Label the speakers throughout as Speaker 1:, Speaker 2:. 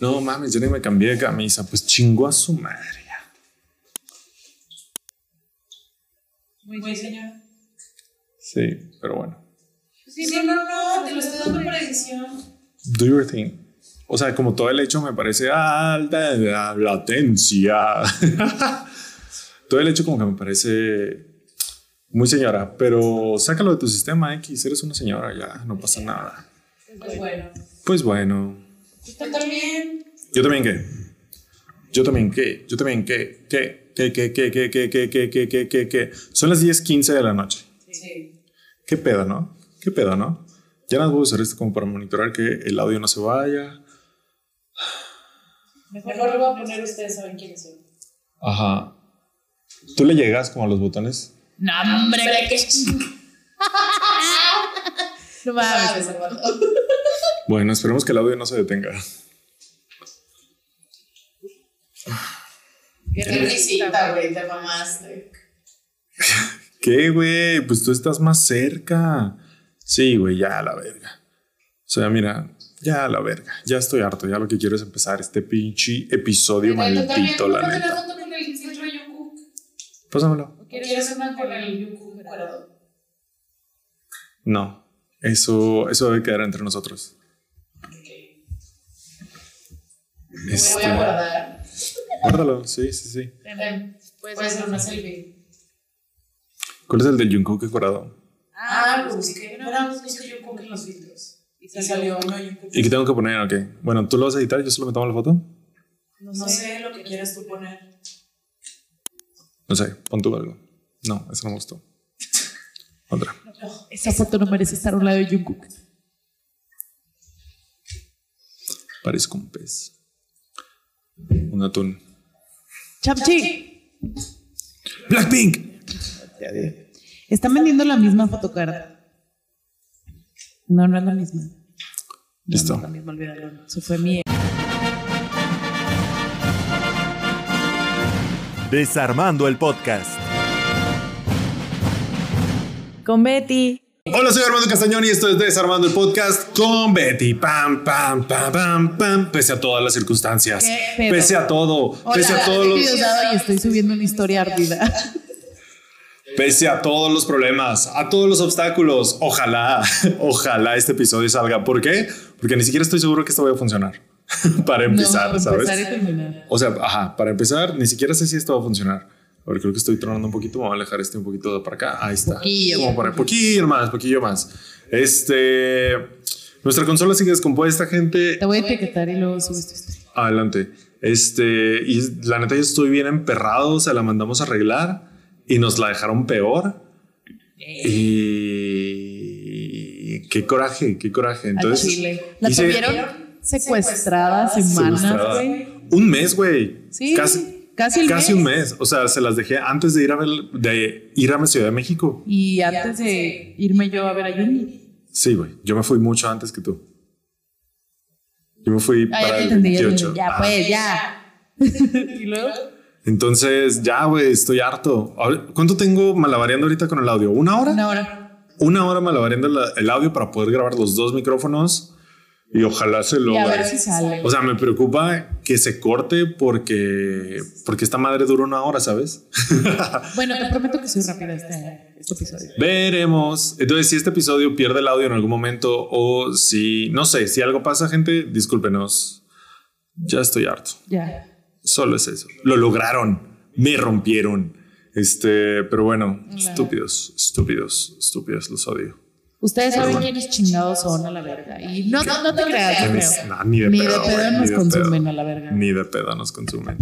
Speaker 1: No mames, yo ni me cambié de camisa. Pues chingó a su madre. ya.
Speaker 2: Muy señora.
Speaker 1: Sí, pero bueno.
Speaker 2: Sí, no, no, pues no, te lo estoy dando por edición.
Speaker 1: Do your thing. O sea, como todo el hecho me parece alta la latencia. todo el hecho como que me parece muy señora, pero sácalo de tu sistema X, eres una señora ya, no pasa nada.
Speaker 2: Pues bueno.
Speaker 1: Pues bueno.
Speaker 2: Yo también.
Speaker 1: Yo también qué. Yo también qué. Yo también qué. ¿Qué? ¿Qué? ¿Qué? ¿Qué? ¿Qué? ¿Qué? ¿Qué? ¿Qué? ¿Qué? ¿Qué? ¿Qué? ¿Qué? Son las 10:15 de la noche.
Speaker 2: Sí.
Speaker 1: ¿Qué pedo, no? ¿Qué pedo, no? Ya nada voy a usar esto como para monitorar que el audio no se vaya.
Speaker 2: Mejor lo voy a poner, ustedes saben quiénes son.
Speaker 1: Ajá. ¿Tú le llegas como a los botones?
Speaker 3: No, hombre.
Speaker 2: Hombre, qué chingada.
Speaker 3: No mames.
Speaker 1: Bueno, esperemos que el audio no se detenga.
Speaker 2: Qué risita, güey, te mamaste.
Speaker 1: ¿Qué, güey? Pues tú estás más cerca. Sí, güey, ya a la verga. O sea, mira, ya a la verga. Ya estoy harto. Ya lo que quiero es empezar este pinche episodio
Speaker 2: Pero también,
Speaker 1: maldito, la
Speaker 2: ¿no te
Speaker 1: neta.
Speaker 2: foto con el centro de Yungu?
Speaker 1: Pásamelo.
Speaker 2: ¿Quieres una con el Yungu curado?
Speaker 1: No, eso, eso debe quedar entre nosotros.
Speaker 2: Me voy a guardar.
Speaker 1: Este, guárdalo, sí, sí, sí.
Speaker 2: Em,
Speaker 3: pues
Speaker 2: Puede ser una selfie.
Speaker 1: ¿Cuál es el del Jungkook que he guardado?
Speaker 2: Ah, pues busqué. Bueno, no puse Yungu en los filtros. Y salió uno Yungu.
Speaker 1: ¿Y qué tengo que poner? Ok. Bueno, tú lo vas a editar, yo solo me tomo la foto.
Speaker 2: No sé lo que quieras tú poner.
Speaker 1: No sé, pon tú algo. No, eso no me gustó. Otra.
Speaker 3: Esa foto no merece estar a un lado de Jungkook.
Speaker 1: Parezco un pez. Un atún.
Speaker 3: Chamchi,
Speaker 1: ¡Blackpink!
Speaker 3: están vendiendo la misma fotocarta. No, no es la misma. No,
Speaker 1: Listo.
Speaker 3: No, es la misma, olvídalo. Eso fue mi.
Speaker 4: Desarmando el podcast.
Speaker 5: Con Betty.
Speaker 1: Hola, soy Armando Castañón y esto es Desarmando el Podcast con Betty. Pam, pam, pam, pam, pam. Pese a todas las circunstancias.
Speaker 3: Qué pedo.
Speaker 1: Pese a todo. Pese a todos los.
Speaker 3: y estoy subiendo una historia ardida.
Speaker 1: Pese a todos los problemas, a todos los obstáculos, ojalá, ojalá este episodio salga. ¿Por qué? Porque ni siquiera estoy seguro que esto vaya a funcionar. para empezar, ¿sabes?
Speaker 3: Empezar y terminar.
Speaker 1: O sea, ajá, para empezar, ni siquiera sé si esto va a funcionar. A ver, creo que estoy tronando un poquito, vamos a alejar este un poquito de para acá. Ahí está.
Speaker 3: Poquillo.
Speaker 1: Como para poquillo más, poquillo más. Este, nuestra consola sigue descompuesta, gente.
Speaker 3: Te voy a etiquetar y luego subes tu historia.
Speaker 1: Adelante. Este, y la neta, yo estoy bien emperrado. Se la mandamos a arreglar y nos la dejaron peor. Y qué coraje, qué coraje. Entonces,
Speaker 3: Al Chile. La
Speaker 1: hice
Speaker 3: tuvieron secuestrada semanas,
Speaker 1: secuestrada.
Speaker 3: güey.
Speaker 1: Un mes, güey.
Speaker 3: Sí,
Speaker 1: Casi.
Speaker 3: casi el
Speaker 1: Casi
Speaker 3: mes.
Speaker 1: un mes, o sea, se las dejé antes de ir a ver, de ir a mi Ciudad de México.
Speaker 3: Y antes de irme yo a ver a Juni.
Speaker 1: Sí, güey, yo me fui mucho antes que tú. Yo me fui
Speaker 3: Ah, ya
Speaker 1: para el
Speaker 3: te entendí. Ya,
Speaker 1: 28.
Speaker 3: ya,
Speaker 1: Ah.
Speaker 3: pues, ya. y luego.
Speaker 1: Entonces, ya, güey, estoy harto. Ahora- ¿Cuánto tengo malabareando ahorita con el audio? ¿Una hora?
Speaker 3: Una hora.
Speaker 1: Una hora malabareando la- el audio para poder grabar los dos micrófonos y ojalá se
Speaker 3: Y a ver
Speaker 1: logre.
Speaker 3: si sale.
Speaker 1: O sea, me preocupa que se corte porque, porque esta madre dura una hora, ¿sabes?
Speaker 3: Bueno, te prometo que soy rápida este, este episodio.
Speaker 1: Veremos. Entonces, si este episodio pierde el audio en algún momento o si, no sé, si algo pasa, gente, discúlpenos. Ya estoy harto.
Speaker 3: Ya.
Speaker 1: Solo es eso. Lo lograron. Me rompieron. Este, pero bueno, estúpidos, estúpidos, estúpidos, los odio.
Speaker 3: Ustedes saben quiénes chingados son a la verga. Y no, no, no te creas,
Speaker 1: Ni,
Speaker 3: creo.
Speaker 1: nah, ni de
Speaker 3: Ni de
Speaker 1: pedo, güey,
Speaker 3: pedo
Speaker 1: ni
Speaker 3: nos
Speaker 1: de
Speaker 3: consumen
Speaker 1: pedo.
Speaker 3: a la verga.
Speaker 1: Ni de pedo nos consumen.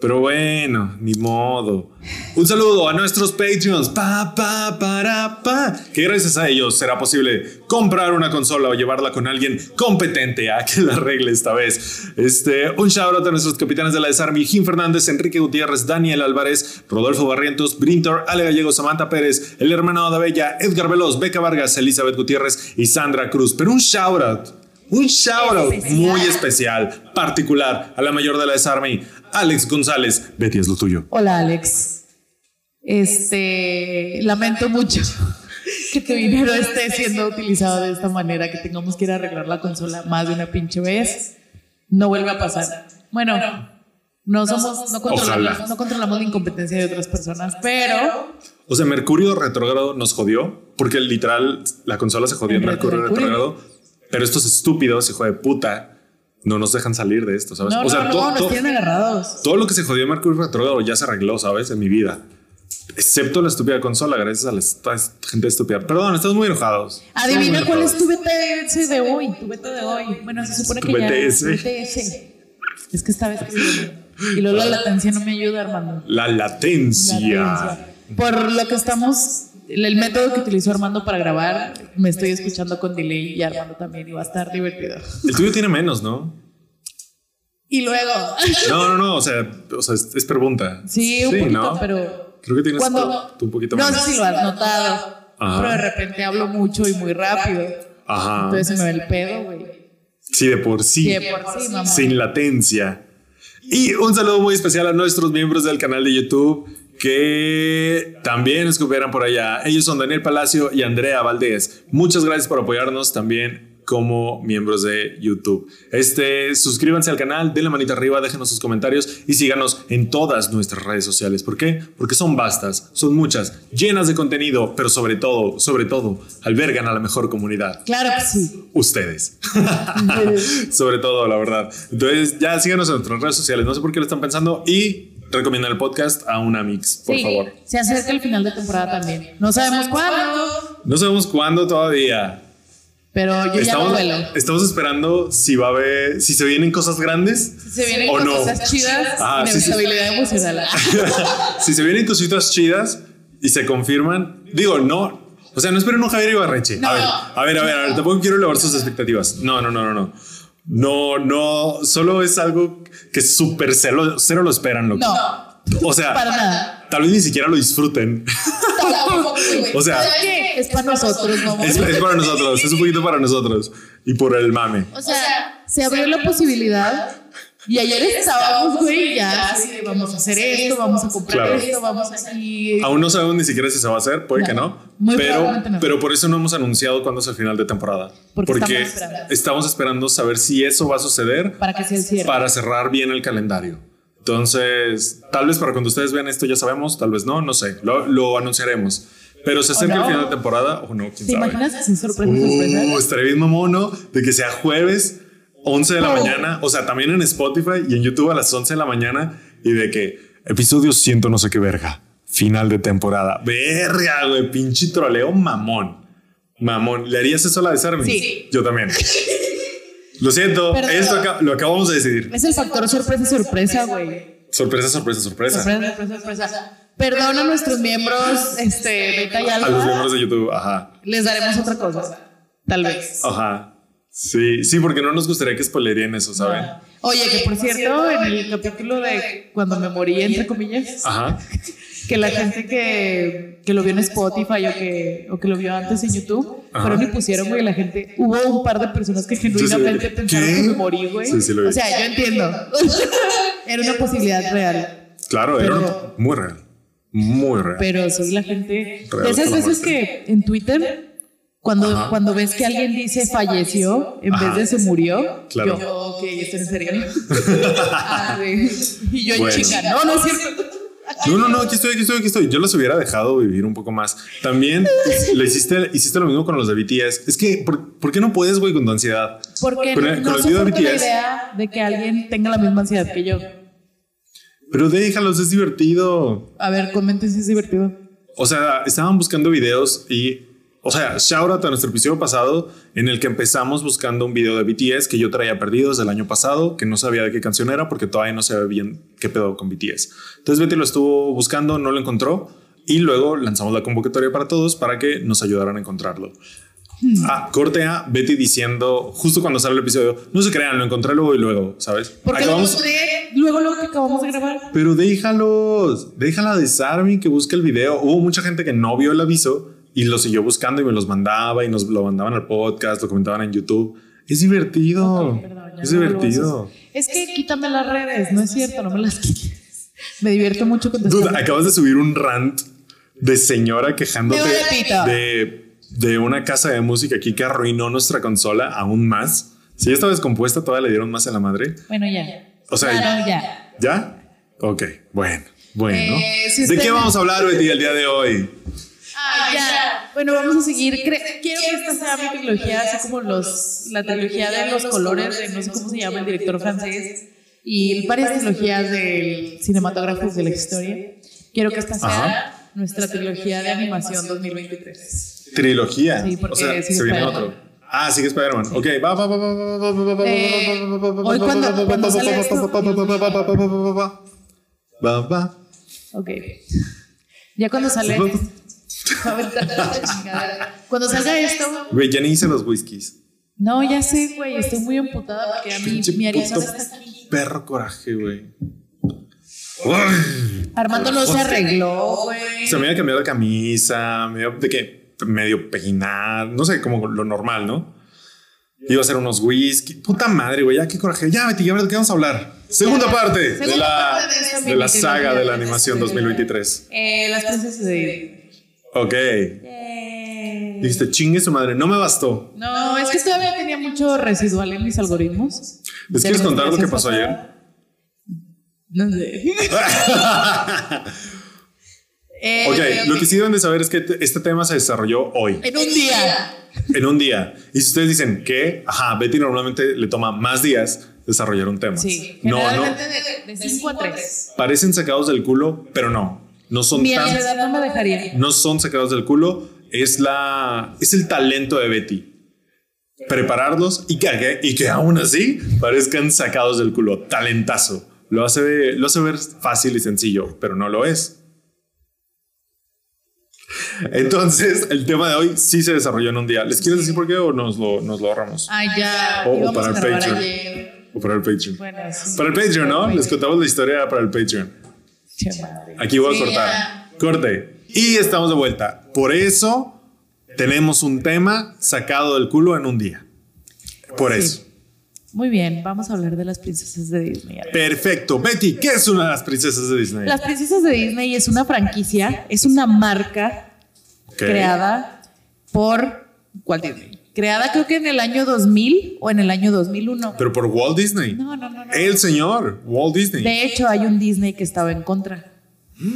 Speaker 1: Pero bueno, ni modo. Un saludo a nuestros Patreons. Pa, pa, para, pa. Que gracias a ellos será posible comprar una consola o llevarla con alguien competente a que la arregle esta vez. Este, un shout out a nuestros capitanes de la Desarme: Jim Fernández, Enrique Gutiérrez, Daniel Álvarez, Rodolfo Barrientos, Brintor, Ale Gallego, Samantha Pérez, el hermano de Bella, Edgar Veloz, Beca Vargas, Elizabeth Gutiérrez y Sandra Cruz. Pero un shout out. Un shout out muy especial, particular, a la mayor de la Desarme, Alex González. Betty, es lo tuyo.
Speaker 3: Hola, Alex. Este, lamento mucho que tu dinero esté siendo utilizado de esta manera, que tengamos que ir a arreglar la consola más de una pinche vez. no vuelve a pasar. Bueno, no somos, no
Speaker 1: Ojalá.
Speaker 3: controlamos, no controlamos la incompetencia de otras personas, pero
Speaker 1: O sea, Mercurio retrógrado nos jodió porque literal la consola se jodió en
Speaker 3: En
Speaker 1: Mercurio
Speaker 3: Mercurio.
Speaker 1: retrógrado. Pero estos estúpidos, hijo de puta, no nos dejan salir de esto, ¿sabes?
Speaker 3: no,
Speaker 1: o sea,
Speaker 3: no, no,
Speaker 1: todo,
Speaker 3: nos
Speaker 1: todo-
Speaker 3: tienen agarrados.
Speaker 1: todo lo que se jodió en Mercurio retrógrado ya se arregló, ¿sabes? En mi vida. Excepto la estúpida consola, gracias a la esta- gente estúpida. Perdón, estamos muy enojados.
Speaker 3: Adivina
Speaker 1: Estamos muy
Speaker 3: cuál
Speaker 1: enojados.
Speaker 3: es tu BTS de hoy, tu beta de hoy. Bueno, se supone
Speaker 1: Tu
Speaker 3: que ya
Speaker 1: BTS.
Speaker 3: BTS. Es que esta vez que y luego la latencia no me ayuda, Armando.
Speaker 1: La
Speaker 3: La
Speaker 1: latencia.
Speaker 3: latencia. Por lo que estamos, el método que utilizó Armando para grabar, me estoy escuchando con delay y Armando también y va a estar divertido.
Speaker 1: El tuyo tiene menos, ¿no?
Speaker 3: Y luego,
Speaker 1: No, no, no. O sea, o sea es, es pregunta.
Speaker 3: sí, un poquito,
Speaker 1: ¿no?
Speaker 3: pero
Speaker 1: Creo que tienes
Speaker 3: Cuando-
Speaker 1: tú, tú un poquito
Speaker 3: no
Speaker 1: menos.
Speaker 3: sé si lo has notado,
Speaker 1: Ajá.
Speaker 3: pero de repente hablo mucho y muy rápido.
Speaker 1: Ajá.
Speaker 3: Entonces se me ve el pedo, güey.
Speaker 1: sí, de por sí.
Speaker 3: Sí, de por sí, mamá.
Speaker 1: sin latencia. Y un saludo muy especial a nuestros miembros del canal de YouTube que también nos cooperan por allá. Ellos son Daniel Palacio y Andrea Valdés. Muchas gracias por apoyarnos también como miembros de YouTube. Este, suscríbanse al canal, den la manita arriba, déjenos sus comentarios y síganos en todas nuestras redes sociales. ¿Por qué? Porque son vastas, son muchas, llenas de contenido, pero sobre todo, sobre todo, albergan a la mejor comunidad
Speaker 3: Claro que sí.
Speaker 1: ustedes. Sobre todo, la verdad. Entonces, ya síganos en nuestras redes sociales. No sé por qué lo están pensando y recomiendan el podcast a una mix, por
Speaker 3: Sí,
Speaker 1: favor.
Speaker 3: Se acerca el final de temporada también. No sabemos cuándo,
Speaker 1: No sabemos cuándo todavía.
Speaker 3: pero yo ya no
Speaker 1: Estamos,
Speaker 3: vuelo.
Speaker 1: estamos esperando si va a haber, si se vienen cosas grandes,
Speaker 3: Se vienen
Speaker 1: ¿O
Speaker 3: con
Speaker 1: no?
Speaker 3: cosas chidas,
Speaker 1: Ah, sí, sí.
Speaker 3: inestabilidad emocional.
Speaker 1: si se vienen cositas chidas y se confirman. Digo, no. O sea, no esperen un Javier Ibarreche.
Speaker 3: No.
Speaker 1: a ver, a ver, a ver, a ver, tampoco quiero elevar sus expectativas. No, no, no, no, no. No, no, solo es algo que súper cero, cero lo esperan, loco.
Speaker 3: No,
Speaker 1: O sea,
Speaker 3: para nada.
Speaker 1: Tal vez ni siquiera lo disfruten. O sea,
Speaker 3: ¿Qué? Es para nosotros, mamá.
Speaker 1: es, es para nosotros, es un poquito para nosotros y por el mame.
Speaker 3: O sea, se abrió la posibilidad y ayer estábamos, güey, ya, así de, vamos a hacer esto, vamos a comprar
Speaker 1: Claro.
Speaker 3: esto, vamos a hacer...
Speaker 1: Aún no sabemos ni siquiera si se va a hacer, puede
Speaker 3: No,
Speaker 1: que no.
Speaker 3: muy
Speaker 1: pero,
Speaker 3: probablemente no.
Speaker 1: pero por eso no hemos anunciado cuándo es el final de temporada.
Speaker 3: Porque estamos esperando.
Speaker 1: estamos esperando saber si eso va a suceder
Speaker 3: Para que se cierre.
Speaker 1: para cerrar bien el calendario. Entonces, tal vez para cuando ustedes vean esto ya sabemos, tal vez no, no sé, lo, lo anunciaremos. Pero se acerca
Speaker 3: no.
Speaker 1: el final de temporada o no, quién
Speaker 3: ¿Te
Speaker 1: sabe.
Speaker 3: imaginas que sin sorpresa,
Speaker 1: Uh,
Speaker 3: sorpresa?
Speaker 1: estaría bien mamono de que sea jueves 11 de la
Speaker 3: Oh.
Speaker 1: mañana, o sea, también en Spotify y en YouTube a las 11 de la mañana y de que episodio 100 no sé qué verga, final de temporada. Verga, güey, pinche troleo mamón. Mamón, ¿le harías eso a la de Sarmi?
Speaker 3: Sí.
Speaker 1: Yo también. Lo siento,
Speaker 3: Perdón.
Speaker 1: esto acá- lo acabamos de decidir.
Speaker 3: Es el factor sorpresa, sorpresa, güey.
Speaker 1: Sorpresa, sorpresa, sorpresa.
Speaker 3: Sorpresa, sorpresa, sorpresa. Perdona a nuestros miembros, este, beta y
Speaker 1: A los
Speaker 3: alfa,
Speaker 1: miembros de YouTube, ajá.
Speaker 3: les daremos otra cosa, tal vez.
Speaker 1: Ajá. Sí, sí, porque no nos gustaría que spoilerien eso, ¿saben?
Speaker 3: Oye, que por cierto, en el capítulo de cuando me morí, entre comillas,
Speaker 1: Ajá.
Speaker 3: que la gente que, que lo vio en Spotify o que, o que lo vio antes en YouTube,
Speaker 1: Ajá.
Speaker 3: fueron y pusieron, güey, la gente, hubo un par de personas que genuinamente
Speaker 1: ¿Qué?
Speaker 3: pensaron que me morí, güey.
Speaker 1: Sí, sí lo vi.
Speaker 3: o sea, yo entiendo. Era una posibilidad real.
Speaker 1: Claro, era
Speaker 3: Pero-
Speaker 1: muy real. Muy real.
Speaker 3: Pero sí, la gente...
Speaker 1: Real
Speaker 3: de esas
Speaker 1: hasta la
Speaker 3: veces
Speaker 1: muerte.
Speaker 3: que en Twitter... Cuando,
Speaker 1: Ajá.
Speaker 3: cuando ves que alguien dice falleció en
Speaker 1: Ajá.
Speaker 3: vez de se murió,
Speaker 1: Claro.
Speaker 3: yo, ok, esto en serio. Ah, güey. y yo,
Speaker 1: Bueno.
Speaker 3: chica, no, no es cierto.
Speaker 1: No, no, no, aquí estoy, aquí estoy, aquí estoy. Yo los hubiera dejado vivir un poco más. También le hiciste, hiciste lo mismo con los de BTS. Es que, ¿por, por qué no puedes, güey, con tu ansiedad?
Speaker 3: Porque
Speaker 1: Con el-
Speaker 3: no,
Speaker 1: con el video de
Speaker 3: soporto la
Speaker 1: BTS.
Speaker 3: idea de que alguien tenga la misma ansiedad que yo.
Speaker 1: Pero déjalos, es divertido.
Speaker 3: A ver, comenten si es divertido.
Speaker 1: O sea, estaban buscando videos y, o sea, shout out a nuestro episodio pasado en el que empezamos buscando un video de BTS que yo traía perdido desde el año pasado, que no sabía de qué canción era porque todavía no sabía bien qué pedo con BTS. Entonces Betty lo estuvo buscando, no lo encontró y luego lanzamos la convocatoria para todos para que nos ayudaran a encontrarlo. Ah, corte a Betty diciendo justo cuando sale el episodio, no se crean, lo encontré luego y luego, ¿sabes?
Speaker 3: Porque lo
Speaker 1: Acabamos-
Speaker 3: encontré luego, luego que acabamos de grabar.
Speaker 1: pero déjalos, déjala de Sarmi que busque el video. Hubo mucha gente que no vio el aviso y lo siguió buscando y me los mandaba y nos lo mandaban al podcast, lo comentaban en YouTube. Es divertido.
Speaker 3: Ok, perdón, ya
Speaker 1: es
Speaker 3: no lo
Speaker 1: divertido.
Speaker 3: vas a- Es que quítame las redes, no es cierto, no me las quites. Me divierto mucho con
Speaker 1: Dude, acabas de subir un rant de señora quejándote
Speaker 3: De una pita.
Speaker 1: de, de una casa de música aquí que arruinó nuestra consola aún más. Si ya estaba descompuesta, todavía le dieron más a la madre.
Speaker 3: Bueno, ya.
Speaker 1: O sea,
Speaker 3: Claro, ya.
Speaker 1: ¿ya? Ok, bueno, bueno.
Speaker 3: Eh, si
Speaker 1: ¿De
Speaker 3: usted-
Speaker 1: qué vamos a hablar, Betty, el día de hoy?
Speaker 3: Ah, ya. Bueno, vamos a seguir. Cre- quiero que esta sea mi trilogía, así como los, la trilogía de los colores, de no sé cómo se llama el director francés, y varias trilogías del cinematógrafo de la historia. Quiero que esta sea
Speaker 1: Ajá.
Speaker 3: nuestra trilogía de animación 2023.
Speaker 1: Trilogía.
Speaker 3: Sí, porque
Speaker 1: o sea,
Speaker 3: sigue
Speaker 1: se viene
Speaker 3: Spider-Man.
Speaker 1: otro. Ah, sigue Spider-Man. Ok, va, va, va, va, va, va, va, va, va,
Speaker 3: Eh,
Speaker 1: va, va, va,
Speaker 3: hoy
Speaker 1: va,
Speaker 3: cuando-
Speaker 1: va,
Speaker 3: cuando
Speaker 1: va,
Speaker 3: sale
Speaker 1: va,
Speaker 3: esto,
Speaker 1: va, va, va, va, va, va, va, va, va, va. Va, va.
Speaker 3: Ok. Ya cuando sale. cuando salga esto.
Speaker 1: Güey, ya ni hice los whiskies.
Speaker 3: No, ya sé, güey. Estoy muy emputada porque a mí
Speaker 1: Pinche
Speaker 3: mi Arizona
Speaker 1: puto
Speaker 3: está aquí.
Speaker 1: Perro coraje, güey. Uy,
Speaker 3: Armando no se arregló, güey.
Speaker 1: Se me iba a cambiar la camisa, me iba- de que medio peinar, no sé, como lo normal, ¿no? Iba a hacer unos whisky. Puta madre, güey, ya qué coraje. Ya, Betty, ya, ¿de qué vamos a hablar? Segunda parte de
Speaker 3: Segunda
Speaker 1: la,
Speaker 3: parte de esta
Speaker 1: de la
Speaker 3: mini
Speaker 1: saga
Speaker 3: trilogía
Speaker 1: de la
Speaker 3: de
Speaker 1: animación
Speaker 3: este-
Speaker 1: 2023.
Speaker 3: Eh, las princesas de.
Speaker 1: Ok. Dijiste, chingue su madre, no me bastó.
Speaker 3: No, es que todavía tenía mucho residual en mis algoritmos.
Speaker 1: ¿Les
Speaker 3: De
Speaker 1: quieres
Speaker 3: la
Speaker 1: contar lo que
Speaker 3: generación
Speaker 1: pasó
Speaker 3: pasada.
Speaker 1: ayer?
Speaker 3: No sé. Eh,
Speaker 1: ok, lo que sí deben de saber es que te- este tema se desarrolló hoy.
Speaker 3: En un día.
Speaker 1: en un día. Y si ustedes dicen que, ajá, Betty normalmente le toma más días desarrollar un tema.
Speaker 3: Sí.
Speaker 1: No, no.
Speaker 3: Generalmente de- De 5 a 3.
Speaker 1: Parecen sacados del culo, pero no. No son
Speaker 3: Mi
Speaker 1: tan-
Speaker 3: ansiedad no me dejaría.
Speaker 1: no son sacados del culo. Es la, es el talento de Betty. Prepararlos y que, y que aún así parezcan sacados del culo. Talentazo. Lo hace, ve- lo hace ver fácil y sencillo, pero no lo es. Entonces, el tema de hoy sí se desarrolló en un día. ¿Les quieres decir por qué o nos lo, nos lo ahorramos?
Speaker 3: Ay, ya.
Speaker 1: O- o
Speaker 3: íbamos
Speaker 1: Oh, para
Speaker 3: a
Speaker 1: el
Speaker 3: grabar
Speaker 1: Patreon.
Speaker 3: ayer.
Speaker 1: O para el Patreon.
Speaker 3: Bueno, sí.
Speaker 1: Para el Patreon, ¿no?
Speaker 3: Para el
Speaker 1: Les contamos la historia para el Patreon.
Speaker 3: Che madre.
Speaker 1: Aquí voy a
Speaker 3: Sí,
Speaker 1: cortar.
Speaker 3: ya.
Speaker 1: Corte. Y estamos de vuelta. Por eso tenemos un tema sacado del culo en un día. Por eso.
Speaker 3: Muy bien, vamos a hablar de las princesas de Disney.
Speaker 1: Perfecto. Betty, ¿qué es una de las princesas de Disney?
Speaker 3: Las princesas de Disney es una franquicia, es una marca
Speaker 1: Ok.
Speaker 3: creada por Walt Disney. Creada creo que en el año 2000 o en el año 2001.
Speaker 1: Pero por Walt Disney.
Speaker 3: No, no, no, no.
Speaker 1: El señor Walt Disney.
Speaker 3: De hecho, hay un Disney que estaba en contra,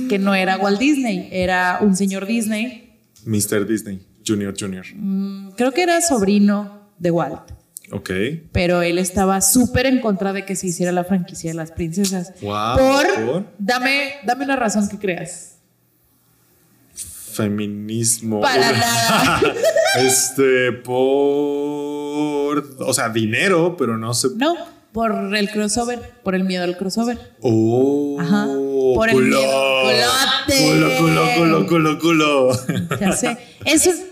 Speaker 3: que no era Walt Disney, era un señor Disney,
Speaker 1: Mr. Disney. Junior Junior.
Speaker 3: Mm. creo que era sobrino de Walt.
Speaker 1: Ok.
Speaker 3: pero él estaba súper en contra de que se hiciera la franquicia de las princesas.
Speaker 1: Wow,
Speaker 3: por,
Speaker 1: Ah, ¿por?
Speaker 3: Dame, dame una razón que creas.
Speaker 1: Feminismo.
Speaker 3: Para nada.
Speaker 1: este, por. O sea, dinero, pero no sé.
Speaker 3: No, por el crossover, por el miedo al crossover.
Speaker 1: Oh,
Speaker 3: Ajá. Por el
Speaker 1: culo.
Speaker 3: miedo.
Speaker 1: Culo,
Speaker 3: Culote.
Speaker 1: culo, culo, culo, culo.
Speaker 3: Ya sé. Eso es-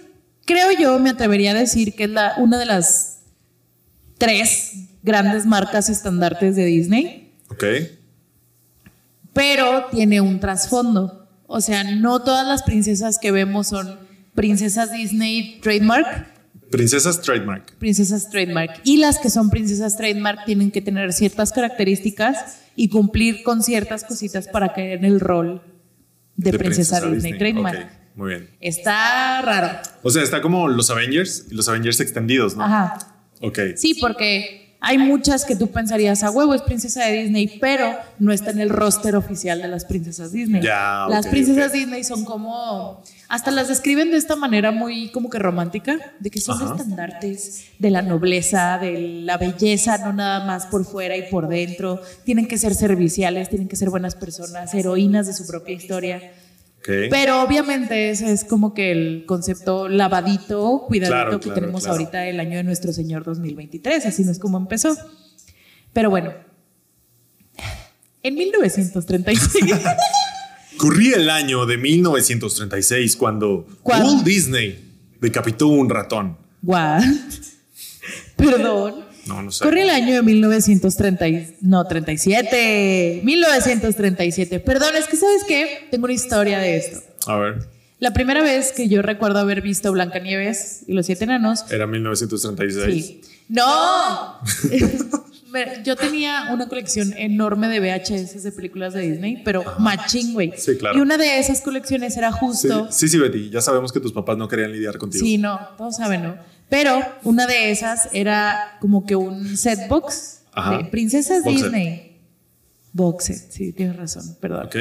Speaker 3: creo yo, me atrevería a decir que es la, una de las tres grandes marcas estandartes de Disney,
Speaker 1: ok.
Speaker 3: pero tiene un trasfondo. O sea, no todas las princesas que vemos son princesas Disney trademark,
Speaker 1: Princesas Trademark.
Speaker 3: princesas trademark. Y las que son princesas trademark tienen que tener ciertas características y cumplir con ciertas cositas para caer en el rol de, princesa, Disney, trademark.
Speaker 1: Ok, Muy bien.
Speaker 3: Está raro.
Speaker 1: O sea, está como los Avengers y los Avengers extendidos, ¿no?
Speaker 3: Ajá.
Speaker 1: Ok.
Speaker 3: Sí, porque hay muchas que tú pensarías, a huevo es princesa de Disney, pero no está en el roster oficial de las princesas Disney.
Speaker 1: Ya,
Speaker 3: las
Speaker 1: ok,
Speaker 3: princesas
Speaker 1: ok.
Speaker 3: Disney son como, hasta las describen de esta manera muy como que romántica, de que son
Speaker 1: Ajá.
Speaker 3: estandartes de la nobleza, de la belleza, no nada más por fuera y por dentro. Tienen que ser serviciales, tienen que ser buenas personas, heroínas de su propia historia.
Speaker 1: ok.
Speaker 3: Pero obviamente ese es como que el concepto lavadito, cuidadito
Speaker 1: Claro,
Speaker 3: que
Speaker 1: claro,
Speaker 3: tenemos
Speaker 1: claro.
Speaker 3: ahorita el año de nuestro Señor 2023, así no es como empezó. Pero bueno, en 1936,
Speaker 1: Corría el año de 1936 cuando
Speaker 3: ¿Cuándo?
Speaker 1: Walt Disney decapitó un ratón.
Speaker 3: what? Perdón.
Speaker 1: No, no sé.
Speaker 3: Corre el año de 1930, y- no, 37, 1937. Perdón, es que sabes qué, tengo una historia de esto.
Speaker 1: A ver,
Speaker 3: La primera vez que yo recuerdo haber visto Blancanieves y los siete enanos
Speaker 1: era 1936.
Speaker 3: Sí. No. Ver, Yo tenía una colección enorme de VHS de películas de Disney, pero machín, güey.
Speaker 1: Sí, claro.
Speaker 3: Y una de esas colecciones era
Speaker 1: Sí,
Speaker 3: justo.
Speaker 1: sí, sí, Betty, ya sabemos que tus papás no querían lidiar contigo.
Speaker 3: Sí, no, todos saben, ¿no? Pero una de esas era como que un set box
Speaker 1: Ajá.
Speaker 3: de princesas
Speaker 1: Box set.
Speaker 3: Disney. Box set, sí, tienes razón, perdón.
Speaker 1: Ok.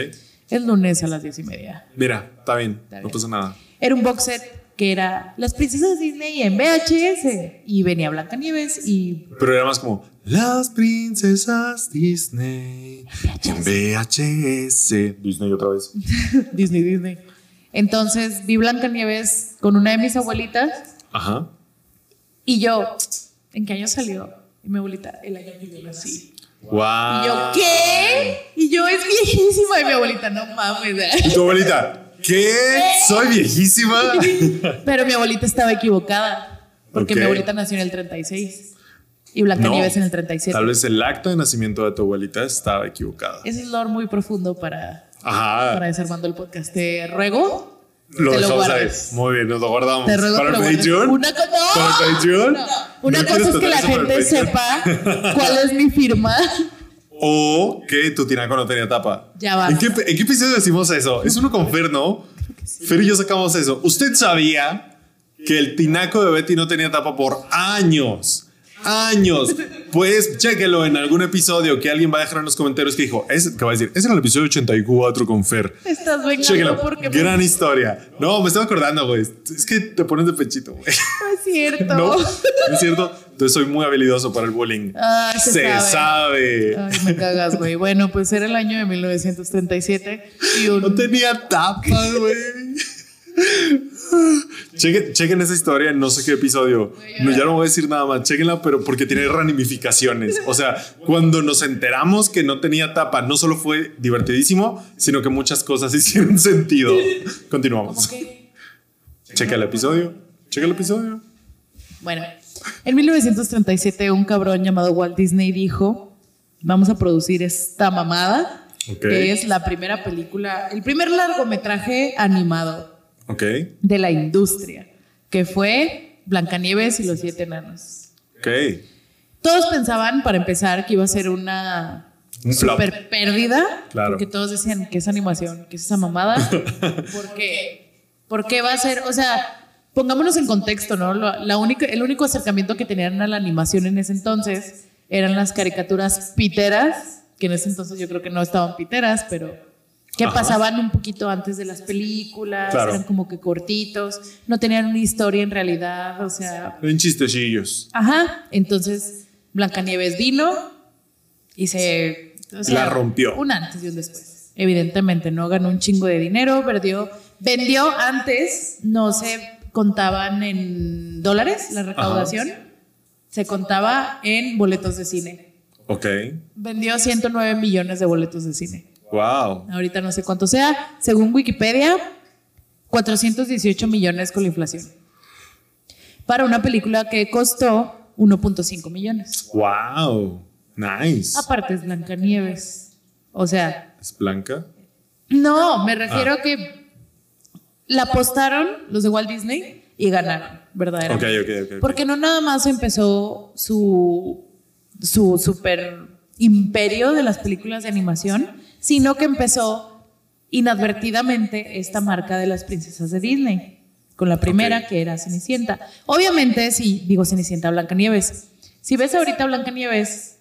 Speaker 3: El lunes a las diez y media.
Speaker 1: Mira, está bien,
Speaker 3: Está
Speaker 1: no
Speaker 3: bien.
Speaker 1: pasa nada.
Speaker 3: Era un box set que era las princesas Disney en VHS. Y venía Blancanieves y
Speaker 1: Pero era más como Las princesas Disney en VHS. Disney otra vez.
Speaker 3: Disney, Disney. Entonces vi Blancanieves con una de mis abuelitas
Speaker 1: Ajá.
Speaker 3: y yo, ¿en qué año salió? Y mi abuelita, el año que yo nací.
Speaker 1: Wow.
Speaker 3: Y yo, ¿qué? Y yo, es viejísima. Y mi abuelita, no mames. ¿eh?
Speaker 1: Tu abuelita, ¿qué? Soy viejísima.
Speaker 3: Pero mi abuelita estaba equivocada. Porque
Speaker 1: Ok.
Speaker 3: mi abuelita nació en el 36 y Blancanieves en el 37.
Speaker 1: Tal vez el acta de nacimiento de tu abuelita estaba equivocada.
Speaker 3: Ese es lore muy profundo para, para
Speaker 1: Ajá.
Speaker 3: desarmando el podcast. Te ruego.
Speaker 1: Lo
Speaker 3: te lo
Speaker 1: dejamos ahí.
Speaker 3: guardes.
Speaker 1: Muy bien, nos lo guardamos.
Speaker 3: Te ruego
Speaker 1: para el
Speaker 3: que lo
Speaker 1: Patreon.
Speaker 3: guardes. Una co- ¡No!
Speaker 1: Para el Patreon.
Speaker 3: No. Una
Speaker 1: ¿No
Speaker 3: cosa
Speaker 1: quieres
Speaker 3: es que la
Speaker 1: tener eso para
Speaker 3: gente
Speaker 1: el
Speaker 3: sepa
Speaker 1: Patreon?
Speaker 3: cuál es mi firma.
Speaker 1: O que tu tinaco no tenía tapa.
Speaker 3: Ya va.
Speaker 1: ¿En qué, en qué episodio decimos eso? Es uno con Fer, ¿no? Fer y yo sacamos eso. Usted sabía que el tinaco de Betty no tenía tapa por años. Años. Pues chéquelo en algún episodio que alguien va a dejar en los comentarios que dijo, es, que va a decir, es en el episodio 84 con Fer.
Speaker 3: Estás vengando
Speaker 1: Chéquelo.
Speaker 3: porque
Speaker 1: Gran historia. No, me estaba acordando, güey. Es que te pones de pechito, güey.
Speaker 3: no es cierto.
Speaker 1: No, ¿No es cierto. Entonces soy muy habilidoso para el bullying.
Speaker 3: Ay, Ah, se sabe. Ah.
Speaker 1: sabe.
Speaker 3: Ay, me cagas, güey. Bueno, pues era el año de 1937 y un
Speaker 1: No tenía tapa, güey. chequen, chequen esa historia en no sé qué episodio. No, ya no voy a decir nada más. Chequenla, pero porque tiene ramificaciones. O sea, cuando nos enteramos que no tenía tapa, no solo fue divertidísimo, sino que muchas cosas hicieron sentido. Continuamos. Checa el episodio. Checa el episodio.
Speaker 3: Bueno, en 1937 un cabrón llamado Walt Disney dijo, vamos a producir esta mamada,
Speaker 1: Ok.
Speaker 3: que es la primera película, el primer largometraje animado
Speaker 1: Ok.
Speaker 3: de la industria, que fue Blancanieves y los siete enanos.
Speaker 1: Ok.
Speaker 3: Todos pensaban, para empezar, que iba a ser una
Speaker 1: Un flop.
Speaker 3: super pérdida,
Speaker 1: Claro.
Speaker 3: porque todos decían que es animación, que es esa mamada, porque porque va a ser, o sea, pongámonos en contexto, ¿no? Lo- La única, el único acercamiento que tenían a la animación en ese entonces eran las caricaturas piteras, que en ese entonces yo creo que no estaban piteras, pero que
Speaker 1: Ajá.
Speaker 3: pasaban un poquito antes de las películas,
Speaker 1: Claro.
Speaker 3: eran como que cortitos, no tenían una historia en realidad, o sea,
Speaker 1: En chistecillos.
Speaker 3: Ajá, entonces Blancanieves vino y se... o
Speaker 1: La rompió.
Speaker 3: Un antes y un después. Evidentemente, no ganó un chingo de dinero, perdió, vendió antes, no se contaban en dólares la recaudación, se contaba en boletos de cine.
Speaker 1: Ok.
Speaker 3: Vendió 109 millones de boletos de cine.
Speaker 1: Wow.
Speaker 3: Ahorita no sé cuánto sea. Según Wikipedia, 418 millones con la inflación. Para una película que costó 1.5 millones.
Speaker 1: Wow. Nice.
Speaker 3: Aparte es Blancanieves. O sea,
Speaker 1: Es blanca.
Speaker 3: no, me refiero a que la apostaron los de Walt Disney y ganaron, verdaderamente.
Speaker 1: Ok, ok, ok, ok.
Speaker 3: Porque no nada más empezó su, su super imperio de las películas de animación, sino que empezó inadvertidamente esta marca de las princesas de Disney, con la primera
Speaker 1: Ok.
Speaker 3: que era Cenicienta. Obviamente, si digo Cenicienta, Blancanieves. Si ves ahorita Blancanieves,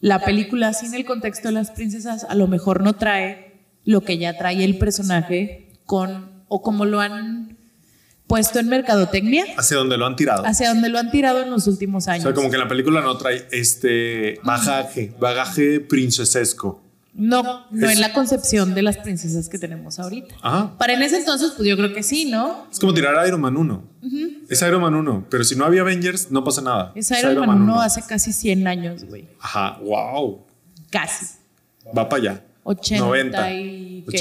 Speaker 3: la película sin el contexto de las princesas a lo mejor no trae lo que ya trae el personaje con o como lo han puesto en mercadotecnia
Speaker 1: Hacia donde lo han tirado.
Speaker 3: hacia donde lo han tirado en los últimos
Speaker 1: O
Speaker 3: años.
Speaker 1: sea, como que en la película no trae este bagaje, bagaje princesesco.
Speaker 3: No, no
Speaker 1: Es-
Speaker 3: en la concepción de las princesas que tenemos ahorita.
Speaker 1: Ajá.
Speaker 3: Para en ese entonces, pues yo creo que sí, ¿no?
Speaker 1: Es como tirar Iron Man 1. Es Iron Man 1, pero si no había Avengers, no pasa nada.
Speaker 3: Es Iron Man 1 hace casi 100 años, güey.
Speaker 1: Ajá, wow.
Speaker 3: Casi.
Speaker 1: Va para allá.
Speaker 3: 80
Speaker 1: 90.
Speaker 3: y qué?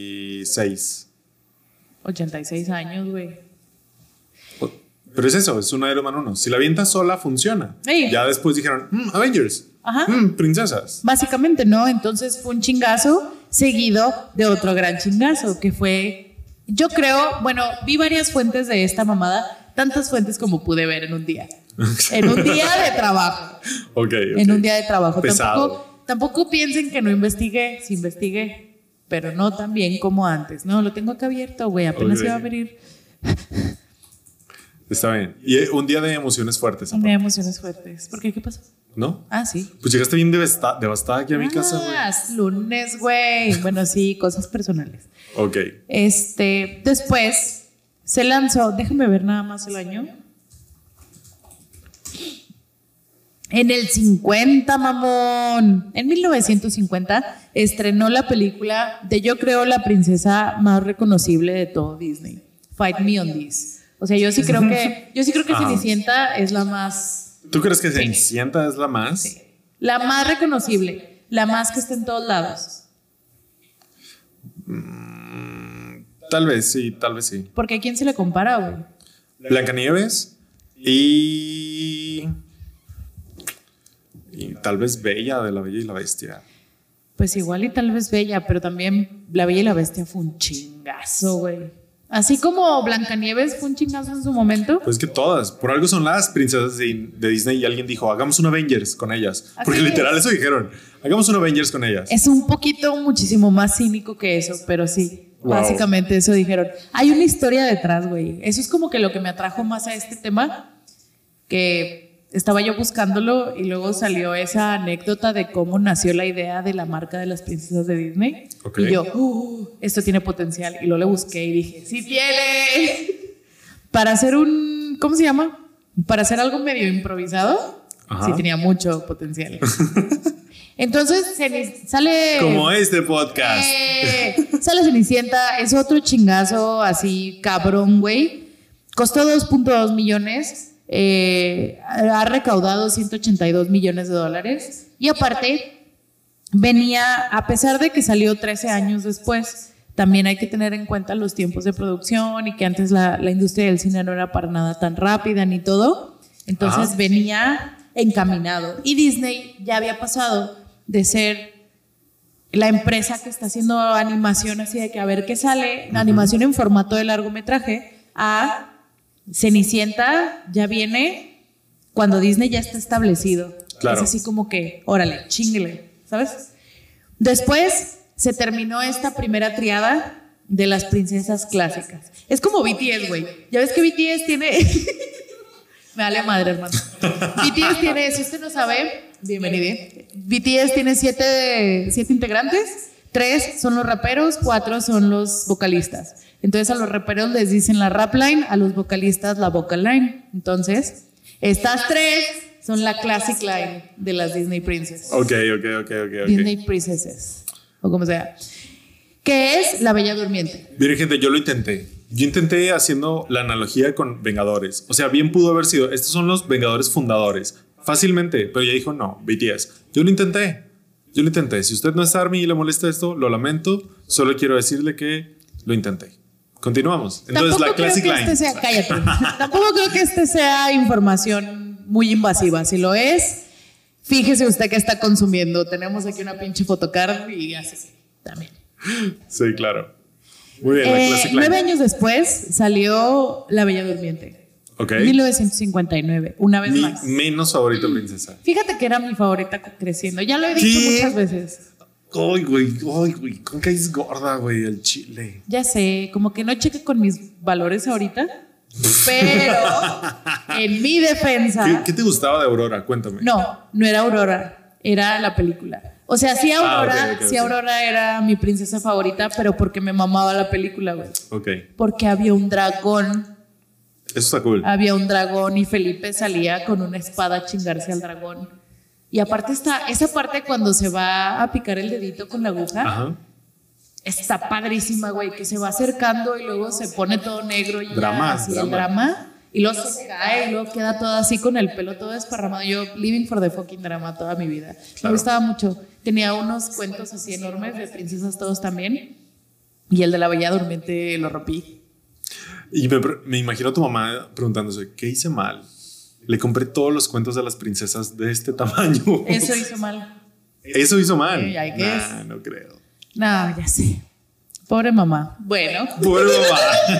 Speaker 1: 86.
Speaker 3: 86 años, güey.
Speaker 1: Pero es eso, es un Iron Man 1. Si la avienta sola, funciona.
Speaker 3: Sí.
Speaker 1: Ya después dijeron, "Mm, Avengers.
Speaker 3: Ajá.
Speaker 1: Mm, princesas.
Speaker 3: Básicamente, ¿no? Entonces fue un chingazo seguido de otro gran chingazo que fue, yo creo, bueno, vi varias fuentes de esta mamada, tantas fuentes como pude ver en un día. En un día de trabajo.
Speaker 1: Ok. ok.
Speaker 3: En un día de trabajo.
Speaker 1: Pesado.
Speaker 3: Tampoco, tampoco piensen que no investigué, sí investigué, pero no tan bien como antes. No, lo tengo acá abierto, güey, apenas
Speaker 1: Ok.
Speaker 3: iba a abrir.
Speaker 1: Está bien. Y eh, un día de emociones fuertes,
Speaker 3: Me da emociones fuertes. ¿Por qué? ¿Qué pasó?
Speaker 1: ¿no?
Speaker 3: Ah, sí.
Speaker 1: Pues llegaste bien devasta- devastada aquí a mi casa, güey.
Speaker 3: Ah, lunes, güey. Bueno, sí, cosas personales.
Speaker 1: Ok.
Speaker 3: Este, después se lanzó, déjame ver nada más el año. En el 50, mamón. En 1950 estrenó la película de yo creo la princesa más reconocible de todo Disney, Fight Me on This. O sea, yo sí creo que yo sí creo que
Speaker 1: Ah.
Speaker 3: Cenicienta es la más
Speaker 1: ¿Tú crees que Cenicienta es la más?
Speaker 3: la más reconocible, la más que está en todos lados.
Speaker 1: Mm, Tal vez sí, tal vez sí.
Speaker 3: Porque a quién se le compara, güey?
Speaker 1: Blancanieves y. Y tal vez Bella de la Bella y la Bestia.
Speaker 3: Pues igual y tal vez Bella, pero también La Bella y la Bestia fue un chingazo, güey. Así como Blancanieves fue un chingazo en su momento.
Speaker 1: Pues que todas, por algo son las princesas de, de Disney y alguien dijo, hagamos un Avengers con ellas.
Speaker 3: Así
Speaker 1: Porque
Speaker 3: es.
Speaker 1: literal eso dijeron, hagamos un Avengers con ellas.
Speaker 3: Es un poquito muchísimo más cínico que eso, pero sí.
Speaker 1: Wow.
Speaker 3: Básicamente eso dijeron. Hay una historia detrás, güey. Eso es como que lo que me atrajo más a este tema, que estaba yo buscándolo y luego salió esa anécdota de cómo nació la idea de la marca de las princesas de Disney.
Speaker 1: Ok.
Speaker 3: Y yo, "Uh, esto tiene potencial. Y luego le busqué y dije, sí tiene. Para hacer un, ¿cómo se llama? Para hacer algo medio improvisado,
Speaker 1: Ajá.
Speaker 3: sí tenía mucho potencial. Entonces se le- sale.
Speaker 1: Como este podcast.
Speaker 3: Eh, sale Cenicienta, es otro chingazo así cabrón, güey. Costó 2.2 millones, eh, ha recaudado 182 millones de dólares. Y aparte, venía, a pesar de que salió 13 años después, también hay que tener en cuenta los tiempos de producción y que antes la, la industria del cine no era para nada tan rápida ni todo. Entonces
Speaker 1: Ajá.
Speaker 3: venía encaminado. Y Disney ya había pasado de ser la empresa que está haciendo animación así de que a ver qué sale, animación en formato de largometraje, a Cenicienta ya viene cuando Disney ya está establecido.
Speaker 1: Claro.
Speaker 3: Es así como que, órale, chingle, ¿sabes? Después se terminó esta primera triada de las princesas clásicas. Es como BTS, güey. Ya ves que BTS tiene... Me vale madre, hermano. BTS tiene, si usted no sabe, bienvenido. BTS tiene siete, siete integrantes. Tres son los raperos, cuatro son los vocalistas. Entonces a los raperos les dicen la rap line, a los vocalistas la vocal line. Entonces, estas tres son la classic line de las Disney Princess.
Speaker 1: Ok, ok, ok, ok. ok.
Speaker 3: Disney Princesses, o como sea. Que es la Bella Durmiente.
Speaker 1: Miren, gente, yo lo intenté. Yo intenté haciendo la analogía con Vengadores. O sea, bien pudo haber sido, estos son los Vengadores fundadores. Fácilmente, pero ella dijo, no, BTS. Yo lo intenté. Yo lo intenté. Si usted no es ARMY y le molesta esto, lo lamento. Solo quiero decirle que lo intenté. Continuamos. Entonces,
Speaker 3: Tampoco
Speaker 1: la
Speaker 3: creo
Speaker 1: Classic
Speaker 3: que
Speaker 1: Line.
Speaker 3: este sea, cállate. Tampoco creo que este sea información muy invasiva. Si lo es, fíjese usted que está consumiendo. Tenemos aquí una pinche fotocard y así también.
Speaker 1: Sí, claro. Muy bien, la
Speaker 3: Eh,
Speaker 1: Classic Line.
Speaker 3: nueve años después salió La Bella Durmiente.
Speaker 1: Ok.
Speaker 3: 1959, una vez
Speaker 1: Mi
Speaker 3: más.
Speaker 1: menos favorita princesa.
Speaker 3: Fíjate que era mi favorita creciendo. Ya lo he dicho
Speaker 1: ¿Qué?
Speaker 3: muchas veces.
Speaker 1: Ay, güey, ay, güey. ¿Cómo que es gorda, güey, el chile?
Speaker 3: Ya sé, como que no cheque con mis valores ahorita, pero en mi defensa,
Speaker 1: ¿Qué, qué te gustaba de Aurora? Cuéntame.
Speaker 3: no, no era Aurora, era la película. O sea, sí
Speaker 1: Ah,
Speaker 3: Aurora,
Speaker 1: ok, ok,
Speaker 3: sí
Speaker 1: ok.
Speaker 3: Aurora era mi princesa favorita, pero porque me mamaba la película, güey.
Speaker 1: Ok.
Speaker 3: Porque había un dragón,
Speaker 1: Eso está cool.
Speaker 3: había un dragón y Felipe salía con una espada a chingarse al dragón. Y aparte está esa parte cuando se va a picar el dedito con la aguja.
Speaker 1: Ajá.
Speaker 3: está padrísima, güey, que se va acercando y luego se pone todo negro y ya,
Speaker 1: Drama,
Speaker 3: así,
Speaker 1: drama.
Speaker 3: el drama. Y luego se cae y luego queda todo así con el pelo todo desparramado. Yo living for the fucking drama toda mi vida.
Speaker 1: Claro.
Speaker 3: Me gustaba mucho. Tenía unos cuentos así enormes de princesas todos también. Y el de la Bella Durmiente lo rompí.
Speaker 1: Y me, pre- me imagino a tu mamá preguntándose, ¿qué hice mal? Le compré todos los cuentos de las princesas de este tamaño.
Speaker 3: Eso hizo mal.
Speaker 1: Eso hizo mal.
Speaker 3: Sí, I guess.
Speaker 1: Nah, no creo.
Speaker 3: No, ya sé. Pobre mamá. Bueno.
Speaker 1: Pobre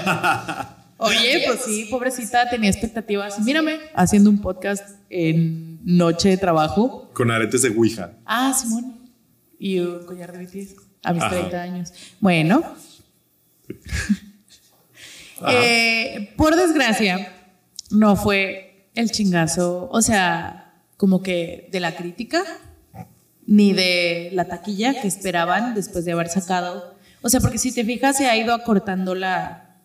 Speaker 1: mamá.
Speaker 3: Oye, pues sí, pobrecita, tenía expectativas. Mírame, haciendo un podcast en noche de trabajo.
Speaker 1: Con aretes de Ouija.
Speaker 3: Ah, Simón. Y un collar de BTS a mis
Speaker 1: Ajá.
Speaker 3: 30 años. Bueno. Eh, por desgracia, no fue el chingazo, o sea, como que de la crítica, ni de la taquilla que esperaban después de haber sacado. O sea, porque si te fijas, se ha ido acortando la,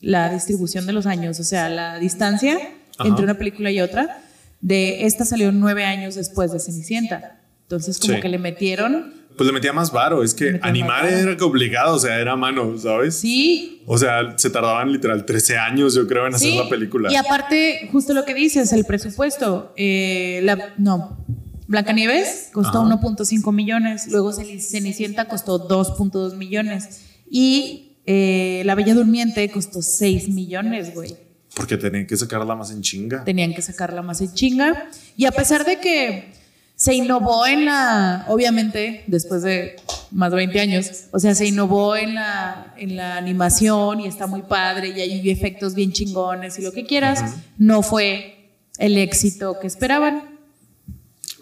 Speaker 3: la distribución de los años, o sea, la distancia
Speaker 1: Ajá.
Speaker 3: entre una película y otra. De esta salió nueve años después de Cenicienta. Entonces, como
Speaker 1: Sí.
Speaker 3: que le metieron,
Speaker 1: Pues le metía más varo, es que
Speaker 3: metía
Speaker 1: animar
Speaker 3: más varo.
Speaker 1: era que obligado, o sea, era a mano, ¿sabes?
Speaker 3: sí,
Speaker 1: O sea, se tardaban literal 13 años, yo creo, en
Speaker 3: Sí,
Speaker 1: hacer la película.
Speaker 3: Y aparte, justo lo que dices, el presupuesto. eh, la, no. Blancanieves costó
Speaker 1: Ajá.
Speaker 3: 1.5 millones, luego Ceni- Cenicienta costó 2.2 millones y eh, La Bella Durmiente costó 6 millones, güey.
Speaker 1: Porque tenían que sacarla más en chinga.
Speaker 3: Tenían que sacarla más en chinga. Y a pesar de que se innovó en la, obviamente, después de más de 20 años, o sea, se innovó en la, en la animación y está muy padre y hay efectos bien chingones y lo que quieras, no fue el éxito que esperaban.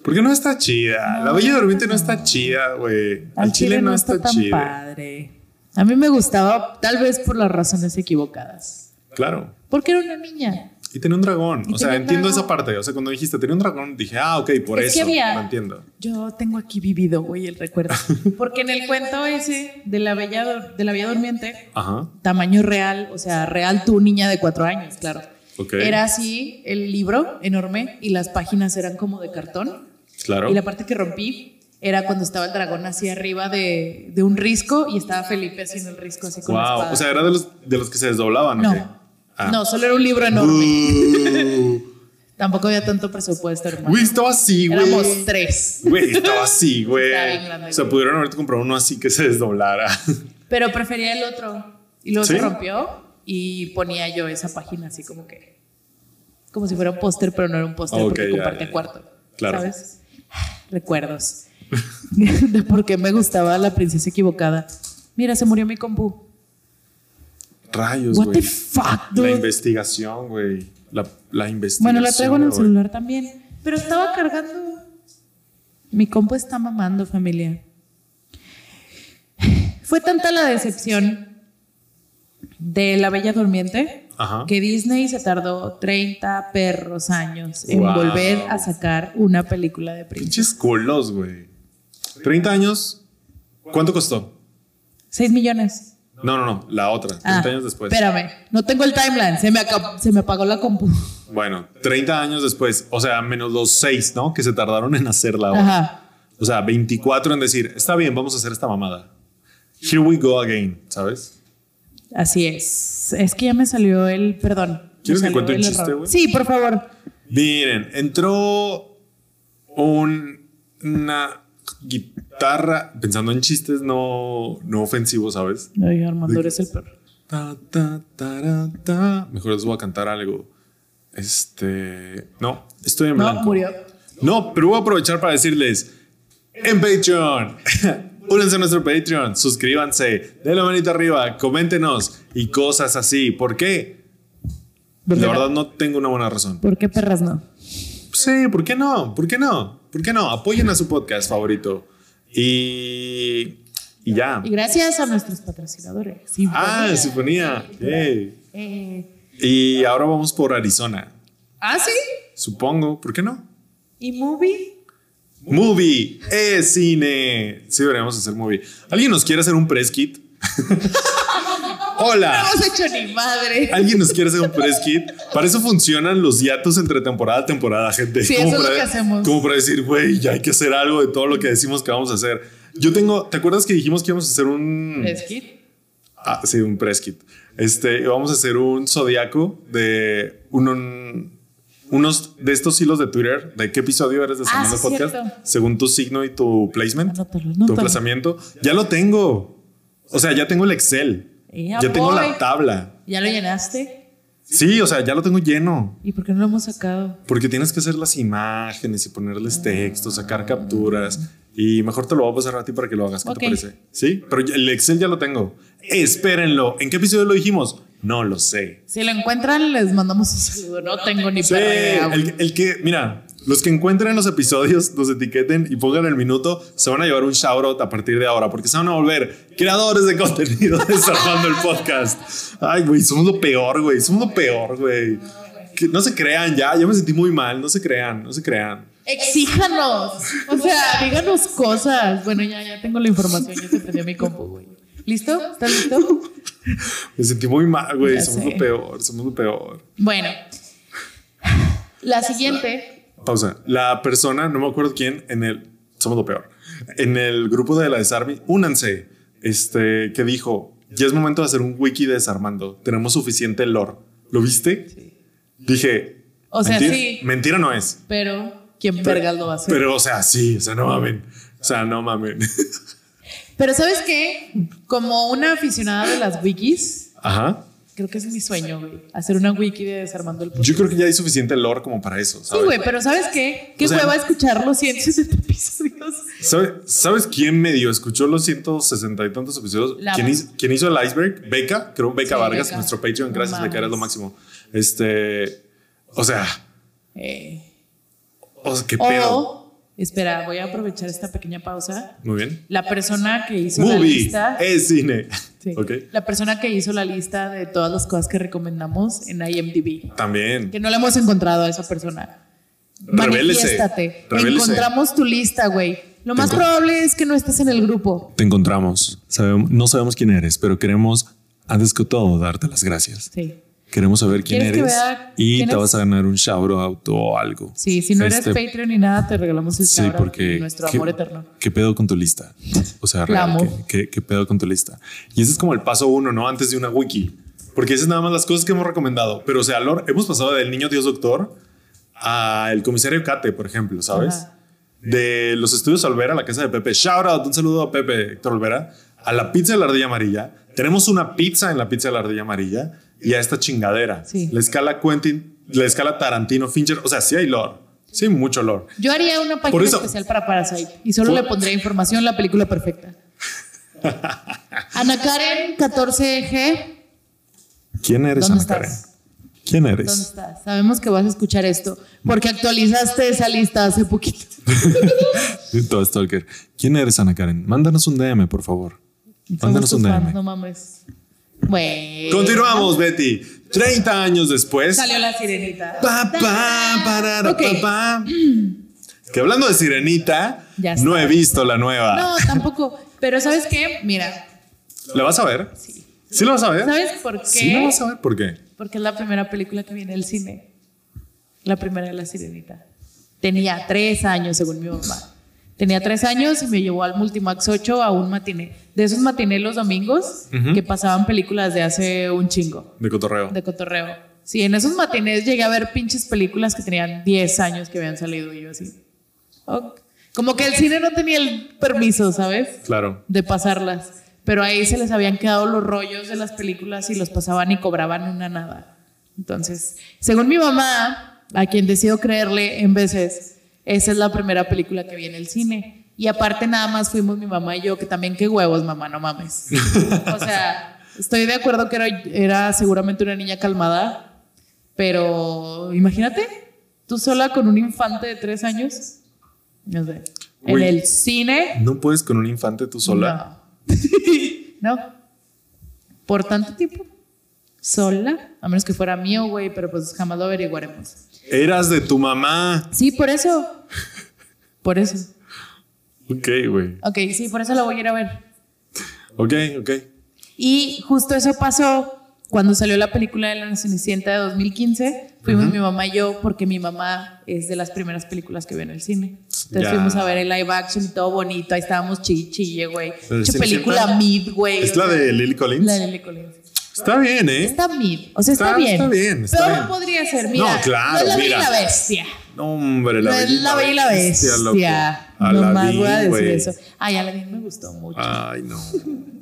Speaker 1: Porque no está chida. la Bella Durmiente no está chida, güey. Al chile, no está,
Speaker 3: tan
Speaker 1: chida.
Speaker 3: padre. A mí me gustaba, tal vez por las razones equivocadas.
Speaker 1: Claro.
Speaker 3: Porque era una niña.
Speaker 1: Y tenía un dragón.
Speaker 3: Y
Speaker 1: o sea,
Speaker 3: tenía un
Speaker 1: entiendo
Speaker 3: dragón.
Speaker 1: esa parte. O sea, cuando dijiste tenía un dragón, dije, ah, ok, por
Speaker 3: Es que
Speaker 1: eso.
Speaker 3: había-
Speaker 1: Lo entiendo.
Speaker 3: Yo tengo aquí vivido, güey, el recuerdo. Porque en el cuento ese de la bella, Dur- de la bella durmiente,
Speaker 1: Ajá.
Speaker 3: tamaño real, o sea, real tu niña de cuatro años, claro.
Speaker 1: Ok.
Speaker 3: Era así el libro enorme y las páginas eran como de cartón.
Speaker 1: Claro.
Speaker 3: Y la parte que rompí era cuando estaba el dragón así arriba de, de un risco y estaba Felipe haciendo el risco así con la
Speaker 1: Wow.
Speaker 3: espada.
Speaker 1: O sea, era de los, de los que se desdoblaban, ¿o
Speaker 3: No.
Speaker 1: qué? Ah.
Speaker 3: No, solo era un libro enorme. Tampoco había tanto presupuesto, hermano.
Speaker 1: Güey, estaba así, güey.
Speaker 3: Éramos tres.
Speaker 1: Güey, estaba así, güey.
Speaker 3: Estaba bien grande,
Speaker 1: O sea,
Speaker 3: güey.
Speaker 1: pudieron haberte comprado uno así que se desdoblara.
Speaker 3: Pero prefería el otro. Y luego
Speaker 1: ¿Sí?
Speaker 3: se rompió y ponía yo esa página así como que. Como si fuera un póster, pero no era un póster
Speaker 1: Ah, ok,
Speaker 3: porque
Speaker 1: ya,
Speaker 3: compartía
Speaker 1: ya, ya.
Speaker 3: cuarto.
Speaker 1: Claro.
Speaker 3: ¿Sabes? Recuerdos. de por qué me gustaba la princesa equivocada. Mira, se murió mi compu.
Speaker 1: Rayos,
Speaker 3: What the
Speaker 1: Pues, güey.
Speaker 3: fuck,
Speaker 1: La
Speaker 3: dude.
Speaker 1: investigación, güey. La, la investigación.
Speaker 3: Bueno, la traigo en el
Speaker 1: güey.
Speaker 3: celular también. Pero estaba cargando. Mi compu está mamando, familia. Fue tanta la decepción de La Bella Durmiente
Speaker 1: Ajá.
Speaker 3: que Disney se tardó 30 perros años en
Speaker 1: Wow.
Speaker 3: volver a sacar una película de princesa.
Speaker 1: Pinches culos, güey. 30 años. ¿Cuánto costó?
Speaker 3: 6 millones.
Speaker 1: No, no, no. La otra. 30
Speaker 3: Ah,
Speaker 1: años después.
Speaker 3: Espérame, no tengo el timeline. Se me, acab- se me apagó la compu.
Speaker 1: Bueno, 30 años después. O sea, menos los 6, ¿no? Que se tardaron en hacer la otra.
Speaker 3: Ajá.
Speaker 1: O sea, 24 en decir, está bien, vamos a hacer esta mamada. Here we go again, ¿sabes?
Speaker 3: Así es. Es que ya me salió el. Perdón. me
Speaker 1: ¿Quieres que
Speaker 3: salió
Speaker 1: cuente un
Speaker 3: el
Speaker 1: chiste,
Speaker 3: error.
Speaker 1: güey?
Speaker 3: Sí, por favor.
Speaker 1: Miren, entró un- una guitarra, pensando en chistes no, no ofensivos, ¿sabes?
Speaker 3: Ay, Armando, eres el perro.
Speaker 1: Ta, ta, tará, ta. Mejor les voy a cantar algo. Este. No, estoy en
Speaker 3: No,
Speaker 1: blanco.
Speaker 3: murió.
Speaker 1: No, pero voy a aprovechar para decirles: en Patreon. Únanse a nuestro Patreon, suscríbanse, den la manita arriba, coméntenos y cosas así. ¿Por qué?
Speaker 3: ¿Por qué
Speaker 1: La
Speaker 3: no?
Speaker 1: verdad no tengo una buena razón.
Speaker 3: ¿Por qué perras no?
Speaker 1: Sí, ¿por qué no? ¿Por qué no? ¿Por qué no? Apoyen a su podcast favorito. Y. Y ya.
Speaker 3: Y gracias a nuestros patrocinadores. Sí,
Speaker 1: Ah,
Speaker 3: bueno.
Speaker 1: suponía. Yay.
Speaker 3: Eh,
Speaker 1: Y ahora vamos por Arizona.
Speaker 3: ah, sí.
Speaker 1: Supongo, ¿por qué no?
Speaker 3: ¿Y movie?
Speaker 1: Movie es cine. Sí, deberíamos hacer movie. ¿Alguien nos quiere hacer un press kit?
Speaker 3: No
Speaker 1: Hola.
Speaker 3: hemos hecho ni madre.
Speaker 1: ¿Alguien nos quiere hacer un press kit? Para eso funcionan los hiatos entre temporada a temporada, gente.
Speaker 3: Sí, eso es lo que hacemos.
Speaker 1: Como para decir, güey, ya hay que hacer algo de todo lo que decimos que vamos a hacer. Yo tengo, ¿te acuerdas que dijimos que íbamos a hacer un...
Speaker 3: ¿Es kit?
Speaker 1: Ah, sí, un press kit. Este, vamos a hacer un zodiaco de un- un- unos de estos hilos de Twitter, de qué episodio eres de
Speaker 3: Ah,
Speaker 1: Semana
Speaker 3: sí,
Speaker 1: Podcast,
Speaker 3: cierto.
Speaker 1: según tu signo y tu placement,
Speaker 3: Anótalo,
Speaker 1: tu
Speaker 3: anótalo.
Speaker 1: emplazamiento. Ya lo tengo. O sea, ya tengo el Excel.
Speaker 3: Ya
Speaker 1: ya tengo la
Speaker 3: voy.
Speaker 1: tabla.
Speaker 3: ¿Ya lo llenaste?
Speaker 1: Sí, o sea, ya lo tengo lleno.
Speaker 3: ¿Y por qué no lo hemos sacado?
Speaker 1: Porque tienes que hacer las imágenes y ponerles textos, sacar capturas. Y mejor te lo voy a pasar a ti para que lo hagas. ¿Qué
Speaker 3: Ok.
Speaker 1: te parece? Sí, pero ya- el Excel ya lo tengo. Espérenlo. ¿En qué episodio lo dijimos? No lo sé.
Speaker 3: Si lo encuentran, les mandamos un saludo. No tengo ni
Speaker 1: Sí,
Speaker 3: perra idea. güey.
Speaker 1: el, el que, mira, los que encuentren los episodios, los etiqueten y pongan el minuto, se van a llevar un shoutout a partir de ahora, porque se van a volver creadores de contenido desarmando el podcast. Ay, güey, somos lo peor, güey, somos lo peor, güey. Que no se crean ya, yo me sentí muy mal, no se crean, no se crean.
Speaker 3: Exíjanos. O sea, díganos cosas. Bueno, ya, ya tengo la información. Ya se prendió mi compu, güey. ¿Listo? ¿Estás listo?
Speaker 1: Me sentí muy mal, güey,
Speaker 3: Ya
Speaker 1: somos
Speaker 3: sé.
Speaker 1: lo peor, somos lo peor.
Speaker 3: Bueno. La siguiente.
Speaker 1: Pausa. La persona, no me acuerdo quién, en el. Somos lo peor. En el grupo de la Desarme, únanse. Este, que dijo: Ya es momento de hacer un wiki de desarmando. Tenemos suficiente lore. ¿Lo viste? Dije.
Speaker 3: O sea,
Speaker 1: "Mentira-
Speaker 3: sí.
Speaker 1: Mentira no es.
Speaker 3: Pero, ¿quién vergas lo va a hacer?
Speaker 1: Pero, o sea, sí. O sea, no mamen. O sea, no mamen.
Speaker 3: Pero ¿sabes qué? Como una aficionada de las wikis,
Speaker 1: Ajá.
Speaker 3: creo que es mi sueño, güey. Hacer una wiki de Desarmando el Podcast.
Speaker 1: Yo creo que ya hay suficiente lore como para eso.
Speaker 3: Sí,
Speaker 1: ¿sabes?
Speaker 3: güey, pero ¿sabes qué? ¿Qué
Speaker 1: O sea-
Speaker 3: hueva escuchar los 170 episodios?
Speaker 1: ¿Sabe- ¿Sabes quién medio escuchó los 160 y tantos episodios?
Speaker 3: La
Speaker 1: ¿Quién,
Speaker 3: Bar-
Speaker 1: hizo, quién hizo el iceberg? Beca, creo Beca
Speaker 3: Sí,
Speaker 1: Vargas,
Speaker 3: Beca.
Speaker 1: nuestro Patreon. Gracias,
Speaker 3: No
Speaker 1: Beca, eres lo
Speaker 3: mames.
Speaker 1: máximo. Este. O sea,
Speaker 3: Eh,
Speaker 1: o sea, qué pedo.
Speaker 3: o, espera, voy a aprovechar esta pequeña pausa.
Speaker 1: Muy bien.
Speaker 3: La persona que hizo la
Speaker 1: Movie
Speaker 3: lista...
Speaker 1: es cine.
Speaker 3: Sí.
Speaker 1: Ok.
Speaker 3: La persona que hizo la lista de todas las cosas que recomendamos en IMDb.
Speaker 1: También.
Speaker 3: Que no la hemos encontrado a esa persona.
Speaker 1: Revélese.
Speaker 3: Manifiéstate.
Speaker 1: Revélese.
Speaker 3: Encontramos tu lista, güey. Lo más
Speaker 1: Tengo-
Speaker 3: probable es que no estés en el grupo.
Speaker 1: Te encontramos. Sabemos- no sabemos quién eres, pero queremos, antes que todo, darte las gracias.
Speaker 3: Sí.
Speaker 1: Queremos saber quién
Speaker 3: ¿Quieres que
Speaker 1: eres
Speaker 3: vea
Speaker 1: y
Speaker 3: quién
Speaker 1: te
Speaker 3: es?
Speaker 1: vas a ganar un shout auto o algo.
Speaker 3: Sí, si no eres
Speaker 1: Este,
Speaker 3: Patreon ni nada, te regalamos el
Speaker 1: Sí,
Speaker 3: sabor
Speaker 1: porque.
Speaker 3: de nuestro
Speaker 1: ¿qué-
Speaker 3: amor eterno.
Speaker 1: ¿Qué pedo con tu lista? O sea, real,
Speaker 3: amo.
Speaker 1: ¿qué, qué, qué pedo con tu lista? Y ese es como el paso uno, ¿no? Antes de una wiki. Porque esas es nada más las cosas que hemos recomendado. Pero, o sea, Lor, hemos pasado del niño Dios Doctor al comisario Cate, por ejemplo, ¿sabes?
Speaker 3: Ajá.
Speaker 1: De los estudios Olvera, la casa de Pepe. Shout out, un saludo a Pepe, Héctor Olvera. A la pizza de la ardilla amarilla. Tenemos una pizza en la pizza de la ardilla amarilla y a esta chingadera.
Speaker 3: Sí.
Speaker 1: La escala Quentin, la escala Tarantino, Fincher. O sea, sí hay lore. Sí, hay mucho lore.
Speaker 3: Yo haría una
Speaker 1: Por
Speaker 3: página
Speaker 1: eso-
Speaker 3: especial para Parasite y solo
Speaker 1: Por-
Speaker 3: le pondría información la película perfecta. Ana Karen 14G,
Speaker 1: ¿Quién eres,
Speaker 3: ¿dónde
Speaker 1: Ana Karen?
Speaker 3: estás?
Speaker 1: ¿Quién eres?
Speaker 3: ¿Dónde estás? Sabemos que vas a escuchar esto porque actualizaste esa lista hace poquito.
Speaker 1: Todo stalker. ¿Quién eres, Ana Karen? Mándanos un DM, por favor. Mándanos
Speaker 3: Somos tus
Speaker 1: un
Speaker 3: fans,
Speaker 1: DM.
Speaker 3: No mames. Bueno.
Speaker 1: Continuamos, Betty. 30 años después.
Speaker 3: Salió la sirenita.
Speaker 1: Pa, pa, parara,
Speaker 3: Ok.
Speaker 1: pa, pa. Que hablando de Sirenita,
Speaker 3: Ya
Speaker 1: no he visto la nueva.
Speaker 3: No, tampoco. Pero ¿sabes qué? Mira,
Speaker 1: ¿La vas a ver? Sí. ¿Sí la vas a ver?
Speaker 3: ¿sabes por qué?
Speaker 1: ¿Eh? ¿Sí la vas a ver? ¿Por qué?
Speaker 3: Porque es la primera película que viene al cine. La primera de La Sirenita. Tenía tres años, según mi mamá. Tenía tres años y me llevó al Multimax 8 a un matiné. De esos matinés los domingos
Speaker 1: Ujú.
Speaker 3: que pasaban películas de hace un chingo,
Speaker 1: De cotorreo.
Speaker 3: de cotorreo. Sí, en esos matinés llegué a ver pinches películas que tenían 10 años que habían salido y yo así. ok. Como que el cine no tenía el permiso, ¿sabes?
Speaker 1: Claro.
Speaker 3: de pasarlas. Pero ahí se les habían quedado los rollos de las películas y los pasaban y cobraban una nada. Entonces, según mi mamá, a quien decido creerle en veces, esa es la primera película que vi en el cine. Y aparte nada más fuimos mi mamá y yo, que también qué huevos, mamá, no mames. O sea, estoy de acuerdo que era, era seguramente una niña calmada, pero imagínate, tú sola con un infante de tres años, no sé, en
Speaker 1: Güey.
Speaker 3: el cine.
Speaker 1: ¿No puedes con un infante tú sola?
Speaker 3: No. No. Por tanto tiempo. Sola. A menos que fuera mío, güey, pero pues jamás lo averiguaremos.
Speaker 1: Eras de tu mamá.
Speaker 3: Sí, por eso. Por eso.
Speaker 1: Ok, güey.
Speaker 3: Ok, sí, por eso la voy a ir a ver.
Speaker 1: Ok, ok.
Speaker 3: Y justo eso pasó cuando salió la película de La Cenicienta de 2015. Fuimos mi mamá y yo, porque mi mamá es de las primeras películas que vio en el cine. Entonces
Speaker 1: Ya.
Speaker 3: fuimos a ver el live action y todo bonito. Ahí estábamos chille, chille, güey.
Speaker 1: ¿La de
Speaker 3: Mucha
Speaker 1: Cenicienta?
Speaker 3: película mid, güey.
Speaker 1: ¿Es la de Lily Collins?
Speaker 3: La de Lily Collins.
Speaker 1: Está bien, ¿eh?
Speaker 3: Está mid. O sea, está,
Speaker 1: Está-
Speaker 3: bien.
Speaker 1: está bien, está
Speaker 3: pero
Speaker 1: bien.
Speaker 3: no podría ser. Mira,
Speaker 1: No, claro,
Speaker 3: no es la Bella
Speaker 1: mira.
Speaker 3: y la bestia.
Speaker 1: No, hombre, la
Speaker 3: no es
Speaker 1: bella. y
Speaker 3: la bella y la bestia.
Speaker 1: loco.
Speaker 3: no más
Speaker 1: Aladdin,
Speaker 3: voy a decir
Speaker 1: güey. Ah.
Speaker 3: eso. Ay, Aladdin me gustó mucho.
Speaker 1: Ay, no.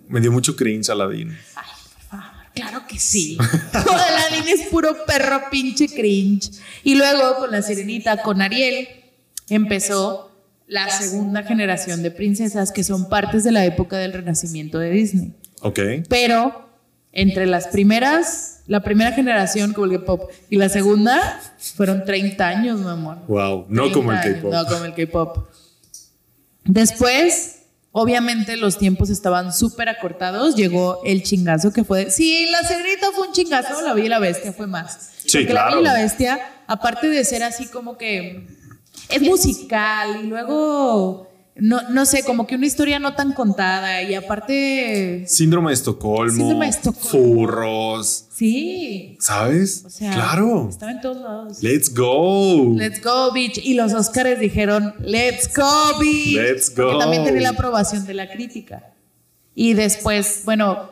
Speaker 1: Me dio mucho cringe Aladdin.
Speaker 3: Ay, por favor, claro que sí. Aladdin es puro perro pinche cringe. Y luego con la sirenita, con Ariel, empezó la segunda generación de princesas que son partes de la época del renacimiento de Disney.
Speaker 1: Ok.
Speaker 3: Pero entre las primeras, la primera generación como el K-pop y la segunda fueron 30 años, mi amor.
Speaker 1: Wow, no
Speaker 3: 30
Speaker 1: como el
Speaker 3: años,
Speaker 1: K-pop.
Speaker 3: No como el K-pop. Después, obviamente los tiempos estaban súper acortados. Llegó el chingazo que fue. Sí, la cegrita fue un chingazo, la vi y la bestia fue más.
Speaker 1: Sí,
Speaker 3: Porque La
Speaker 1: claro.
Speaker 3: vi y la bestia, aparte de ser así como que es musical y luego. No, no sé, como que una historia no tan contada y aparte...
Speaker 1: Síndrome de Estocolmo.
Speaker 3: Síndrome de Estocolmo.
Speaker 1: Furros.
Speaker 3: Sí,
Speaker 1: ¿Sabes?
Speaker 3: o sea...
Speaker 1: claro.
Speaker 3: Estaba en todos lados.
Speaker 1: Let's go.
Speaker 3: Let's go, bitch. Y los Oscars dijeron, let's go, bitch.
Speaker 1: Let's go.
Speaker 3: Porque también tenía la aprobación de la crítica. Y después, bueno,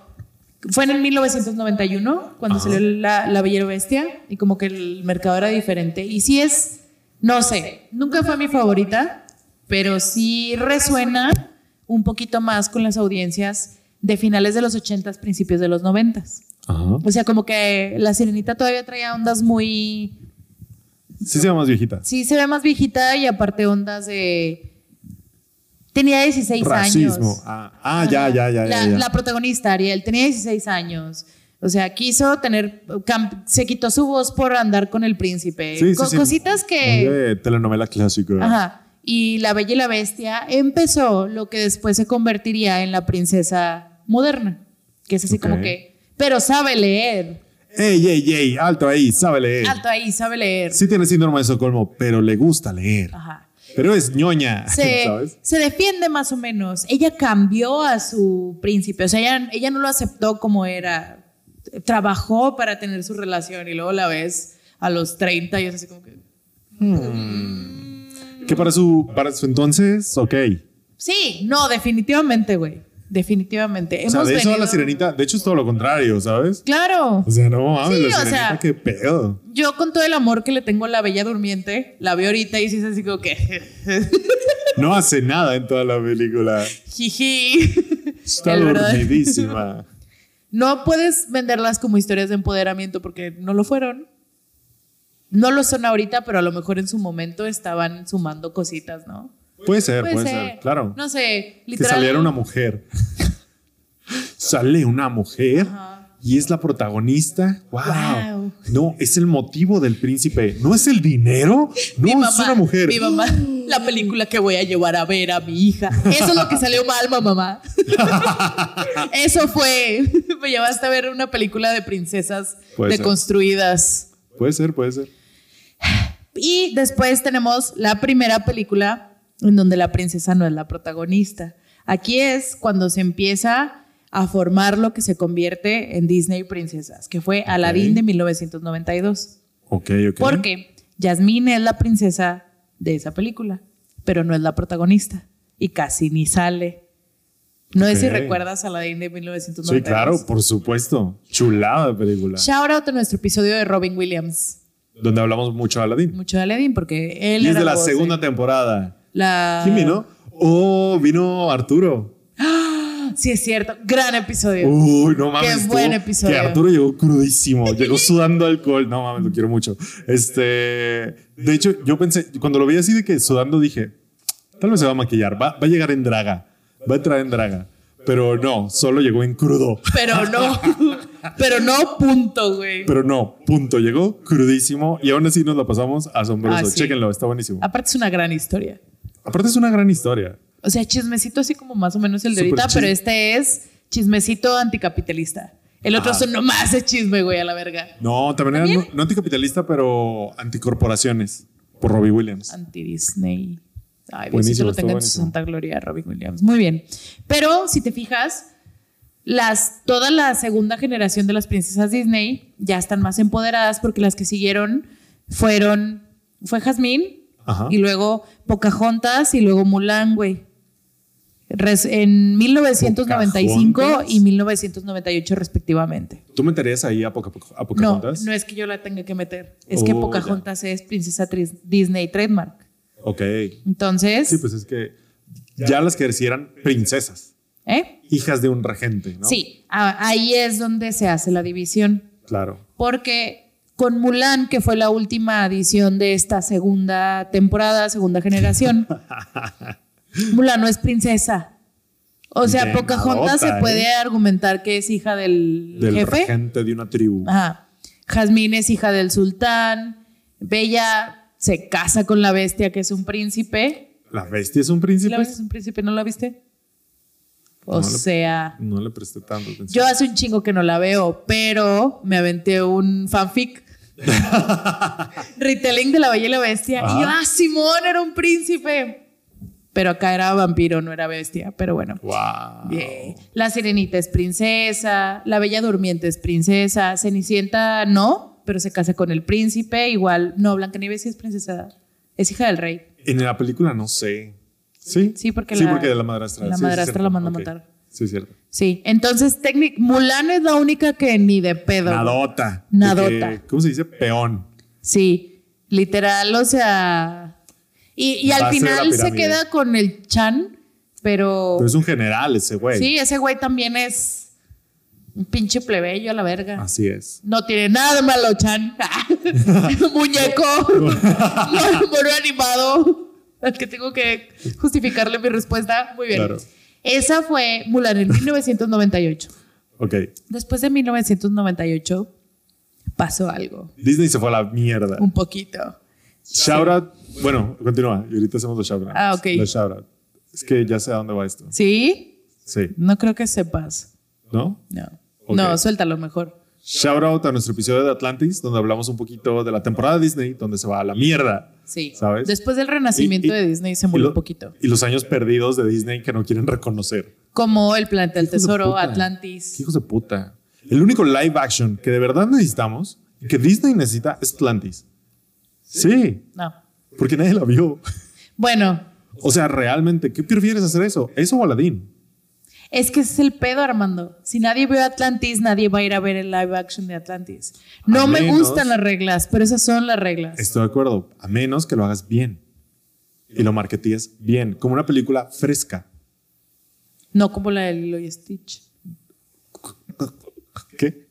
Speaker 3: fue en el 1991 cuando
Speaker 1: Ajá.
Speaker 3: salió la, la Bella y la Bestia y como que el mercado era diferente. Y sí es, no sé, nunca fue mi favorita, pero sí resuena un poquito más con las audiencias de finales de los 80s, principios de los 90s.
Speaker 1: Ajá.
Speaker 3: O sea, como que la sirenita todavía traía ondas muy
Speaker 1: Sí, se llama más viejita.
Speaker 3: Sí, se ve más viejita y aparte ondas de... Tenía 16
Speaker 1: Racismo.
Speaker 3: años.
Speaker 1: Ah, ah, ya, ya, ya.
Speaker 3: La,
Speaker 1: ya, ya.
Speaker 3: la protagonista, Ariel, tenía 16 años. O sea, quiso tener... cam- se quitó su voz por andar con el príncipe.
Speaker 1: Sí, sí,
Speaker 3: Co-
Speaker 1: sí.
Speaker 3: Cositas
Speaker 1: Muy
Speaker 3: que...
Speaker 1: de telenovela clásica.
Speaker 3: Ajá. Y La Bella y la Bestia empezó lo que después se convertiría en la princesa moderna. Que es así como
Speaker 1: Ok.
Speaker 3: que... Pero sabe leer.
Speaker 1: Ey, ey, ey, alto ahí, sabe leer.
Speaker 3: Alto ahí, sabe leer.
Speaker 1: Sí tiene síndrome de Estocolmo, pero le gusta leer.
Speaker 3: Ajá.
Speaker 1: Pero es ñoña,
Speaker 3: se,
Speaker 1: ¿sabes?
Speaker 3: se defiende más o menos. Ella cambió a su príncipe, o sea, ella, ella no lo aceptó como era. Trabajó para tener su relación y luego la ves a los 30 y es así como que...
Speaker 1: Que para su, para su entonces, ok.
Speaker 3: Sí, no, definitivamente, güey. Definitivamente.
Speaker 1: o sea,
Speaker 3: Hemos
Speaker 1: de eso a la
Speaker 3: venido-
Speaker 1: sirenita, de hecho es todo lo contrario, ¿sabes?
Speaker 3: Claro.
Speaker 1: O sea, no mames,
Speaker 3: Sí,
Speaker 1: la
Speaker 3: o
Speaker 1: sirenita,
Speaker 3: sea-
Speaker 1: qué pedo.
Speaker 3: Yo con todo el amor que le tengo a la Bella Durmiente, la veo ahorita y sí es así como que...
Speaker 1: No hace nada en toda la película.
Speaker 3: Jiji.
Speaker 1: Está
Speaker 3: El verdad-
Speaker 1: dormidísima.
Speaker 3: No puedes venderlas como historias de empoderamiento porque no lo fueron. No lo son ahorita, pero a lo mejor en su momento estaban sumando cositas, ¿no?
Speaker 1: Puede ser, puede, ser. claro.
Speaker 3: No sé,
Speaker 1: que
Speaker 3: literal.
Speaker 1: saliera una mujer. Sale una mujer
Speaker 3: Ajá.
Speaker 1: y es la protagonista. Wow.
Speaker 3: Guau.
Speaker 1: No, es el motivo del príncipe. No es el dinero. No,
Speaker 3: Mi
Speaker 1: es
Speaker 3: mamá,
Speaker 1: una mujer.
Speaker 3: Mi mamá, la película que voy a llevar a ver a mi hija. Eso es lo que salió mal, mamá. Eso fue. Me llevaste a ver una película de princesas
Speaker 1: Puede ser.
Speaker 3: deconstruidas.
Speaker 1: Puede ser, puede ser.
Speaker 3: Y después tenemos la primera película en donde la princesa no es la protagonista. Aquí es cuando se empieza a formar lo que se convierte en Disney Princesas, que fue Aladdin de 1992.
Speaker 1: Ok, ok.
Speaker 3: Porque Jasmine es la princesa de esa película, pero no es la protagonista y casi ni sale. No sé si
Speaker 1: Ok.
Speaker 3: recuerdas Aladdin de 1992.
Speaker 1: Sí, claro, por supuesto. Chulada de película.
Speaker 3: Shout out a nuestro episodio de Robin Williams.
Speaker 1: donde hablamos mucho de Aladdin.
Speaker 3: Mucho de Aladdin porque él
Speaker 1: Y es
Speaker 3: era Ah.
Speaker 1: de la
Speaker 3: voz
Speaker 1: segunda temporada.
Speaker 3: La...
Speaker 1: ¿Quién vino? Oh, vino Arturo.
Speaker 3: Sí, es cierto. Gran episodio.
Speaker 1: Uy, no mames.
Speaker 3: Qué
Speaker 1: estuvo-
Speaker 3: buen episodio.
Speaker 1: Que Arturo llegó crudísimo, llegó sudando alcohol. No mames, lo quiero mucho. Este, de hecho, yo pensé, cuando lo vi así de que sudando, dije, tal vez se va a maquillar, va, va a llegar en draga, va a entrar en draga. Pero no, solo llegó en crudo.
Speaker 3: Pero no. pero no, punto, güey.
Speaker 1: Pero no, punto, llegó crudísimo y aún así nos la pasamos asombroso.
Speaker 3: Ah, sí.
Speaker 1: Chéquenlo, está buenísimo.
Speaker 3: Aparte es una gran historia.
Speaker 1: Aparte es una gran historia.
Speaker 3: O sea, chismecito así como más o menos el de
Speaker 1: Súper
Speaker 3: ahorita, pero
Speaker 1: chisme.
Speaker 3: este es chismecito anticapitalista. El otro
Speaker 1: Ajá.
Speaker 3: son nomás de chisme, güey, a la verga.
Speaker 1: No, también, era
Speaker 3: ¿También?
Speaker 1: no, no anticapitalista, pero anticorporaciones, por Robbie Williams.
Speaker 3: Ah. Anti-Disney. Ay, Diosito
Speaker 1: Buenísimo,
Speaker 3: lo
Speaker 1: está
Speaker 3: tenga en su
Speaker 1: buenísimo.
Speaker 3: santa gloria, Robin Williams. Muy bien. Pero si te fijas, las, toda la segunda generación de las princesas Disney ya están más empoderadas porque las que siguieron fueron, fue Jasmine
Speaker 1: Ajá.
Speaker 3: y luego Pocahontas y luego Mulan, güey. Res- en 1995 y
Speaker 1: ¿Pocahontas?
Speaker 3: 1998 respectivamente.
Speaker 1: ¿Tú meterías ahí a, Poca, a
Speaker 3: No,
Speaker 1: Pocahontas?
Speaker 3: no es que yo la tenga que meter. Es que
Speaker 1: Oh, ya.
Speaker 3: Pocahontas es princesa tris- Disney trademark.
Speaker 1: Ok.
Speaker 3: Entonces,
Speaker 1: Sí, pues es que ya las que eran princesas,
Speaker 3: ¿eh?
Speaker 1: hijas de un regente, pues, ¿no?
Speaker 3: Sí, a- ahí es donde se hace la división.
Speaker 1: Claro.
Speaker 3: Porque con Mulan, que fue la última edición de esta segunda temporada, segunda generación, Mulan no es princesa. O sea,
Speaker 1: De
Speaker 3: Pocahontas
Speaker 1: madota,
Speaker 3: se puede
Speaker 1: ¿eh?
Speaker 3: argumentar que es hija del,
Speaker 1: Del
Speaker 3: jefe.
Speaker 1: regente de una tribu.
Speaker 3: Ajá. Jazmín es hija del sultán. Bella se casa con la bestia, que es un príncipe.
Speaker 1: La bestia es un príncipe.
Speaker 3: ¿La bestia es un príncipe? ¿No la viste? O
Speaker 1: No la-
Speaker 3: sea,
Speaker 1: No le presté tanto atención.
Speaker 3: yo hace un chingo que no la veo, pero me aventé un fanfic. Retelling de la Bella y la Bestia. Y yo,
Speaker 1: Ajá.
Speaker 3: ah, Simón era un príncipe. Pero acá era vampiro, no era bestia. Pero bueno.
Speaker 1: Wow.
Speaker 3: Bien. La sirenita es princesa, la bella durmiente es princesa, Cenicienta no, pero se casa con el príncipe, igual, no, Blancanieves sí es princesa, es hija del rey.
Speaker 1: En la película no sé. ¿Sí?
Speaker 3: Sí, porque
Speaker 1: sí,
Speaker 3: la-
Speaker 1: porque de la madrastra.
Speaker 3: la
Speaker 1: Sí, sí,
Speaker 3: madrastra
Speaker 1: cierto.
Speaker 3: la manda a
Speaker 1: Ok.
Speaker 3: matar.
Speaker 1: Sí, es cierto.
Speaker 3: Sí, entonces técnic- Mulan es la única que ni de pedo.
Speaker 1: Nadota.
Speaker 3: Nadota.
Speaker 1: De que- ¿Cómo se dice? Peón.
Speaker 3: Sí, literal, o sea... Y, y al
Speaker 1: Base de la
Speaker 3: final se
Speaker 1: pirámide.
Speaker 3: queda con el Chan, pero...
Speaker 1: Pero es un general ese güey.
Speaker 3: Oh. sí, ese güey también es un pinche plebeyo a la verga.
Speaker 1: Así es.
Speaker 3: No tiene nada de malo, Chan. Muñeco. Mono mono animado. Al que tengo que justificarle mi respuesta. Muy bien.
Speaker 1: Claro.
Speaker 3: Esa fue Mulan en 1998.
Speaker 1: Ok.
Speaker 3: Después de 1998 pasó algo.
Speaker 1: Disney se fue a la mierda.
Speaker 3: Un poquito.
Speaker 1: Shout out. Bueno, continúa. Y ahorita hacemos los shout outs.
Speaker 3: Ah, ok.
Speaker 1: Los shout outs. Es que ya sé a dónde va esto.
Speaker 3: ¿Sí?
Speaker 1: Sí.
Speaker 3: No creo que sepas.
Speaker 1: ¿No?
Speaker 3: No.
Speaker 1: Ok.
Speaker 3: No, suéltalo mejor.
Speaker 1: Shout out a nuestro episodio de Atlantis, donde hablamos un poquito de la temporada de Disney, donde se va a la mierda.
Speaker 3: Sí.
Speaker 1: ¿Sabes?
Speaker 3: Después del renacimiento
Speaker 1: Y- y-
Speaker 3: de Disney se
Speaker 1: y
Speaker 3: murió
Speaker 1: lo-
Speaker 3: un poquito.
Speaker 1: Y los años perdidos de Disney que no quieren reconocer.
Speaker 3: Como el planeta del
Speaker 1: Hijos de
Speaker 3: tesoro,
Speaker 1: puta.
Speaker 3: Atlantis.
Speaker 1: Qué Hijos de puta. El único live action que de verdad necesitamos y que Disney necesita es Atlantis. Sí,
Speaker 3: No.
Speaker 1: porque nadie la vio.
Speaker 3: Bueno,
Speaker 1: O sea, realmente, ¿qué prefieres hacer eso? ¿Eso o Aladdin?
Speaker 3: Es que ese es el pedo, Armando. Si nadie vio Atlantis, nadie va a ir a ver el live action de Atlantis. No
Speaker 1: A
Speaker 3: me
Speaker 1: menos-
Speaker 3: gustan las reglas, pero esas son las reglas.
Speaker 1: Estoy de acuerdo, a menos que lo hagas bien y lo marketees bien, como una película fresca.
Speaker 3: No como la de Lilo y Stitch.
Speaker 1: ¿Qué?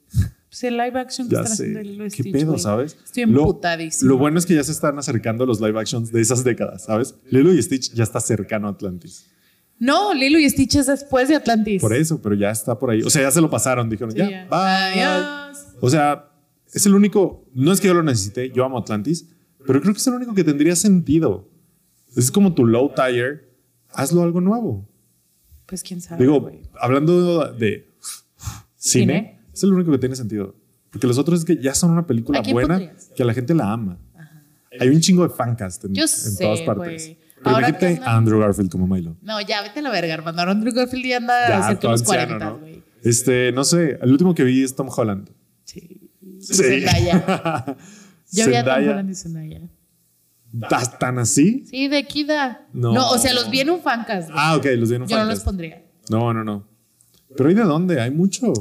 Speaker 3: Pues el live action que
Speaker 1: Ya
Speaker 3: están haciendo de Lilo
Speaker 1: sé.
Speaker 3: y
Speaker 1: ¿Qué
Speaker 3: Stitch.
Speaker 1: pedo,
Speaker 3: güey.
Speaker 1: sabes?
Speaker 3: Estoy
Speaker 1: Lo-
Speaker 3: emputadísimo.
Speaker 1: Lo bueno es que ya se están acercando los live actions de esas décadas, ¿sabes? Lilo y Stitch ya está cercano a Atlantis.
Speaker 3: No, Lilo y Stitch es después de Atlantis.
Speaker 1: Por e eso, pero ya está por ahí. O sea, ya se lo pasaron, dijeron,
Speaker 3: Sí,
Speaker 1: ya,
Speaker 3: ya.
Speaker 1: bye.
Speaker 3: Adiós.
Speaker 1: O sea, es el único, no es que yo lo necesite, yo amo Atlantis, pero creo que es el único que tendría sentido. Es como tu low tire, hazlo algo nuevo.
Speaker 3: Pues quién sabe.
Speaker 1: Digo,
Speaker 3: güey.
Speaker 1: hablando de cine, es el único que tiene sentido. Porque los otros es que ya son una película
Speaker 3: ¿A quién
Speaker 1: buena
Speaker 3: pondrías?
Speaker 1: que a la gente la ama. Hay un chingo de fancast en,
Speaker 3: Yo
Speaker 1: en
Speaker 3: sé,
Speaker 1: todas partes.
Speaker 3: güey.
Speaker 1: Pero
Speaker 3: Ahora que
Speaker 1: imagínate
Speaker 3: andan-
Speaker 1: a Andrew Garfield como Milo.
Speaker 3: No, ya vete a la verga, Armando. Andrew Garfield ya anda
Speaker 1: Ya,
Speaker 3: cerca de
Speaker 1: todo
Speaker 3: los
Speaker 1: anciano,
Speaker 3: 40,
Speaker 1: ¿no?
Speaker 3: güey.
Speaker 1: Este, no sé, el último que vi es Tom Holland.
Speaker 3: Sí.
Speaker 1: Sí.
Speaker 3: Zendaya. Yo vi a Tom
Speaker 1: Zendaya.
Speaker 3: Holland y Zendaya.
Speaker 1: ¿Tas- ¿Tan así?
Speaker 3: Sí, de Kida. No.
Speaker 1: No.
Speaker 3: o sea, los vi en un fancast. güey.
Speaker 1: Ah, ok, los dieron
Speaker 3: Yo no los
Speaker 1: fancast.
Speaker 3: pondría.
Speaker 1: No, no, no. Pero ¿y de dónde? Hay mucho.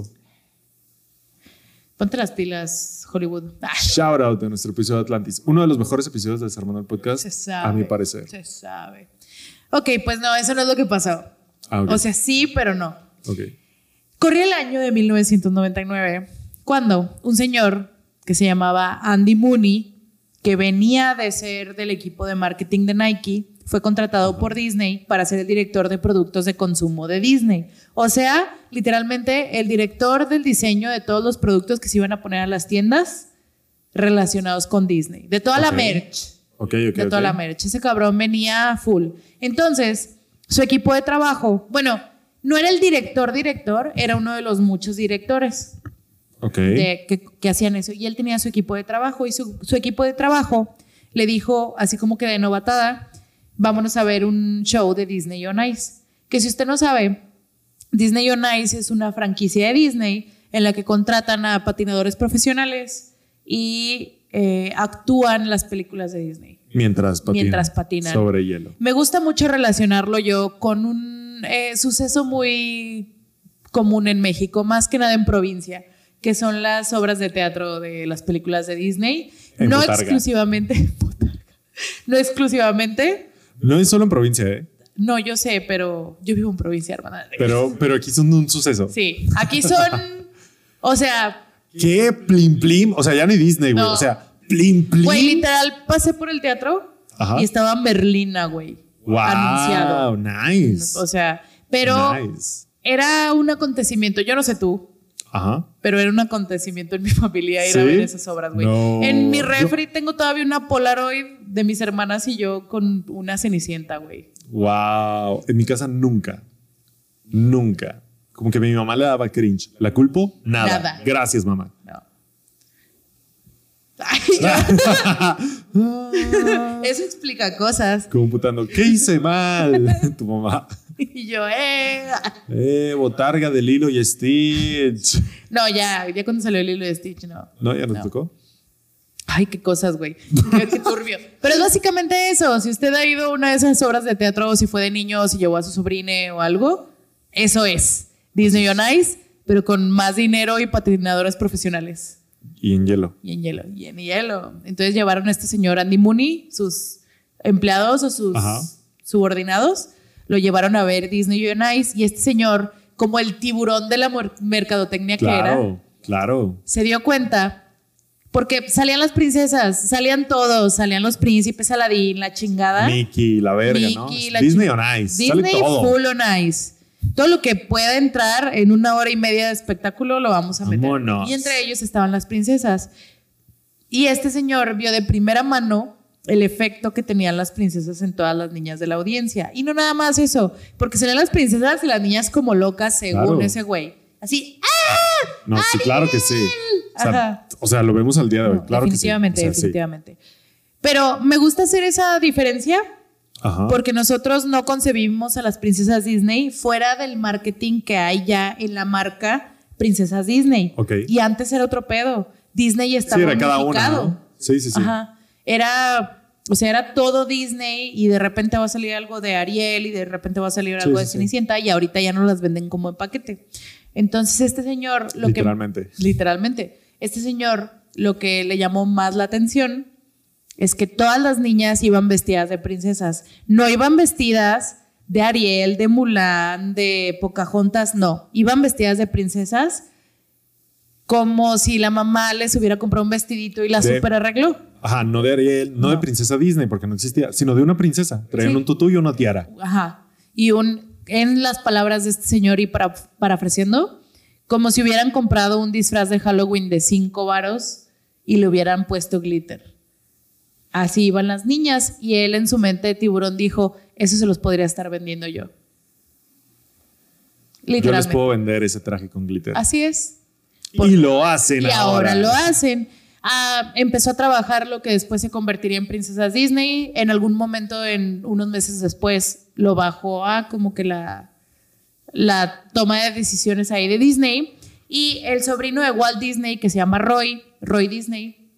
Speaker 3: Ponte las pilas, Hollywood. Ah,
Speaker 1: Shout out de nuestro episodio de Atlantis. Uno de los mejores episodios de Desarmando el Podcast,
Speaker 3: se sabe.
Speaker 1: a mi parecer.
Speaker 3: Se sabe. Ok, pues no, eso no es lo que pasó.
Speaker 1: Ah, ok.
Speaker 3: O sea, sí, pero no.
Speaker 1: Ok.
Speaker 3: Corría el año de 1999 cuando un señor que se llamaba Andy Mooney, que venía de ser del equipo de marketing de Nike, fue contratado por Disney para ser el director de productos de consumo de Disney. O sea, literalmente el director del diseño de todos los productos que se iban a poner a las tiendas relacionados con Disney, de toda la
Speaker 1: Ok.
Speaker 3: merch
Speaker 1: Ok, ok.
Speaker 3: de toda
Speaker 1: ok.
Speaker 3: la merch. Ese cabrón venía full. Entonces, su equipo de trabajo, bueno, no era el director director, era uno de los muchos directores
Speaker 1: Ok.
Speaker 3: de- que, que hacían eso. Y él tenía su equipo de trabajo y su, su equipo de trabajo le dijo, así como que de novatada, vámonos a ver un show de Disney on Ice. Que si usted no sabe, Disney on Ice es una franquicia de Disney en la que contratan a patinadores profesionales y eh, actúan las películas de Disney.
Speaker 1: Mientras patinan.
Speaker 3: Mientras patinan.
Speaker 1: Sobre hielo.
Speaker 3: Me gusta mucho relacionarlo yo con un eh, suceso muy común en México, más que nada en provincia, que son las obras de teatro de las películas de Disney.
Speaker 1: En
Speaker 3: no
Speaker 1: Botarga.
Speaker 3: exclusivamente. no exclusivamente.
Speaker 1: No es solo en provincia, ¿eh?
Speaker 3: No, yo sé, pero yo vivo en provincia, hermana.
Speaker 1: Pero, pero aquí son un suceso.
Speaker 3: Sí, aquí son. o sea,
Speaker 1: ¿Qué plim plim? O sea, ya ni Disney, güey.
Speaker 3: No.
Speaker 1: O sea, plim plim.
Speaker 3: güey, literal, pasé por el teatro
Speaker 1: Ajá.
Speaker 3: y estaba en Berlina, ah, güey.
Speaker 1: wow,
Speaker 3: Anunciado.
Speaker 1: Nice.
Speaker 3: O sea, Pero
Speaker 1: Nice.
Speaker 3: era un acontecimiento, yo no sé tú,
Speaker 1: Ajá.
Speaker 3: pero era un acontecimiento en mi familia ir a
Speaker 1: ¿Sí?
Speaker 3: ver esas obras, güey.
Speaker 1: No.
Speaker 3: En mi refri tengo todavía una Polaroid de mis hermanas y yo con una Cenicienta, güey.
Speaker 1: Wow. En mi casa nunca. Nunca. Como que mi mamá le daba cringe. ¿La culpo? Nada.
Speaker 3: Nada.
Speaker 1: Gracias, mamá.
Speaker 3: No. Ay, ya. Eso explica cosas.
Speaker 1: Computando. ¿Qué hice mal? tu mamá.
Speaker 3: Y yo, eh.
Speaker 1: Eh, botarga de Lilo y Stitch.
Speaker 3: No, ya, ya cuando salió el hilo de Stitch, no.
Speaker 1: ¿No? ¿Ya nos
Speaker 3: No.
Speaker 1: tocó?
Speaker 3: Ay, qué cosas, güey. Qué, qué turbio. Pero es básicamente eso. Si usted ha ido a una de esas obras de teatro, o si fue de niño, o si llevó a su sobrine o algo, eso es Disney on Ice, pero con más dinero y patinadoras profesionales.
Speaker 1: Y en hielo.
Speaker 3: Y en hielo, y en hielo. Entonces llevaron a este señor Andy Mooney, sus empleados o sus
Speaker 1: Ajá.
Speaker 3: subordinados, lo llevaron a ver Disney on Ice. Y este señor, como el tiburón de la muer- mercadotecnia que era,
Speaker 1: Claro, claro.
Speaker 3: se dio cuenta porque salían las princesas, salían todos, salían los príncipes, Aladín, la chingada.
Speaker 1: Mickey, la verga, ¿no?
Speaker 3: ¿Ah? Mickey, la
Speaker 1: Disney
Speaker 3: chi-
Speaker 1: on Ice. sale
Speaker 3: Disney
Speaker 1: todo.
Speaker 3: full on ice. Todo lo que pueda entrar en una hora y media de espectáculo lo vamos a meter.
Speaker 1: Vámonos.
Speaker 3: Y entre ellos estaban las princesas. Y este señor vio de primera mano el efecto que tenían las princesas en todas las niñas de la audiencia. Y no nada más eso, porque salían las princesas y las niñas como locas según
Speaker 1: Claro.
Speaker 3: ese güey. Así,
Speaker 1: No, sí, claro que sí. O sea,
Speaker 3: Ajá.
Speaker 1: o sea, lo vemos al día de hoy.
Speaker 3: No,
Speaker 1: claro
Speaker 3: definitivamente,
Speaker 1: que sí. O sea, sí.
Speaker 3: definitivamente. Pero me gusta hacer esa diferencia
Speaker 1: Ajá.
Speaker 3: porque nosotros no concebimos a las princesas Disney fuera del marketing que hay ya en la marca Princesas Disney.
Speaker 1: Ok.
Speaker 3: Y antes era otro pedo. Disney
Speaker 1: Sí,
Speaker 3: estaba
Speaker 1: era cada una.
Speaker 3: unificado.
Speaker 1: ¿no? Sí, sí, sí.
Speaker 3: Ajá. Era, o sea, era todo Disney y de repente va a salir algo de Ariel y de repente va a salir
Speaker 1: Sí,
Speaker 3: algo
Speaker 1: sí,
Speaker 3: de
Speaker 1: sí.
Speaker 3: Cenicienta y ahorita ya no las venden como en paquete. Entonces este señor lo que
Speaker 1: Literalmente.
Speaker 3: literalmente este señor lo que le llamó más la atención es que todas las niñas iban vestidas de princesas, no iban vestidas de Ariel, de Mulan, de Pocahontas, no, iban vestidas de princesas como si la mamá les hubiera comprado un vestidito y la
Speaker 1: De-
Speaker 3: super arregló.
Speaker 1: Ajá, no de Ariel, no, de
Speaker 3: No.
Speaker 1: princesa Disney, porque no existía, sino de una princesa. Traían
Speaker 3: Sí.
Speaker 1: un tutú y una tiara.
Speaker 3: Ajá. Y un, en las palabras de este señor y para, parafraseando, como si hubieran comprado un disfraz de Halloween de cinco varos y le hubieran puesto glitter. Así iban las niñas y él en su mente de tiburón dijo, eso se los podría estar vendiendo yo.
Speaker 1: Yo les
Speaker 3: Literalmente.
Speaker 1: puedo vender ese traje con glitter.
Speaker 3: Así es.
Speaker 1: y lo hacen
Speaker 3: Y ahora lo hacen. Ah, empezó a trabajar lo que después se convertiría en Princesas Disney. En algún momento, en unos meses después, lo bajó a como que la, la toma de decisiones ahí de Disney. Y el sobrino de Walt Disney, que se llama Roy, Roy Disney,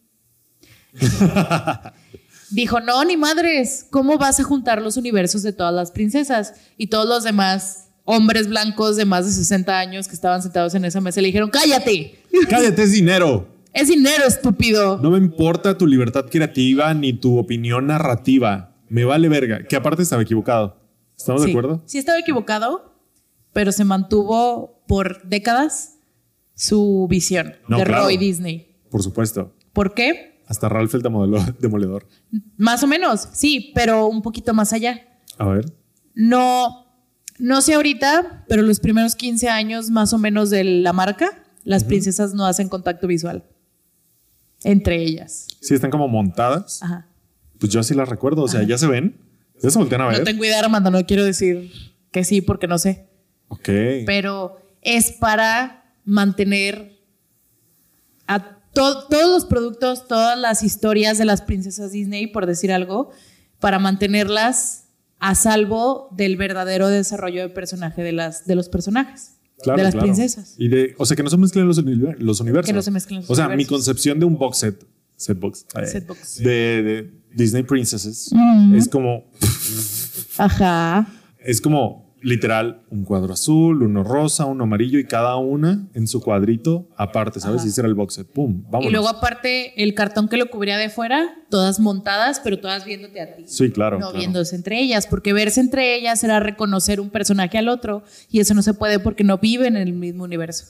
Speaker 3: dijo, no, ni madres, ¿cómo vas a juntar los universos de todas las princesas? Y todos los demás hombres blancos de más de 60 años que estaban sentados en esa mesa le dijeron, cállate,
Speaker 1: Cállate, es dinero.
Speaker 3: es dinero, estúpido.
Speaker 1: No me importa tu libertad creativa ni tu opinión narrativa. Me vale verga. Que aparte estaba equivocado. ¿Estamos
Speaker 3: sí.
Speaker 1: de acuerdo?
Speaker 3: Sí estaba equivocado, pero se mantuvo por décadas su visión
Speaker 1: No,
Speaker 3: de
Speaker 1: claro.
Speaker 3: Roy Disney.
Speaker 1: Por supuesto.
Speaker 3: ¿Por qué?
Speaker 1: Hasta Ralph el Demolidor- demoledor.
Speaker 3: Más o menos, sí, pero un poquito más allá.
Speaker 1: A ver.
Speaker 3: No, no sé ahorita, pero los primeros 15 años más o menos de la marca, las princesas no hacen contacto visual entre ellas.
Speaker 1: Sí, están como montadas.
Speaker 3: Ajá.
Speaker 1: Pues yo así las recuerdo. O sea, ya se ven. Ya se voltean a ver.
Speaker 3: No tengo idea, Armando, no quiero decir que sí porque no sé.
Speaker 1: Ok.
Speaker 3: pero es para mantener a to- todos los productos, todas las historias de las princesas Disney, por decir algo, para mantenerlas a salvo del verdadero desarrollo de personaje de las de los personajes,
Speaker 1: Claro,
Speaker 3: de las
Speaker 1: claro.
Speaker 3: princesas.
Speaker 1: Y de, o sea, que no se mezclen los, univer- los universos.
Speaker 3: Que no se mezclen los
Speaker 1: O sea, mi
Speaker 3: universos.
Speaker 1: concepción de un box set, set box, eh,
Speaker 3: Set box.
Speaker 1: De, de Disney Princesses es como,
Speaker 3: Ajá.
Speaker 1: es como literal un cuadro azul, uno rosa, uno amarillo y cada una en su cuadrito aparte, ¿sabes?
Speaker 3: Ajá.
Speaker 1: Y ese era el box set. Pum, vamos.
Speaker 3: Y luego aparte el cartón que lo cubría de fuera, todas montadas, pero todas viéndote a ti.
Speaker 1: Sí, claro.
Speaker 3: no
Speaker 1: claro.
Speaker 3: viéndose entre ellas, porque verse entre ellas era reconocer un personaje al otro y eso no se puede porque no viven en el mismo universo.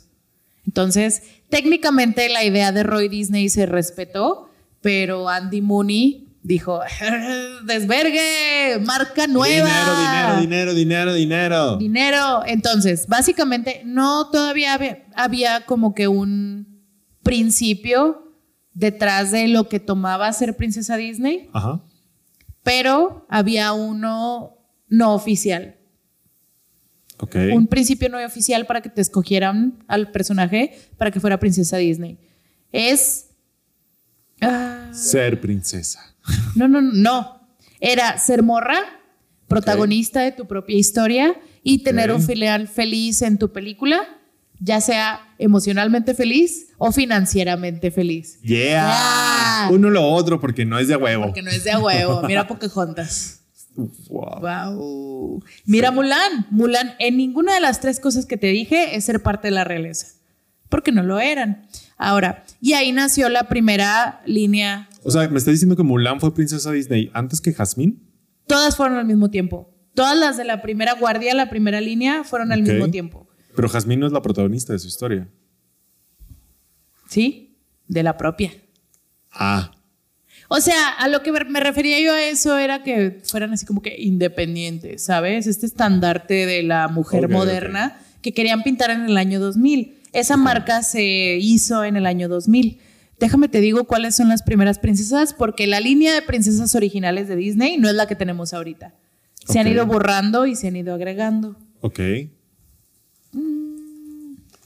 Speaker 3: Entonces, técnicamente la idea de Roy Disney se respetó, pero Andy Mooney dijo, desvergue, marca nueva.
Speaker 1: Dinero, dinero, dinero, dinero, dinero.
Speaker 3: Dinero. Entonces, básicamente, no todavía había, había como que un principio detrás de lo que tomaba ser princesa Disney,
Speaker 1: Ajá.
Speaker 3: pero había uno no oficial.
Speaker 1: Ok.
Speaker 3: un principio no oficial para que te escogieran al personaje para que fuera princesa Disney. Es. ah,
Speaker 1: Ser princesa.
Speaker 3: no, no, no, no. Era ser morra, protagonista de tu propia historia y tener
Speaker 1: Ok.
Speaker 3: un final feliz en tu película, ya sea emocionalmente feliz o financieramente feliz.
Speaker 1: Yeah.
Speaker 3: Yeah.
Speaker 1: Uno lo otro porque no es de huevo.
Speaker 3: Porque no es de a huevo. Mira Pocahontas.
Speaker 1: Wow.
Speaker 3: Wow. Mira Mulan. Mulan, en ninguna de las tres cosas que te dije es ser parte de la realeza, porque no lo eran. Ahora, y ahí nació la primera línea.
Speaker 1: O sea, me está diciendo que Mulan fue princesa Disney antes que Jasmine.
Speaker 3: Todas fueron al mismo tiempo. Todas las de la primera guardia, la primera línea, fueron al
Speaker 1: Ok.
Speaker 3: mismo tiempo.
Speaker 1: Pero Jasmine no es la protagonista de su historia.
Speaker 3: ¿Sí? De la propia.
Speaker 1: Ah.
Speaker 3: O sea, a lo que me refería yo a eso era que fueran así como que independientes, ¿sabes? Este estandarte de la mujer
Speaker 1: Ok,
Speaker 3: moderna que querían pintar en el año 2000. Esa marca se hizo en el año 2000. Déjame te digo cuáles son las primeras princesas, porque la línea de princesas originales de Disney no es la que tenemos ahorita. Se han
Speaker 1: Ok.
Speaker 3: ido borrando y se han ido agregando.
Speaker 1: Ok.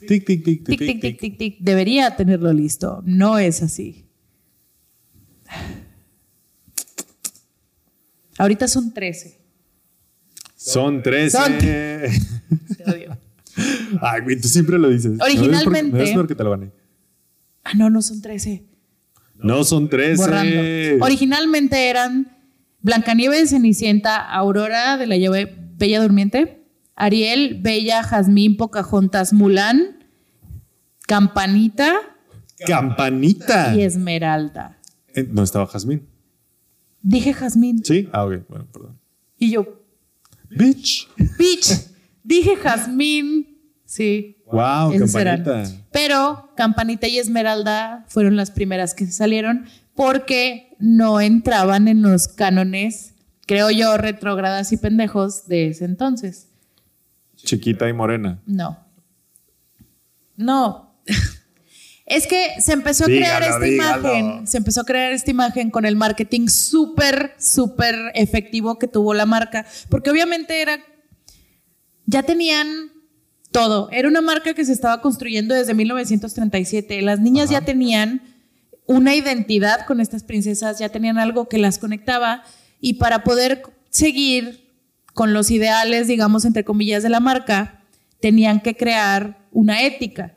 Speaker 1: Tic, tic, tic,
Speaker 3: Tic, tic, tic, tic, tic. Debería tenerlo listo. No es así. Ahorita son 13.
Speaker 1: Son 13.
Speaker 3: Son- Te odio.
Speaker 1: Ay, güey, tú siempre lo dices.
Speaker 3: Originalmente-
Speaker 1: No es porque te lo gané.
Speaker 3: Ah, no, no son 13.
Speaker 1: No son 13.
Speaker 3: Borrando. Originalmente eran Blancanieves, Cenicienta, Aurora de la llave Bella Durmiente, Ariel, Bella, Jazmín, Pocahontas, Mulán, Campanita
Speaker 1: Campanita.
Speaker 3: y Esmeralda.
Speaker 1: Eh, No estaba Jasmine.
Speaker 3: Dije Jazmín
Speaker 1: Sí. Ah, ok. Bueno, perdón.
Speaker 3: y yo,
Speaker 1: Bitch.
Speaker 3: bitch, dije Jazmín. Sí,
Speaker 1: Wow,
Speaker 3: Esos eran.
Speaker 1: campanita.
Speaker 3: Pero Campanita y Esmeralda fueron las primeras que se salieron porque no entraban en los cánones, creo yo, retrógradas y pendejos de ese entonces.
Speaker 1: Chiquita y morena.
Speaker 3: No. No. Es que se empezó a crear
Speaker 1: Dígalo,
Speaker 3: esta
Speaker 1: dígalo.
Speaker 3: imagen, se empezó a crear esta imagen con el marketing súper, súper efectivo que tuvo la marca, porque obviamente era, ya tenían todo, era una marca que se estaba construyendo desde 1937, las niñas ya tenían una identidad con estas princesas, ya tenían algo que las conectaba y para poder seguir con los ideales, digamos, entre comillas, de la marca, tenían que crear una ética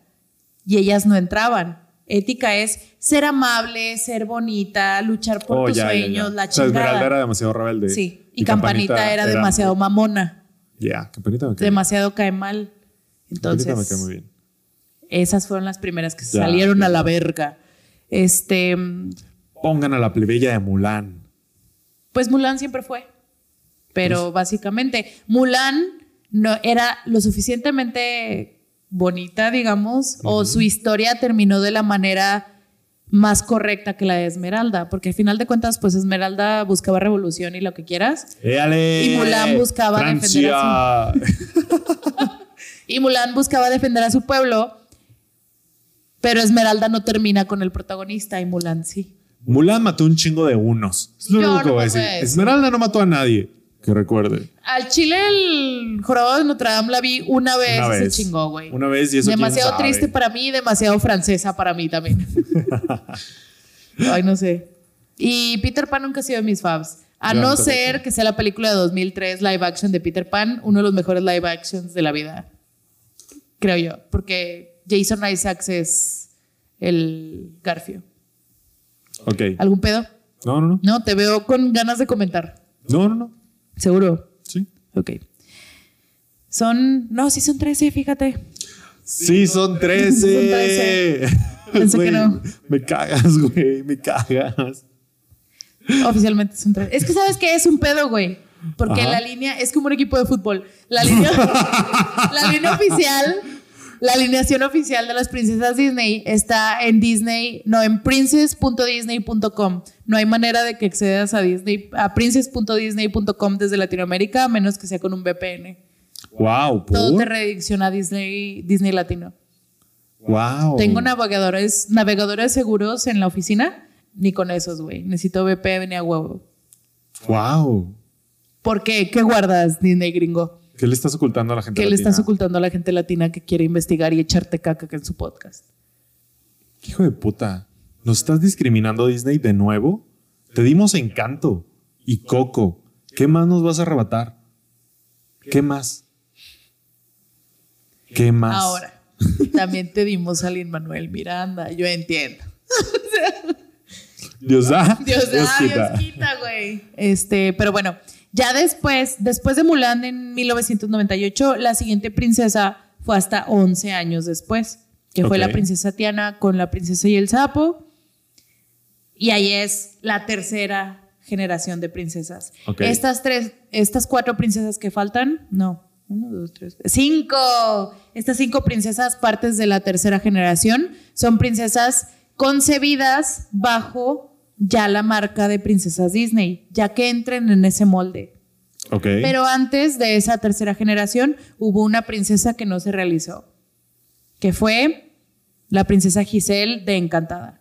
Speaker 3: y ellas no entraban. Ética es ser amable, ser bonita, luchar por
Speaker 1: Oh,
Speaker 3: tus
Speaker 1: ya, ya, ya.
Speaker 3: sueños, la
Speaker 1: O sea, Esmeralda era
Speaker 3: chingada.
Speaker 1: demasiado rebelde.
Speaker 3: sí, y, campanita, era, demasiado mamona,
Speaker 1: Ya, campanita me cae bien.
Speaker 3: demasiado cae mal.
Speaker 1: Campanita me
Speaker 3: Entonces,
Speaker 1: cae muy bien.
Speaker 3: esas fueron las primeras que se
Speaker 1: Ya,
Speaker 3: salieron
Speaker 1: ya.
Speaker 3: a la verga. Este,
Speaker 1: Pongan a la plebeya de Mulan.
Speaker 3: pues Mulan siempre fue. Pero básicamente, Mulan no era lo suficientemente bonita, digamos, o su historia terminó de la manera más correcta que la de Esmeralda, porque al final de cuentas, pues Esmeralda buscaba revolución y lo que quieras,
Speaker 1: ¡Éale!
Speaker 3: Y Mulan buscaba defender a
Speaker 1: defender
Speaker 3: y Mulan buscaba defender a su pueblo, pero Esmeralda no termina con el protagonista y Mulan sí.
Speaker 1: Mulan mató un chingo de unos. Es lo
Speaker 3: Yo
Speaker 1: único que
Speaker 3: no
Speaker 1: voy a
Speaker 3: me
Speaker 1: decir.
Speaker 3: voy a decir.
Speaker 1: Esmeralda no mató a nadie. Que recuerde.
Speaker 3: Al Chile el jorobado de Notre Dame la vi una vez,
Speaker 1: Una
Speaker 3: y
Speaker 1: vez.
Speaker 3: se chingó, güey.
Speaker 1: Una vez y eso quién
Speaker 3: demasiado
Speaker 1: sabe.
Speaker 3: triste para mí, demasiado francesa para mí también. Ay, no sé. Y Peter Pan nunca ha sido de mis faves. A
Speaker 1: Yo
Speaker 3: no
Speaker 1: tampoco.
Speaker 3: ser que sea la película de 2003, live action de Peter Pan, uno de los mejores live actions de la vida. Creo yo. Porque Jason Isaacs es el Garfio.
Speaker 1: Ok.
Speaker 3: ¿Algún pedo?
Speaker 1: No, no, no.
Speaker 3: No, te veo con ganas de comentar.
Speaker 1: No, no, no.
Speaker 3: Seguro.
Speaker 1: Sí.
Speaker 3: Ok. Son. No, sí son 13, fíjate.
Speaker 1: Sí, son 13.
Speaker 3: Son 13. Pensé que
Speaker 1: Güey,
Speaker 3: no.
Speaker 1: Me cagas, güey. Me cagas.
Speaker 3: Oficialmente son tres. Es que sabes que es un pedo, güey. Porque
Speaker 1: Ajá.
Speaker 3: la línea es como un equipo de fútbol. La línea, la línea oficial La alineación oficial de las princesas Disney está en Disney, no, en princess.disney.com. No hay manera de que accedas a Disney, a princess.disney.com desde Latinoamérica, a menos que sea con un VPN.
Speaker 1: Wow,
Speaker 3: Todo te
Speaker 1: ¿por?
Speaker 3: redirecciona a Disney, Disney Latino.
Speaker 1: Wow.
Speaker 3: Tengo navegadores, navegadores seguros en la oficina, ni con esos, güey. Necesito VPN a huevo.
Speaker 1: Wow.
Speaker 3: ¿Por qué? ¿Qué guardas, Disney gringo?
Speaker 1: ¿Qué le estás ocultando a la gente?
Speaker 3: ¿Qué le
Speaker 1: latina?
Speaker 3: estás ocultando a la gente latina que quiere investigar y echarte caca en su podcast?
Speaker 1: Hijo de puta. ¿Nos estás discriminando, Disney, de nuevo? Te dimos encanto y coco. ¿Qué más nos vas a arrebatar? ¿Qué más? ¿Qué más?
Speaker 3: Ahora, también te dimos a Lin Manuel Miranda, yo entiendo.
Speaker 1: Dios da.
Speaker 3: Dios, da,
Speaker 1: quita.
Speaker 3: Dios quita, güey. Este, pero bueno, ya después, después de Mulan en 1998, la siguiente princesa fue hasta 11 años después, que fue
Speaker 1: Ok.
Speaker 3: la princesa Tiana con la princesa y el sapo. Y ahí es la tercera generación de princesas.
Speaker 1: Ok.
Speaker 3: Estas tres, estas cuatro princesas que faltan, no, uno, dos, tres, cinco. Estas cinco princesas, partes de la tercera generación, son princesas concebidas bajo ya la marca de princesas Disney, ya que entren en ese molde.
Speaker 1: Ok.
Speaker 3: Pero antes de esa tercera generación hubo una princesa que no se realizó, que fue la princesa Giselle de Encantada.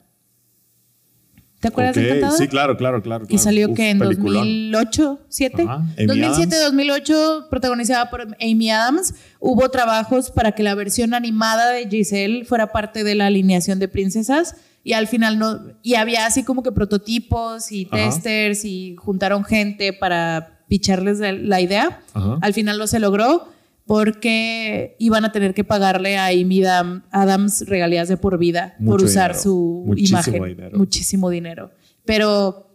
Speaker 3: ¿Te acuerdas
Speaker 1: Ok,
Speaker 3: de Encantada?
Speaker 1: Sí, claro, claro, claro.
Speaker 3: Y salió que en
Speaker 1: peliculón.
Speaker 3: 2008, 7.
Speaker 1: Ajá, Amy
Speaker 3: 2007,
Speaker 1: Adams.
Speaker 3: 2008, protagonizada por Amy Adams, hubo trabajos para que la versión animada de Giselle fuera parte de la alineación de princesas y al final no y había así como que prototipos y
Speaker 1: Ajá.
Speaker 3: testers y juntaron gente para picharles la- la idea.
Speaker 1: Ajá.
Speaker 3: Al final no se logró porque iban a tener que pagarle a Amy Dam- Adams regalías de por vida por
Speaker 1: Mucho
Speaker 3: usar
Speaker 1: dinero,
Speaker 3: su
Speaker 1: muchísimo
Speaker 3: imagen.
Speaker 1: dinero.
Speaker 3: Muchísimo dinero. Pero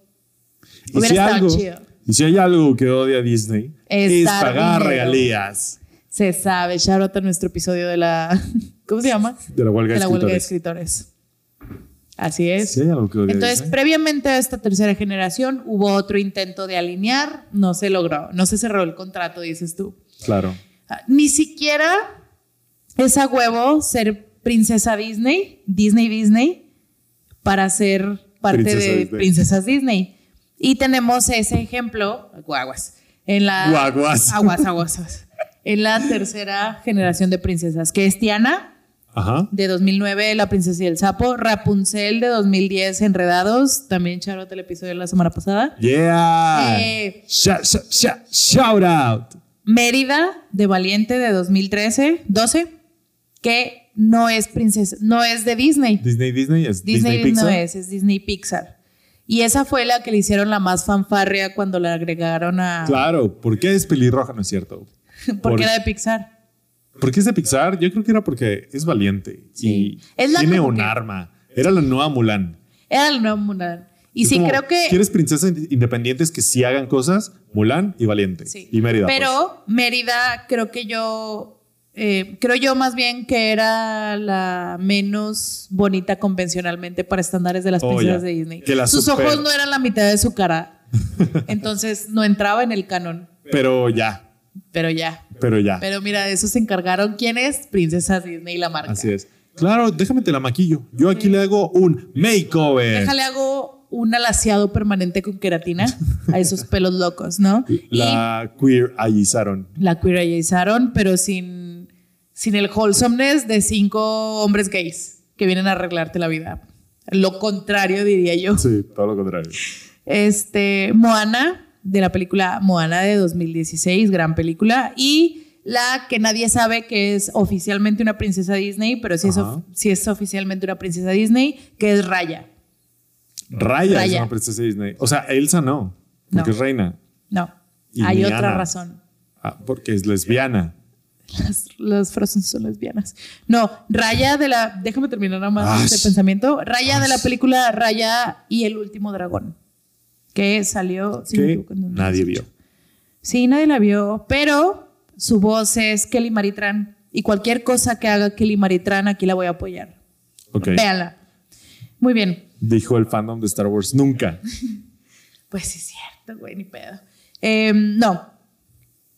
Speaker 1: Y
Speaker 3: Hubiera
Speaker 1: si,
Speaker 3: estado
Speaker 1: algo,
Speaker 3: chido.
Speaker 1: y si hay algo que odia Disney,
Speaker 3: Es
Speaker 1: es
Speaker 3: dar
Speaker 1: pagar
Speaker 3: dinero.
Speaker 1: regalías
Speaker 3: se sabe, shout out a nuestro episodio de la. ¿Cómo se llama?
Speaker 1: de la huelga de
Speaker 3: De la huelga de
Speaker 1: escritores.
Speaker 3: escritores. Así es.
Speaker 1: Si hay algo que odia
Speaker 3: Entonces,
Speaker 1: Disney.
Speaker 3: previamente a esta tercera generación hubo otro intento de alinear, no se logró, no se cerró el contrato, dices tú.
Speaker 1: Claro.
Speaker 3: Ah, Ni siquiera es a huevo ser princesa Disney, Disney Disney, para ser parte
Speaker 1: Princesa
Speaker 3: de
Speaker 1: Disney.
Speaker 3: princesas Disney. Y tenemos ese ejemplo, guaguas, en la...
Speaker 1: Guaguas.
Speaker 3: Aguas, aguas, aguas. En la tercera generación de princesas, que es Tiana,
Speaker 1: Ajá.
Speaker 3: de 2009, La princesa y el sapo, Rapunzel de 2010, Enredados, también charlotte el episodio de la semana pasada,
Speaker 1: Yeah.
Speaker 3: Eh.
Speaker 1: Sha- sha- sha- shout out.
Speaker 3: Mérida de Valiente de 2013, 12, que no es princesa, no es de Disney.
Speaker 1: Disney, Disney es Disney,
Speaker 3: Disney,
Speaker 1: Pixar.
Speaker 3: no es, es Disney Pixar. Y esa fue la que le hicieron la más fanfarria cuando la agregaron a...
Speaker 1: Claro, ¿por qué es pelirroja? No es cierto. por-
Speaker 3: porque era de Pixar.
Speaker 1: ¿Por qué es de Pixar? Yo creo que era porque es valiente
Speaker 3: Sí.
Speaker 1: y
Speaker 3: Es la
Speaker 1: tiene
Speaker 3: como
Speaker 1: un
Speaker 3: que-
Speaker 1: arma. Era la nueva Mulan.
Speaker 3: Era la nueva Mulan. Y
Speaker 1: Es
Speaker 3: sí,
Speaker 1: como,
Speaker 3: creo que...
Speaker 1: ¿Quieres princesas in- independientes que sí hagan cosas? Mulan y Valiente.
Speaker 3: Sí.
Speaker 1: Y Mérida. pues.
Speaker 3: Pero Mérida, creo que yo. eh, creo yo más bien que era la menos bonita convencionalmente para estándares de las
Speaker 1: Oh,
Speaker 3: princesas
Speaker 1: ya.
Speaker 3: de Disney.
Speaker 1: Que la
Speaker 3: Sus
Speaker 1: supera.
Speaker 3: ojos no eran la mitad de su cara. Entonces no entraba en el canon.
Speaker 1: Pero ya,
Speaker 3: Pero ya.
Speaker 1: pero ya.
Speaker 3: Pero mira, de eso se encargaron. ¿Quién es? Princesas Disney y la marca.
Speaker 1: Así es. Claro, déjame te la maquillo. Yo aquí le hago un makeover.
Speaker 3: Déjale hago un alaciado permanente con queratina a esos pelos locos, ¿no? Y
Speaker 1: La queer allizaron.
Speaker 3: la queerayizaron, pero sin, sin el wholesomeness de cinco hombres gays que vienen a arreglarte la vida. Lo contrario, diría yo.
Speaker 1: Sí, todo lo contrario.
Speaker 3: Este, Moana, de la película Moana de 2016, gran película. Y la que nadie sabe que es oficialmente una princesa Disney, pero sí es,
Speaker 1: Ajá.
Speaker 3: of- sí es oficialmente una princesa Disney, que es Raya.
Speaker 1: Raya, es
Speaker 3: Raya.
Speaker 1: una princesa de Disney. O sea, Elsa no, porque
Speaker 3: No.
Speaker 1: es reina.
Speaker 3: No,
Speaker 1: Y
Speaker 3: hay otra
Speaker 1: Miana.
Speaker 3: razón.
Speaker 1: Ah, porque es lesbiana.
Speaker 3: las, las Frozen son lesbianas. No, Raya de la. Déjame terminar nada más
Speaker 1: Ash.
Speaker 3: este pensamiento. Raya de la
Speaker 1: Ash.
Speaker 3: película Raya y el último dragón. Que salió. si no me
Speaker 1: que
Speaker 3: equivoco, en 2018.
Speaker 1: nadie vio.
Speaker 3: Sí, nadie la vio. Pero su voz es Kelly Maritran. Y cualquier cosa que haga Kelly Maritran, aquí la voy a apoyar.
Speaker 1: Ok.
Speaker 3: Véanla. Muy bien.
Speaker 1: Dijo el fandom de Star Wars. Nunca.
Speaker 3: Pues sí, es cierto, güey, ni pedo. Em, no.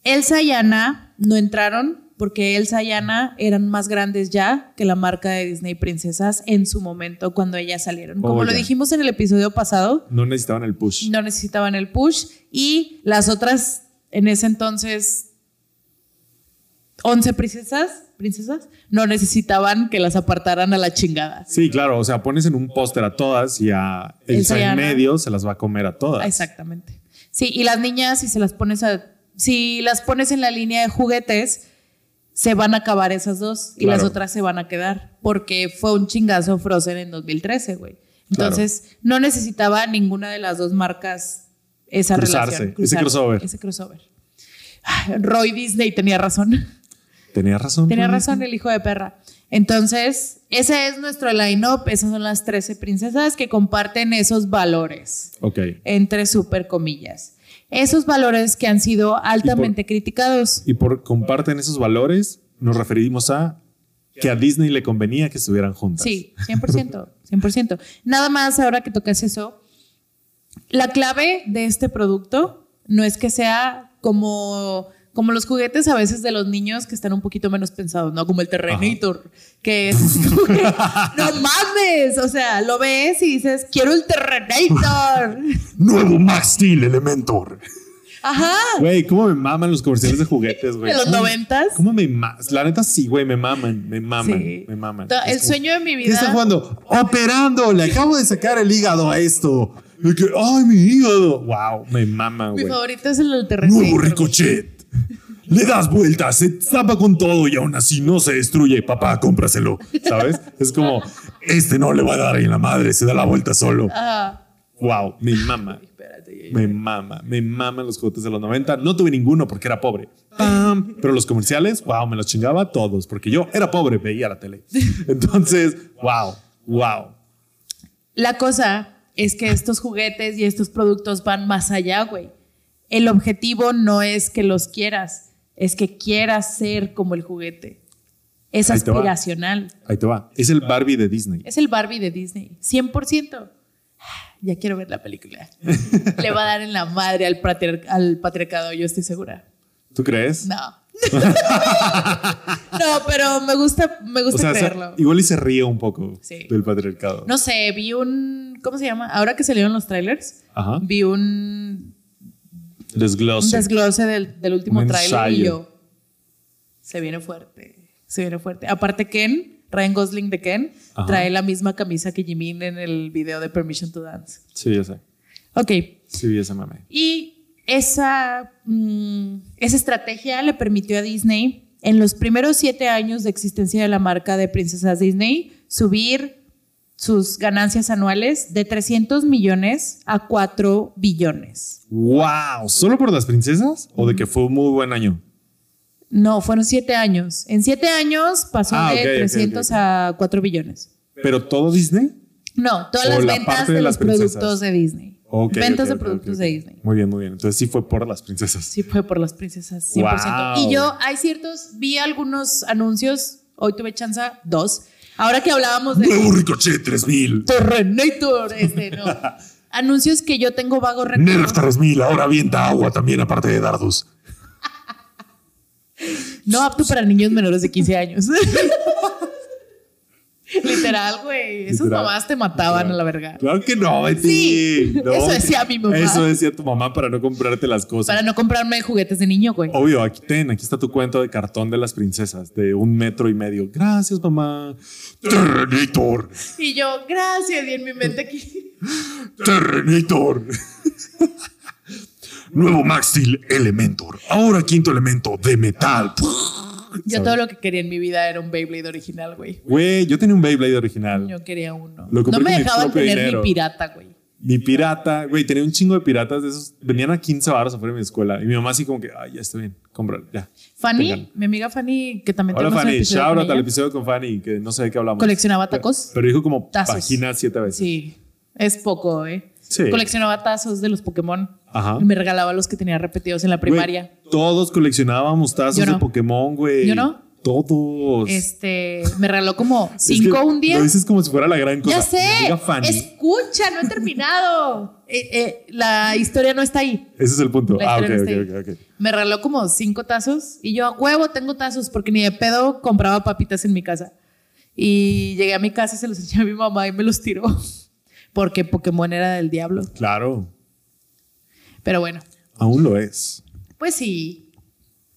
Speaker 3: Elsa y Ana no entraron porque Elsa y Anna eran más grandes ya que la marca de Disney Princesas en su momento cuando ellas salieron. Como
Speaker 1: Oh,
Speaker 3: lo
Speaker 1: ya.
Speaker 3: dijimos en el episodio pasado,
Speaker 1: No necesitaban el push.
Speaker 3: no necesitaban el push y las otras en ese entonces 11 princesas, princesas no necesitaban que las apartaran a la chingada.
Speaker 1: Sí, claro. O sea, pones en un póster a todas y a Elsa
Speaker 3: Elsa y
Speaker 1: en
Speaker 3: Ana.
Speaker 1: medio se las va a comer a todas.
Speaker 3: Exactamente. Sí, y las niñas, si se las pones a- si las pones en la línea de juguetes, se van a acabar esas dos y
Speaker 1: Claro.
Speaker 3: las otras se van a quedar. Porque fue un chingazo Frozen en 2013, güey. Entonces, no necesitaba ninguna de las dos marcas esa
Speaker 1: Cruzarse,
Speaker 3: relación.
Speaker 1: ese crossover.
Speaker 3: Ese crossover. Ay, Roy Disney tenía razón.
Speaker 1: Tenía razón.
Speaker 3: Tenía
Speaker 1: Roy
Speaker 3: razón el hijo de perra. Entonces, ese es nuestro line-up. Esas son las 13 princesas que comparten esos valores
Speaker 1: Disney. Ok.
Speaker 3: entre super comillas. Esos valores que han sido altamente criticados.
Speaker 1: Y por comparten esos valores, nos referimos a que a Disney le convenía que estuvieran juntas.
Speaker 3: Sí, 100%, 100%. Nada más ahora que tocas eso, la clave de este producto no es que sea como, como los juguetes a veces de los niños que están un poquito menos pensados, ¿no? Como el Terrenator, que es como que, no mames, o sea, lo ves y dices, quiero el Terrenator.
Speaker 1: Nuevo Max Steel Elementor.
Speaker 3: Ajá,
Speaker 1: Güey, ¿cómo me maman los comerciales de juguetes, güey?
Speaker 3: de los
Speaker 1: ¿Cómo-
Speaker 3: noventas.
Speaker 1: ¿Cómo me maman? La neta sí, güey, me maman, me maman,
Speaker 3: Sí.
Speaker 1: me maman.
Speaker 3: To- El
Speaker 1: Es como-
Speaker 3: sueño de mi
Speaker 1: ¿Qué está
Speaker 3: vida.
Speaker 1: jugando? Operando, le acabo de sacar el hígado a esto. Y que, Ay, mi hígado. Wow, me mama,
Speaker 3: Mi
Speaker 1: güey.
Speaker 3: favorito es el del
Speaker 1: Nuevo
Speaker 3: Terrenator.
Speaker 1: ricochet. Le das vueltas, se tapa con todo y aún así no se destruye. Papá, cómpraselo. ¿Sabes? Es como, este no le va a dar en la madre, se da la vuelta solo.
Speaker 3: Ah,
Speaker 1: Wow, me mama.
Speaker 3: espérate.
Speaker 1: Me mama, me maman los juguetes de los 90. No tuve ninguno porque era pobre. Pam. Pero los comerciales, wow, me los chingaba todos porque yo era pobre, veía la tele. Entonces, wow, wow.
Speaker 3: La cosa es que estos juguetes y estos productos van más allá, güey. El objetivo no es que los quieras, es que quieras ser como el juguete. Es
Speaker 1: Ahí te va.
Speaker 3: aspiracional.
Speaker 1: Ahí te va. Es el Barbie de Disney.
Speaker 3: Es el Barbie de Disney, 100%. Ya quiero ver la película. Le va a dar en la madre al, patriar- al patriarcado, yo estoy segura.
Speaker 1: ¿Tú crees?
Speaker 3: No. no, pero me gusta, me
Speaker 1: o
Speaker 3: gusta
Speaker 1: sea, se-
Speaker 3: creerlo.
Speaker 1: igual y se ríe un poco
Speaker 3: Sí.
Speaker 1: del patriarcado.
Speaker 3: No sé, vi un. ¿Cómo se llama? Ahora que salieron los trailers,
Speaker 1: Ajá.
Speaker 3: vi un, un
Speaker 1: Desglose.
Speaker 3: desglose del, del último
Speaker 1: Un
Speaker 3: trailer
Speaker 1: ensayo.
Speaker 3: y yo. Se viene fuerte. Se viene fuerte. Aparte, Ken, Ryan Gosling de Ken,
Speaker 1: Ajá.
Speaker 3: trae la misma camisa que Jimin en el video de Permission to Dance.
Speaker 1: Sí, ya sé.
Speaker 3: Ok.
Speaker 1: Sí, vi ese mame.
Speaker 3: Y esa, mm, esa estrategia le permitió a Disney, en los primeros siete años de existencia de la marca de Princesas Disney, subir sus ganancias anuales de 300 millones a 4 billones.
Speaker 1: ¡Wow! ¿Solo por las princesas? ¿O de que fue un muy buen año?
Speaker 3: No, fueron siete años. En siete años pasó
Speaker 1: Ah, ok,
Speaker 3: de
Speaker 1: ok,
Speaker 3: 300
Speaker 1: ok, ok.
Speaker 3: a 4 billones.
Speaker 1: ¿Pero todo Disney?
Speaker 3: No, todas
Speaker 1: O
Speaker 3: las
Speaker 1: la
Speaker 3: ventas
Speaker 1: parte
Speaker 3: de,
Speaker 1: de las
Speaker 3: los
Speaker 1: princesas.
Speaker 3: productos de Disney.
Speaker 1: Ok,
Speaker 3: ventas
Speaker 1: ok,
Speaker 3: de
Speaker 1: ok,
Speaker 3: productos
Speaker 1: ok, ok.
Speaker 3: de Disney.
Speaker 1: Muy bien, muy bien. Entonces sí fue por las princesas.
Speaker 3: Sí, fue por las princesas, 100%.
Speaker 1: Wow.
Speaker 3: Y yo, hay ciertos, vi algunos anuncios, hoy tuve chance, dos. Ahora que hablábamos de
Speaker 1: Nuevo Ricochet 3000.
Speaker 3: Torrenator, este, no. anuncios que yo tengo vago
Speaker 1: Nerf
Speaker 3: recuerdo.
Speaker 1: 3000. Ahora avienta agua también, aparte de dardos.
Speaker 3: No apto para niños menores de 15 años. Literal, güey. Esas
Speaker 1: Literal,
Speaker 3: mamás te mataban
Speaker 1: literal.
Speaker 3: a la verga.
Speaker 1: Claro que no, Betty.
Speaker 3: Sí,
Speaker 1: No,
Speaker 3: eso decía mi mamá.
Speaker 1: Eso decía tu mamá para no comprarte las cosas.
Speaker 3: Para no comprarme juguetes de niño, güey.
Speaker 1: Obvio, aquí ten, aquí está tu cuento de cartón de las princesas, de un metro y medio. Gracias, mamá. Terrenator,
Speaker 3: Y yo, gracias, y en mi mente aquí.
Speaker 1: Terrenator. Nuevo Maxil Elementor. Ahora quinto elemento de metal.
Speaker 3: Yo todo lo que quería en mi vida era un Beyblade original, güey.
Speaker 1: Güey, yo tenía un Beyblade original.
Speaker 3: Yo quería uno.
Speaker 1: Lo compré
Speaker 3: No me
Speaker 1: con mi
Speaker 3: dejaban
Speaker 1: propio
Speaker 3: tener
Speaker 1: dinero.
Speaker 3: ni pirata, güey.
Speaker 1: Mi pirata, güey, tenía un chingo de piratas de esos. Venían a 15 baros afuera de mi escuela. Y mi mamá así como que, ay, ya está bien, cómpralo, ya.
Speaker 3: Fanny,
Speaker 1: Vengan.
Speaker 3: mi amiga Fanny, que también
Speaker 1: Hola,
Speaker 3: tenemos un
Speaker 1: Fanny.
Speaker 3: episodio
Speaker 1: Shout
Speaker 3: con
Speaker 1: out al
Speaker 3: ella,
Speaker 1: episodio con Fanny, que no sé de qué hablamos.
Speaker 3: coleccionaba tacos.
Speaker 1: Pero dijo como
Speaker 3: Tazos.
Speaker 1: página siete veces.
Speaker 3: Sí, es poco, ¿eh?
Speaker 1: Sí.
Speaker 3: Coleccionaba tazos de los Pokémon.
Speaker 1: Ajá.
Speaker 3: Y me regalaba los que tenía repetidos en la primaria.
Speaker 1: Güey, todos coleccionábamos tazos
Speaker 3: Yo no.
Speaker 1: de Pokémon, güey.
Speaker 3: Yo no.
Speaker 1: todos.
Speaker 3: Este, me regaló como
Speaker 1: pues, Es que
Speaker 3: cinco un día.
Speaker 1: Lo dices como si fuera la gran cosa.
Speaker 3: Ya sé,
Speaker 1: Diga Fanny.
Speaker 3: escucha, no he terminado. Eh, eh, la historia no está ahí.
Speaker 1: Ese es el punto.
Speaker 3: La
Speaker 1: Ah, ok,
Speaker 3: historia no
Speaker 1: ok,
Speaker 3: está
Speaker 1: ok, ok.
Speaker 3: Me regaló como cinco tazos y yo a huevo tengo tazos porque ni de pedo compraba papitas en mi casa. Y llegué a mi casa, se los eché a mi mamá y me los tiró porque Pokémon era del diablo.
Speaker 1: Claro,
Speaker 3: Pero bueno,
Speaker 1: aún lo es.
Speaker 3: pues sí,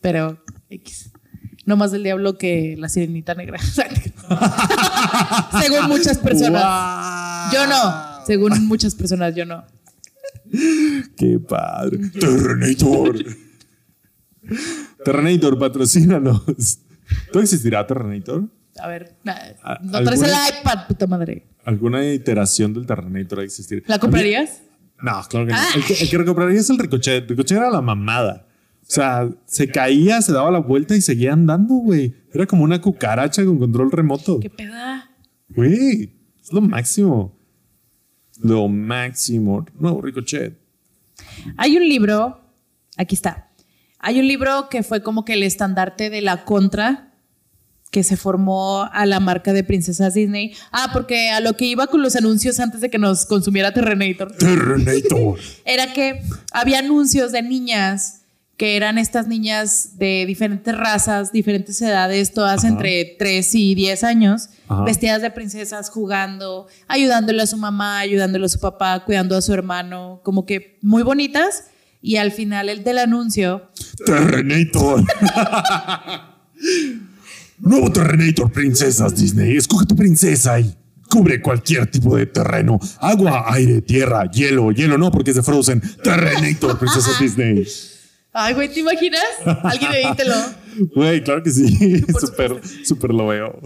Speaker 3: pero X. No más del diablo que la sirenita negra. Según muchas personas.
Speaker 1: ¡Guau!
Speaker 3: Yo no.
Speaker 1: Ah.
Speaker 3: Según muchas personas, yo no.
Speaker 1: ¡Qué padre! ¡Terrenator! Terrenator, patrocínanos. ¿Tú existirá Terrenator?
Speaker 3: A ver, na-
Speaker 1: A-
Speaker 3: no traes el
Speaker 1: ¿alguna-
Speaker 3: iPad, puta madre.
Speaker 1: ¿Alguna iteración del Terrenator va a existir?
Speaker 3: ¿La comprarías?
Speaker 1: No, claro que no.
Speaker 3: Ah.
Speaker 1: El que, el que recuperaría es el ricochet. El ricochet era la mamada. O sea, se caía, se daba la vuelta y seguía andando, güey. Era como una cucaracha con control remoto.
Speaker 3: ¿Qué peda?
Speaker 1: Güey, es lo máximo. Lo máximo. No, ricochet.
Speaker 3: Hay un libro, aquí está. Hay un libro que fue como que el estandarte de la contra que se formó a la marca de princesas Disney. Ah, porque a lo que iba con los anuncios antes de que nos consumiera Terrenator.
Speaker 1: Terrenator.
Speaker 3: era que había anuncios de niñas que eran estas niñas de diferentes razas, diferentes edades, todas
Speaker 1: Ajá.
Speaker 3: entre 3 y 10 años,
Speaker 1: Ajá.
Speaker 3: vestidas de princesas, jugando, ayudándole a su mamá, ayudándole a su papá, cuidando a su hermano, como que muy bonitas. Y al final el del anuncio,
Speaker 1: Terrenator. Nuevo Terrenator, princesas Disney. Escoge tu princesa y cubre cualquier tipo de terreno. Agua, aire, tierra, hielo. Hielo no, porque es de Frozen. Terrenator, princesas Disney.
Speaker 3: ay güey, ¿te imaginas? Alguien edítelo.
Speaker 1: Güey, claro que sí. Súper, súper lo veo.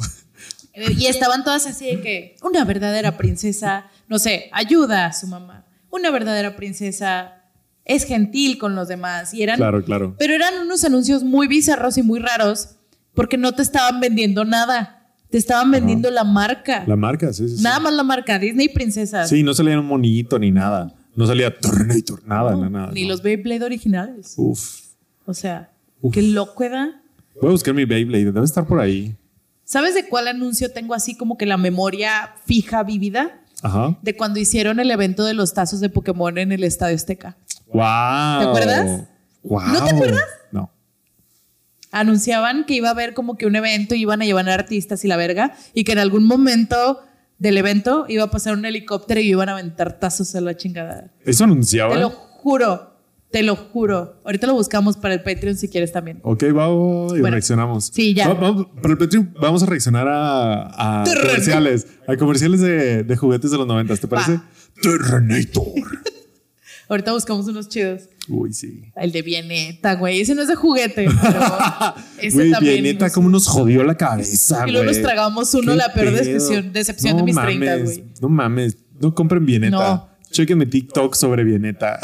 Speaker 3: Y estaban todas así de que una verdadera princesa, no sé, ayuda a su mamá. Una verdadera princesa es gentil con los demás. Y eran
Speaker 1: Claro, claro.
Speaker 3: Pero eran unos anuncios muy bizarros y muy raros porque no te estaban vendiendo nada. Te estaban vendiendo la marca.
Speaker 1: La marca, sí, sí. sí.
Speaker 3: Nada más la marca, Disney Princesas.
Speaker 1: Sí, no salía un monito ni nada. No salía Terrenator, nada,
Speaker 3: No,
Speaker 1: nada, nada.
Speaker 3: Ni
Speaker 1: no.
Speaker 3: los Beyblade originales.
Speaker 1: Uf.
Speaker 3: O sea,
Speaker 1: Uf.
Speaker 3: qué loco era.
Speaker 1: Voy a buscar mi Beyblade. Debe estar por ahí.
Speaker 3: ¿Sabes de cuál anuncio tengo así como que la memoria fija, vívida?
Speaker 1: Ajá.
Speaker 3: De cuando hicieron el evento de los tazos de Pokémon en el Estadio Azteca.
Speaker 1: Wow.
Speaker 3: ¿Te acuerdas?
Speaker 1: Wow.
Speaker 3: ¿No te acuerdas?
Speaker 1: No.
Speaker 3: anunciaban que iba a haber como que un evento, iban a llevar artistas y la verga, y que en algún momento del evento iba a pasar un helicóptero y iban a aventar tazos a la chingada.
Speaker 1: ¿Eso
Speaker 3: Te lo
Speaker 1: anunciaba?
Speaker 3: juro, te lo juro. Ahorita lo buscamos para el Patreon si quieres también.
Speaker 1: Ok, vamos y
Speaker 3: Bueno,
Speaker 1: reaccionamos.
Speaker 3: sí, ya.
Speaker 1: Va- vamos- para el Patreon vamos a reaccionar a, a
Speaker 3: Terrenator.
Speaker 1: comerciales, a comerciales de, de juguetes de los noventas, ¿te parece?
Speaker 3: Va.
Speaker 1: Terrenator.
Speaker 3: Ahorita buscamos unos chidos.
Speaker 1: Uy, sí.
Speaker 3: El de Vianeta, güey. Ese no es de juguete, pero ese
Speaker 1: Güey,
Speaker 3: también.
Speaker 1: Vianeta,
Speaker 3: no sé.
Speaker 1: cómo nos jodió la cabeza,
Speaker 3: Y luego
Speaker 1: güey.
Speaker 3: nos tragamos uno,
Speaker 1: Qué
Speaker 3: la peor
Speaker 1: pedo.
Speaker 3: decepción, decepción de
Speaker 1: No
Speaker 3: mis
Speaker 1: mames,
Speaker 3: 30, güey.
Speaker 1: No mames, no compren Vianeta.
Speaker 3: No.
Speaker 1: Chequen mi TikTok sobre Vianeta.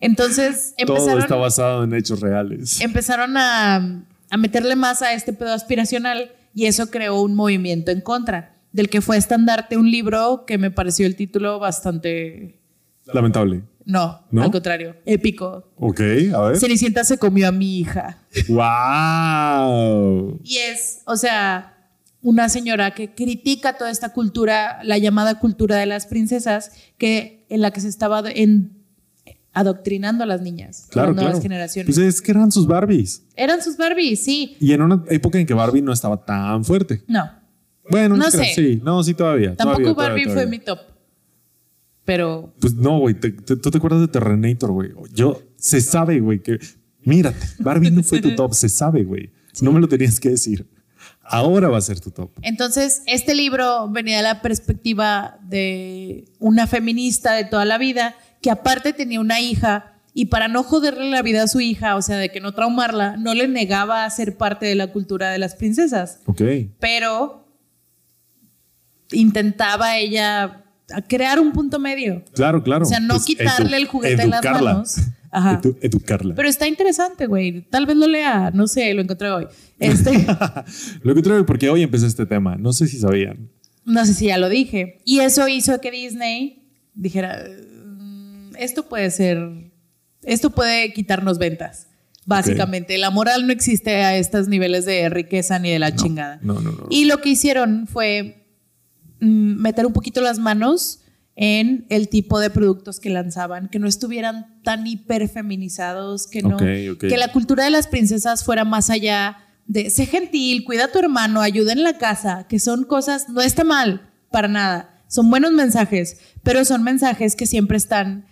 Speaker 3: Entonces
Speaker 1: Todo
Speaker 3: empezaron Em
Speaker 1: está basado en hechos reales.
Speaker 3: empezaron a, a meterle más a este pedo aspiracional y eso creó un movimiento en contra, del que fue estandarte un libro que me pareció el título bastante...
Speaker 1: Lamentable.
Speaker 3: No,
Speaker 1: ¿No?
Speaker 3: al contrario, épico.
Speaker 1: Ok, a ver.
Speaker 3: Cenicienta se comió a mi hija.
Speaker 1: Wow.
Speaker 3: Y es, o sea, una señora que critica toda esta cultura, la llamada cultura de las princesas, que en la que se estaba ad- en- adoctrinando a las niñas, a
Speaker 1: Claro,
Speaker 3: las nuevas
Speaker 1: claro.
Speaker 3: generaciones.
Speaker 1: Pues es que eran sus Barbies.
Speaker 3: Eran sus Barbies, sí.
Speaker 1: Y en una época en que Barbie no estaba tan fuerte.
Speaker 3: No,
Speaker 1: Bueno,
Speaker 3: No
Speaker 1: te creas,
Speaker 3: sé.
Speaker 1: sí, no, sí, todavía.
Speaker 3: Tampoco
Speaker 1: todavía,
Speaker 3: Barbie
Speaker 1: todavía,
Speaker 3: fue mi
Speaker 1: todavía.
Speaker 3: top. Pero
Speaker 1: Pues no, güey, te- te- tú te acuerdas de Terrenator, güey. Yo, se sabe, güey, que. Mírate, Barbie no fue tu top, se sabe, güey. No me lo tenías que decir. Ahora va a ser tu top.
Speaker 3: entonces este libro venía de la perspectiva de una feminista de toda la vida que aparte tenía una hija y para no joderle la vida a su hija, o sea, de que no traumarla, no le negaba a ser parte de la cultura de las princesas,
Speaker 1: Ok.
Speaker 3: pero intentaba ella crear un punto medio.
Speaker 1: Claro, claro.
Speaker 3: O sea, no
Speaker 1: Pues,
Speaker 3: quitarle
Speaker 1: edu-
Speaker 3: el juguete de las
Speaker 1: educarla.
Speaker 3: manos. Ajá.
Speaker 1: Edu- educarla.
Speaker 3: Pero está interesante, güey. Tal vez lo lea, no sé, lo encontré hoy. Este
Speaker 1: Lo que traigo porque hoy empecé este tema. No sé si sabían.
Speaker 3: No sé si ya lo dije. Y eso hizo que Disney dijera, "Mm, esto puede ser, esto puede quitarnos ventas. Básicamente, la moral no existe a estos niveles de riqueza ni de la chingada.
Speaker 1: No, no, no.
Speaker 3: Y lo que hicieron fue mm, meter un poquito las manos en el tipo de productos que lanzaban, que no estuvieran tan hiperfeminizados, que no,
Speaker 1: Ok, ok.
Speaker 3: que la cultura de las princesas fuera más allá de sé gentil, cuida a tu hermano, ayuda en la casa, que son cosas, no está mal, para nada, son buenos mensajes, pero son mensajes que siempre están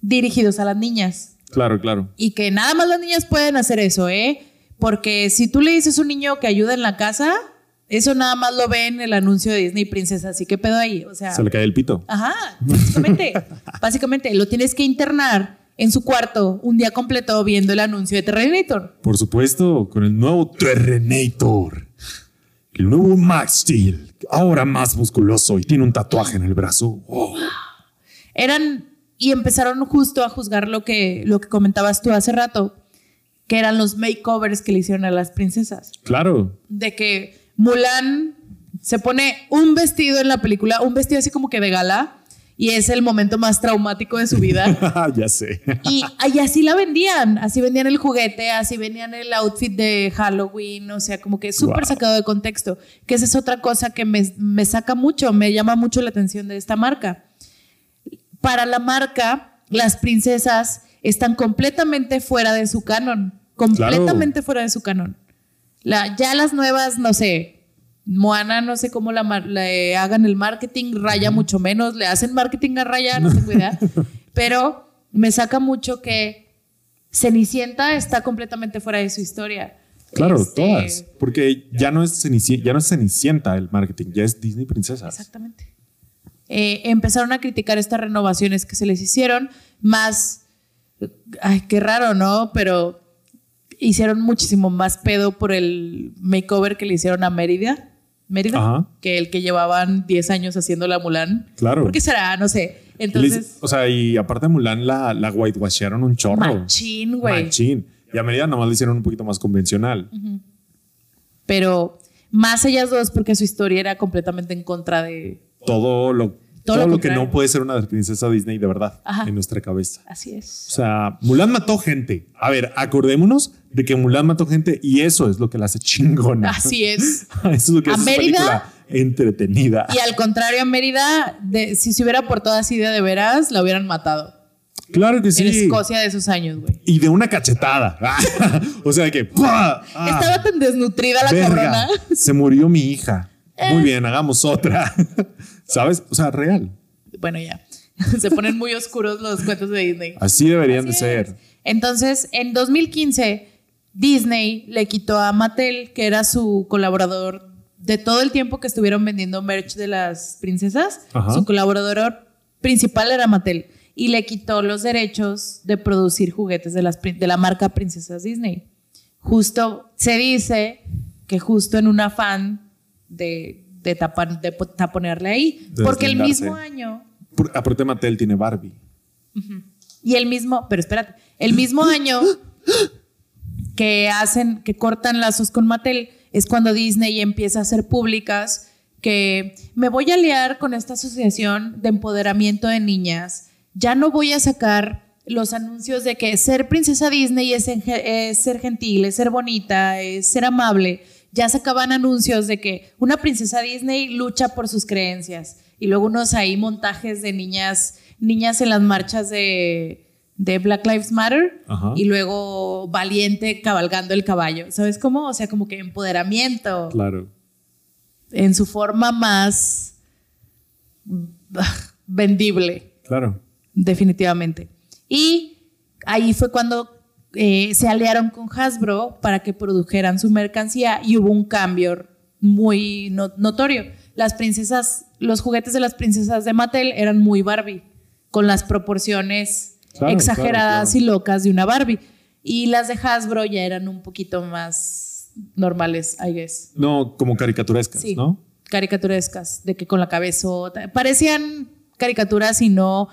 Speaker 3: dirigidos a las niñas.
Speaker 1: Claro, claro.
Speaker 3: Y que nada más las niñas pueden hacer eso, ¿eh? Porque si tú le dices a un niño que ayuda en la casa, eso nada más lo ve en el anuncio de Disney Princesa. Así que pedo ahí. O sea,
Speaker 1: Se le cae el pito.
Speaker 3: ajá, básicamente. básicamente, lo tienes que internar en su cuarto un día completo viendo el anuncio de Terminator.
Speaker 1: Por supuesto, con el nuevo Terrenator. El nuevo Max Steel. Ahora más musculoso y tiene un tatuaje en el brazo. Oh,
Speaker 3: Eran. Y empezaron justo a juzgar lo que, lo que comentabas tú hace rato, que eran los makeovers que le hicieron a las princesas.
Speaker 1: claro.
Speaker 3: de que Mulan se pone un vestido en la película, un vestido así como que de gala, y es el momento más traumático de su vida.
Speaker 1: ya sé.
Speaker 3: Y, y así la vendían, así vendían el juguete, así vendían el outfit de Halloween, o sea, como que súper
Speaker 1: Guau.
Speaker 3: sacado de contexto, que esa es otra cosa que me, me saca mucho, me llama mucho la atención de esta marca. Para la marca, las princesas están completamente fuera de su canon, completamente fuera de su canon. La- ya las nuevas, no sé, Moana, no sé cómo la, mar- le hagan el marketing, Raya mucho menos, le hacen marketing a Raya, no tengo idea. Pero me saca mucho que Cenicienta está completamente fuera de su historia.
Speaker 1: Claro,
Speaker 3: Este,
Speaker 1: todas. Porque ya no, es Cenici- ya no es Cenicienta el marketing, ya es Disney Princesas.
Speaker 3: Exactamente. Eh, empezaron a criticar estas renovaciones que se les hicieron, más, ay, qué raro, ¿no? Pero hicieron muchísimo más pedo por el makeover que le hicieron a Mérida, Mérida,
Speaker 1: Ajá.
Speaker 3: que el que llevaban 10 años haciendo la Mulan.
Speaker 1: Claro.
Speaker 3: ¿Por qué será? No sé.
Speaker 1: Les-
Speaker 3: Entonces,
Speaker 1: o sea, y aparte de Mulan la, la whitewashearon un chorro.
Speaker 3: machín, güey.
Speaker 1: Machín. Y a medida nomás le hicieron un poquito más convencional.
Speaker 3: Pero más ellas dos, porque su historia era completamente en contra de.
Speaker 1: Todo lo, todo
Speaker 3: lo
Speaker 1: lo, que
Speaker 3: contrario.
Speaker 1: no puede ser una princesa Disney de verdad
Speaker 3: Ajá.
Speaker 1: en nuestra cabeza.
Speaker 3: Así
Speaker 1: O
Speaker 3: es.
Speaker 1: sea, Mulan mató gente. A ver, acordémonos de que Mulan mató gente y eso es lo que la hace chingona.
Speaker 3: Así es.
Speaker 1: eso es lo que
Speaker 3: ¿A
Speaker 1: hace su
Speaker 3: Mérida?
Speaker 1: película entretenida.
Speaker 3: Y al contrario, a Mérida, de- si se hubiera portado así de, de veras, la hubieran matado.
Speaker 1: Claro que sí.
Speaker 3: En Escocia de esos años, güey.
Speaker 1: y de una cachetada. o sea que ¡pua! ¡Ah!
Speaker 3: Estaba tan desnutrida la
Speaker 1: Verga,
Speaker 3: cabrona. Eh.
Speaker 1: Se murió mi hija. Muy bien, hagamos otra. ¿Sabes? O sea, real.
Speaker 3: Bueno, ya. se ponen muy oscuros los cuentos de Disney.
Speaker 1: Así deberían
Speaker 3: Así
Speaker 1: de
Speaker 3: es.
Speaker 1: ser.
Speaker 3: Entonces, en 2015, Disney le quitó a Mattel, que era su colaborador de todo el tiempo que estuvieron vendiendo merch de las princesas.
Speaker 1: Ajá.
Speaker 3: Su colaborador principal era Mattel. Y le quitó los derechos de producir juguetes de, las, prin- de la marca Princesas Disney. Justo, se dice que justo en un afán de, de, tapar- de po- taponearle ahí.
Speaker 1: De
Speaker 3: porque el
Speaker 1: deslindarse.
Speaker 3: mismo año
Speaker 1: Por- Aparte, Mattel tiene Barbie.
Speaker 3: y el mismo, pero espérate, el mismo año que hacen, que cortan lazos con Mattel, es cuando Disney empieza a hacer públicas que me voy a aliar con esta asociación de empoderamiento de niñas. Ya no voy a sacar los anuncios de que ser princesa Disney es, en- es ser gentil, es ser bonita, es ser amable. Ya sacaban anuncios de que una princesa Disney lucha por sus creencias. Y luego unos ahí montajes de niñas, niñas en las marchas de, de Black Lives Matter
Speaker 1: Ajá.
Speaker 3: y luego valiente cabalgando el caballo. ¿Sabes cómo? O sea, como que empoderamiento
Speaker 1: Claro.
Speaker 3: en su forma más ah, vendible,
Speaker 1: Claro.
Speaker 3: definitivamente. Y ahí fue cuando eh, se aliaron con Hasbro para que produjeran su mercancía y hubo un cambio muy no- notorio. Las princesas, los juguetes de las princesas de Mattel eran muy Barbie, con las proporciones
Speaker 1: Claro,
Speaker 3: exageradas
Speaker 1: claro,
Speaker 3: y locas de una Barbie. Y las de Hasbro ya eran un poquito más normales, I guess.
Speaker 1: No, como caricaturescas,
Speaker 3: Sí.
Speaker 1: ¿no?
Speaker 3: Caricaturescas, de que con la cabezota. Parecían caricaturas y no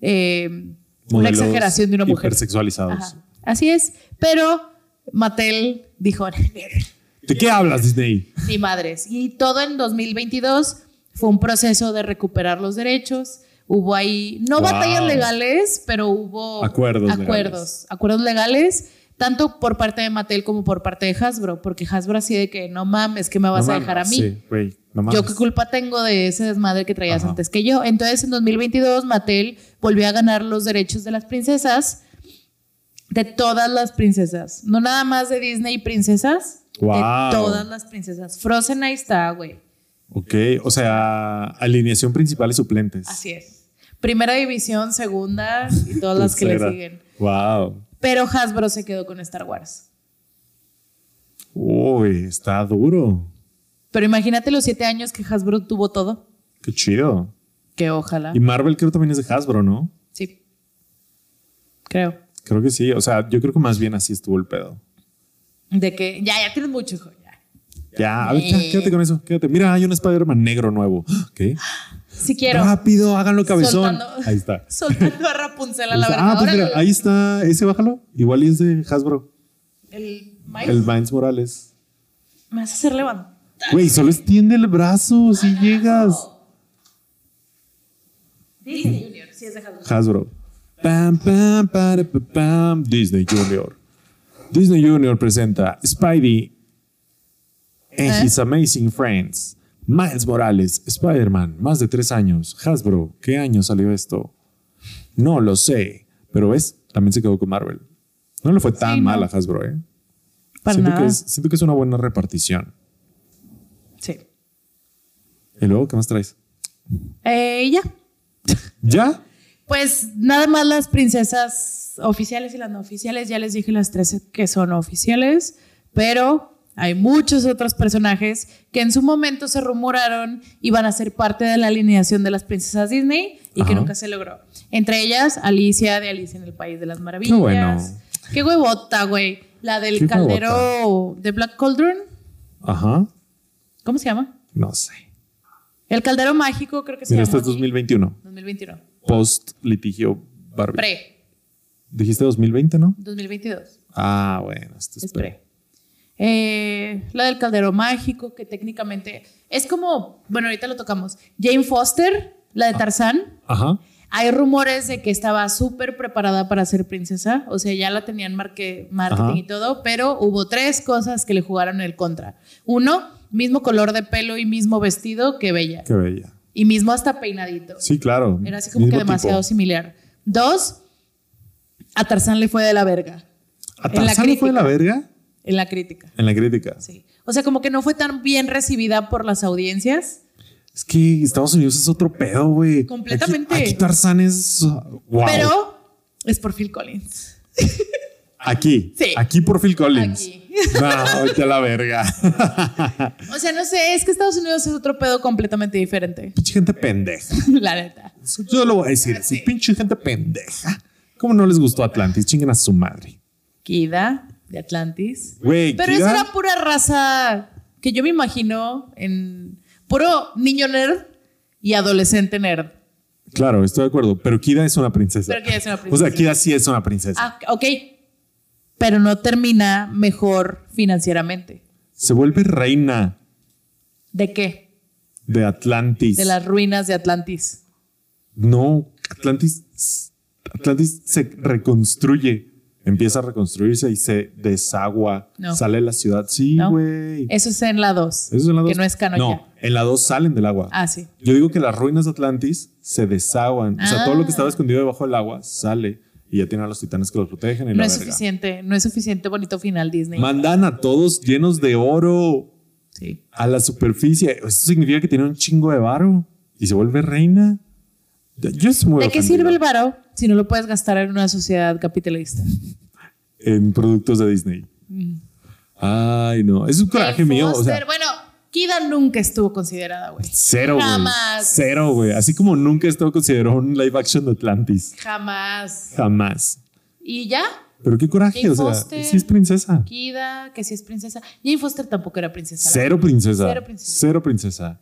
Speaker 3: eh, una
Speaker 1: Modelos
Speaker 3: exageración de una mujer.
Speaker 1: Hipersexualizados.
Speaker 3: Ajá, Así es. Pero Mattel dijo,
Speaker 1: ¿De qué hablas, Disney?
Speaker 3: ni madres. Y todo en 2022 fue un proceso de recuperar los derechos. Hubo ahí, no
Speaker 1: Wow.
Speaker 3: batallas legales, pero hubo
Speaker 1: Acuerdos legales.
Speaker 3: acuerdos, acuerdos legales tanto por parte de Mattel como por parte de Hasbro, porque Hasbro así de que no mames, que me vas
Speaker 1: No
Speaker 3: a dejar a
Speaker 1: mames,
Speaker 3: mí.
Speaker 1: Sí, güey, no mames.
Speaker 3: Yo qué culpa tengo de ese desmadre que traías
Speaker 1: Ajá.
Speaker 3: antes que yo. Entonces en 2022 Mattel volvió a ganar los derechos de las princesas, de todas las princesas, no nada más de Disney princesas,
Speaker 1: Guau.
Speaker 3: de todas las princesas. Frozen ahí está, güey.
Speaker 1: Ok, o sea, alineación principal y suplentes.
Speaker 3: Así es. Primera división, segunda y todas las que le siguen.
Speaker 1: Wow.
Speaker 3: Pero Hasbro se quedó con Star Wars.
Speaker 1: Uy, está duro.
Speaker 3: Pero imagínate los siete años que Hasbro tuvo todo.
Speaker 1: Qué chido.
Speaker 3: Que ojalá.
Speaker 1: Y Marvel creo también es de Hasbro, ¿no?
Speaker 3: Sí. Creo.
Speaker 1: Creo que sí. O sea, yo creo que más bien así estuvo el pedo.
Speaker 3: De que ya, ya tienes mucho, hijo. ya.
Speaker 1: Ya, a ver, ya,
Speaker 3: Eh.
Speaker 1: quédate con eso, quédate. Mira, hay un Spider-Man negro nuevo. ¿Qué?
Speaker 3: Si quiero.
Speaker 1: Ah, Rápido, háganlo cabezón.
Speaker 3: Soltando-
Speaker 1: Ahí está.
Speaker 3: Soltando a Rapunzel a la verdad.
Speaker 1: ah, pues mira, ahí está. Ese bájalo. Igual y es de Hasbro.
Speaker 3: El Mike
Speaker 1: El Vines Morales.
Speaker 3: me vas a hacer levantar.
Speaker 1: Güey, solo extiende el brazo si llegas.
Speaker 3: Disney Junior, sí es de Hasbro.
Speaker 1: Hasbro. Pam, pam, para, pa, pam. Disney Junior. Disney Junior presenta Spidey and
Speaker 3: ¿Eh?
Speaker 1: His Amazing Friends. Miles Morales, Spider-Man, más de tres años. Hasbro, ¿qué año salió esto? No lo sé. Pero ves, también se quedó con Marvel. No le fue tan
Speaker 3: no.
Speaker 1: mal a Hasbro, ¿eh?
Speaker 3: Para
Speaker 1: siento,
Speaker 3: nada.
Speaker 1: Que es, siento que es una buena repartición.
Speaker 3: Sí.
Speaker 1: ¿Y luego qué más traes?
Speaker 3: Eh, y ya.
Speaker 1: ¿Ya?
Speaker 3: Pues nada más las princesas oficiales y las no oficiales. Ya les dije las tres que son oficiales, pero hay muchos otros personajes que en su momento se rumoraron iban a ser parte de la alineación de las princesas Disney y
Speaker 1: Ajá.
Speaker 3: que nunca se logró. Entre ellas, Alicia de Alicia en el País de las Maravillas.
Speaker 1: Qué bueno.
Speaker 3: Qué huevota, güey. La del
Speaker 1: Qué huevota.
Speaker 3: caldero de Black Cauldron.
Speaker 1: Ajá.
Speaker 3: ¿Cómo se llama?
Speaker 1: No sé.
Speaker 3: El caldero mágico, creo que se
Speaker 1: Mira,
Speaker 3: llama.
Speaker 1: este es 2021.
Speaker 3: 2021.
Speaker 1: Post litigio Barbie.
Speaker 3: Pre.
Speaker 1: Dijiste 2020, ¿no?
Speaker 3: 2022.
Speaker 1: Ah, bueno, este es
Speaker 3: Espera.
Speaker 1: pre.
Speaker 3: Eh, la del caldero mágico, que técnicamente es como, bueno, ahorita lo tocamos. Jane Foster, la de
Speaker 1: Ah.
Speaker 3: Tarzán.
Speaker 1: Ajá.
Speaker 3: Hay rumores de que estaba súper preparada para ser princesa, o sea, ya la tenían marque- marketing
Speaker 1: Ajá.
Speaker 3: y todo, pero hubo tres cosas que le jugaron el contra. Uno, mismo color de pelo y mismo vestido que Bella,
Speaker 1: Qué bella.
Speaker 3: y mismo hasta peinadito.
Speaker 1: Sí, claro.
Speaker 3: Era así como
Speaker 1: Mismo
Speaker 3: que demasiado
Speaker 1: tipo.
Speaker 3: similar. Dos, a Tarzán le fue de la verga
Speaker 1: ¿A
Speaker 3: en la
Speaker 1: Tarzán le fue la
Speaker 3: crítica.
Speaker 1: verga?
Speaker 3: en la crítica.
Speaker 1: En la crítica.
Speaker 3: Sí. O sea, como que no fue tan bien recibida por las audiencias.
Speaker 1: Es que Estados Unidos es otro pedo, güey. Aquí-
Speaker 3: Completamente.
Speaker 1: Aquí, Tarzán es. Wow.
Speaker 3: Pero es por Phil Collins.
Speaker 1: Aquí.
Speaker 3: Sí.
Speaker 1: Aquí por Phil Collins.
Speaker 3: Aquí.
Speaker 1: No, vete a la verga.
Speaker 3: O sea, no sé, es que Estados Unidos es otro pedo completamente diferente.
Speaker 1: Pinche gente pendeja.
Speaker 3: La neta.
Speaker 1: Yo lo voy a
Speaker 3: Ah,
Speaker 1: decir así. Pinche gente pendeja. ¿Cómo no les gustó Atlantis? Chinguen a su madre.
Speaker 3: Kida de Atlantis.
Speaker 1: Güey,
Speaker 3: Pero
Speaker 1: Kira-
Speaker 3: esa era pura raza que yo me imagino en puro niño nerd y adolescente nerd.
Speaker 1: Claro, estoy de acuerdo. Pero Kida es una princesa.
Speaker 3: Pero Kida es una
Speaker 1: O sea,
Speaker 3: princesa.
Speaker 1: Kida sí es una princesa.
Speaker 3: Ah, ok. Pero no termina mejor financieramente.
Speaker 1: Se vuelve reina
Speaker 3: ¿De qué?
Speaker 1: de Atlantis.
Speaker 3: De las ruinas de Atlantis.
Speaker 1: No, Atlantis. Atlantis se reconstruye. Empieza a reconstruirse y se desagua.
Speaker 3: No.
Speaker 1: Sale de la ciudad. Sí,
Speaker 3: No.
Speaker 1: güey.
Speaker 3: Eso es en la 2.
Speaker 1: Eso es en la
Speaker 3: Que
Speaker 1: dos.
Speaker 3: no es canon ya.
Speaker 1: No, en la 2 salen del agua.
Speaker 3: Ah, sí.
Speaker 1: Yo digo que las ruinas de Atlantis se desaguan. O sea, todo lo que
Speaker 3: Ah.
Speaker 1: estaba escondido debajo del agua sale y ya tienen a los titanes que los protegen. Y
Speaker 3: No
Speaker 1: la
Speaker 3: es
Speaker 1: verga.
Speaker 3: suficiente, no es suficiente bonito final Disney.
Speaker 1: Mandan a todos llenos de oro
Speaker 3: Sí.
Speaker 1: a la superficie. Eso significa que tiene un chingo de varo y se vuelve reina. Ya- Yo estoy muy
Speaker 3: ¿De qué
Speaker 1: ofendido
Speaker 3: sirve el varo si no lo puedes gastar en una sociedad capitalista?
Speaker 1: En productos de Disney. Ay, no. Es un coraje
Speaker 3: Jane
Speaker 1: mío. O sea,
Speaker 3: Mm. Foster, bueno, Kida nunca estuvo considerada, güey.
Speaker 1: cero, güey.
Speaker 3: Jamás.
Speaker 1: Cero, güey. Así como nunca estuvo considerado un live action de Atlantis.
Speaker 3: Jamás.
Speaker 1: Jamás.
Speaker 3: ¿Y ya?
Speaker 1: Pero qué coraje,
Speaker 3: Jane
Speaker 1: o sea,
Speaker 3: Foster.
Speaker 1: sí es princesa.
Speaker 3: Kida, que sí es princesa. Jane Foster tampoco era princesa. la
Speaker 1: Cero princesa.
Speaker 3: Cero princesa.
Speaker 1: Cero princesa.
Speaker 3: verdad.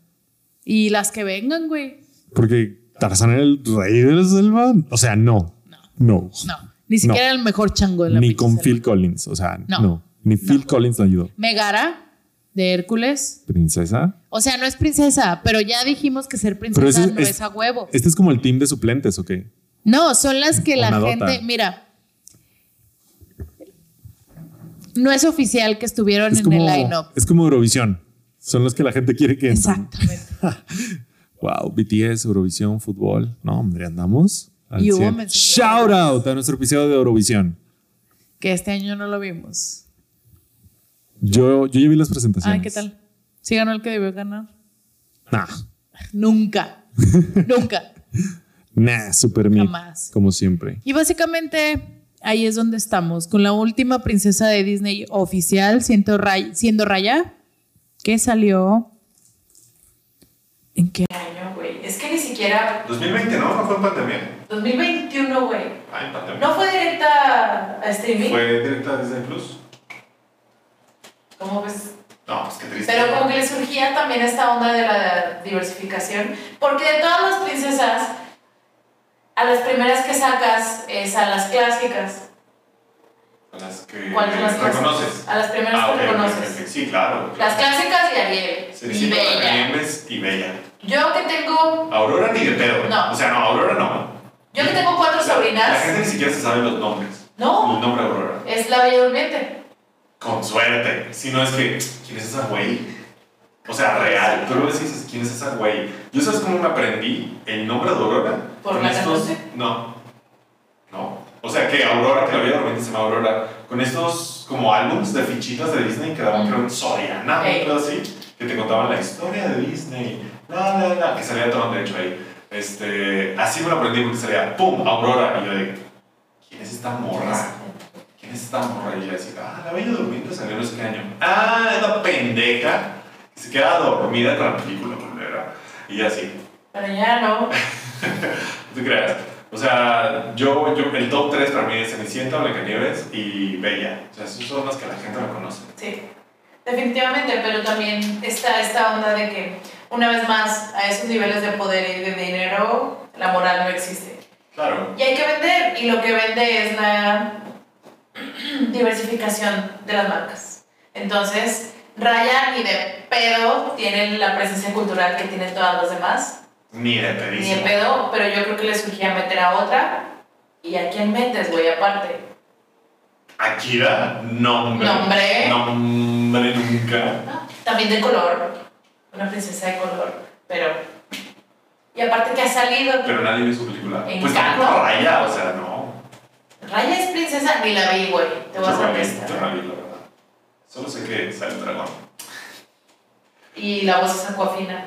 Speaker 3: Y las que vengan, güey.
Speaker 1: Porque Tarzán era el rey de la selva. O sea, no. No.
Speaker 3: No. Ni siquiera era el mejor chango en la
Speaker 1: Ni
Speaker 3: pinche
Speaker 1: con
Speaker 3: selva.
Speaker 1: Phil Collins. O sea, no.
Speaker 3: No.
Speaker 1: Ni Phil Collins la ayudó.
Speaker 3: Megara, de Hércules.
Speaker 1: Princesa.
Speaker 3: O sea, no es princesa, pero ya dijimos que ser
Speaker 1: Pero
Speaker 3: princesa
Speaker 1: ese-
Speaker 3: no
Speaker 1: es-
Speaker 3: es a huevo.
Speaker 1: Este es como el team de suplentes, ¿ok?
Speaker 3: No, son las que la
Speaker 1: Monadota.
Speaker 3: gente. Mira. No es oficial que estuvieron
Speaker 1: Es
Speaker 3: en
Speaker 1: como,
Speaker 3: el line-up.
Speaker 1: es como Eurovisión. Son los que la gente quiere que entren.
Speaker 3: Exactamente.
Speaker 1: Wow, BTS, Eurovisión, fútbol. No, hombre, andamos. al
Speaker 3: Y hubo
Speaker 1: 100.
Speaker 3: mensajes.
Speaker 1: Shout out a nuestro episodio de Eurovisión.
Speaker 3: Que este año no lo vimos.
Speaker 1: Yo, yo ya vi las presentaciones.
Speaker 3: Ay, ¿qué tal? Sí ganó el que debió ganar.
Speaker 1: Nah,
Speaker 3: Nunca. Nunca.
Speaker 1: nah, super mid,
Speaker 3: Jamás.
Speaker 1: Como siempre.
Speaker 3: Y básicamente ahí es donde estamos, con la última princesa de Disney oficial, siendo, Ray- siendo Raya, que salió. ¿En qué?
Speaker 2: año, güey. Es que ni siquiera.
Speaker 6: 2020 no, no fue en pandemia.
Speaker 2: 2021, güey.
Speaker 6: Ah, en pandemia.
Speaker 2: No fue directa a streaming.
Speaker 6: Fue directa a Disney Plus.
Speaker 2: ¿Cómo ves?
Speaker 6: No, pues qué triste.
Speaker 2: Pero como que le surgía también esta onda de la diversificación, porque de todas las princesas, a las primeras que sacas es a las clásicas.
Speaker 6: A las que
Speaker 2: ¿Cuáles son las clásicas?
Speaker 6: reconoces.
Speaker 2: A las primeras
Speaker 6: Ah,
Speaker 2: que
Speaker 6: ok,
Speaker 2: reconoces.
Speaker 6: ok, ok. Sí, claro. claro.
Speaker 2: Las clásicas y Ariel. y
Speaker 6: Cenicienta,
Speaker 2: Bella.
Speaker 6: Nieves y Bella.
Speaker 2: Yo que tengo.
Speaker 6: Aurora ni de pedo.
Speaker 2: No.
Speaker 6: O sea, no, Aurora no.
Speaker 2: Yo que tengo cuatro
Speaker 6: La
Speaker 2: sobrinas.
Speaker 6: gente ni siquiera se sabe los nombres.
Speaker 2: No.
Speaker 6: El nombre de Aurora.
Speaker 2: Es la Bella Durmiente.
Speaker 6: Con suerte. Si no es que, ¿quién es esa güey? O sea, real. Tú lo ves y dices, ¿quién es esa güey? Yo sabes cómo me aprendí el nombre de Aurora.
Speaker 2: ¿Por
Speaker 6: Con
Speaker 2: la
Speaker 6: estos...
Speaker 2: cantante?
Speaker 6: No. No. O sea, que Aurora, que la vida de repente se llama Aurora, con estos como álbums de fichitas de Disney que daban, creo, en Soriana,
Speaker 2: Ey.
Speaker 6: o así, que te contaban la historia de Disney. La, la, la, que salía todo de hecho ahí. Este, así me lo aprendí porque salía, ¡pum! Aurora. Y yo de, ¿quién es esta morra? ¿Quién es esta morra? Y yo decía, ah, la Bella Durmiente salió no sé qué año. Ah, es la pendeja que se queda dormida con la película, culera. Y así,
Speaker 2: Pero ya no.
Speaker 6: no te creas. O sea, yo, yo, el top 3 para mí es Cenicienta, Blancanieves y Bella. O sea, esas son las que la gente no conoce.
Speaker 2: Sí, definitivamente, pero también está esta onda de que una vez más a esos niveles de poder y de dinero la moral no existe.
Speaker 6: Claro.
Speaker 2: Y hay que vender y lo que vende es la diversificación de las marcas. Entonces, Raya ni de pedo tiene la presencia cultural que tienen todas las demás,
Speaker 6: Ni de
Speaker 2: ni de
Speaker 6: pedísimo.
Speaker 2: pedo, pero yo creo que le surgía meter a otra. ¿Y a quién metes, güey, aparte?
Speaker 6: Akira, nombre.
Speaker 2: Nombre.
Speaker 6: Nombre nunca.
Speaker 2: También de color, una princesa de color, pero... Y aparte que ha salido...
Speaker 6: Pero nadie ve su película.
Speaker 2: En
Speaker 6: Pues
Speaker 2: Cannes.
Speaker 6: tampoco Raya, o sea, no.
Speaker 2: Raya es princesa, ni la vi, güey, te voy a
Speaker 6: Yo no
Speaker 2: hacer
Speaker 6: vi, yo no
Speaker 2: pista.
Speaker 6: vi, la verdad. Solo sé que sale el dragón.
Speaker 2: Y la voz es Aquafina,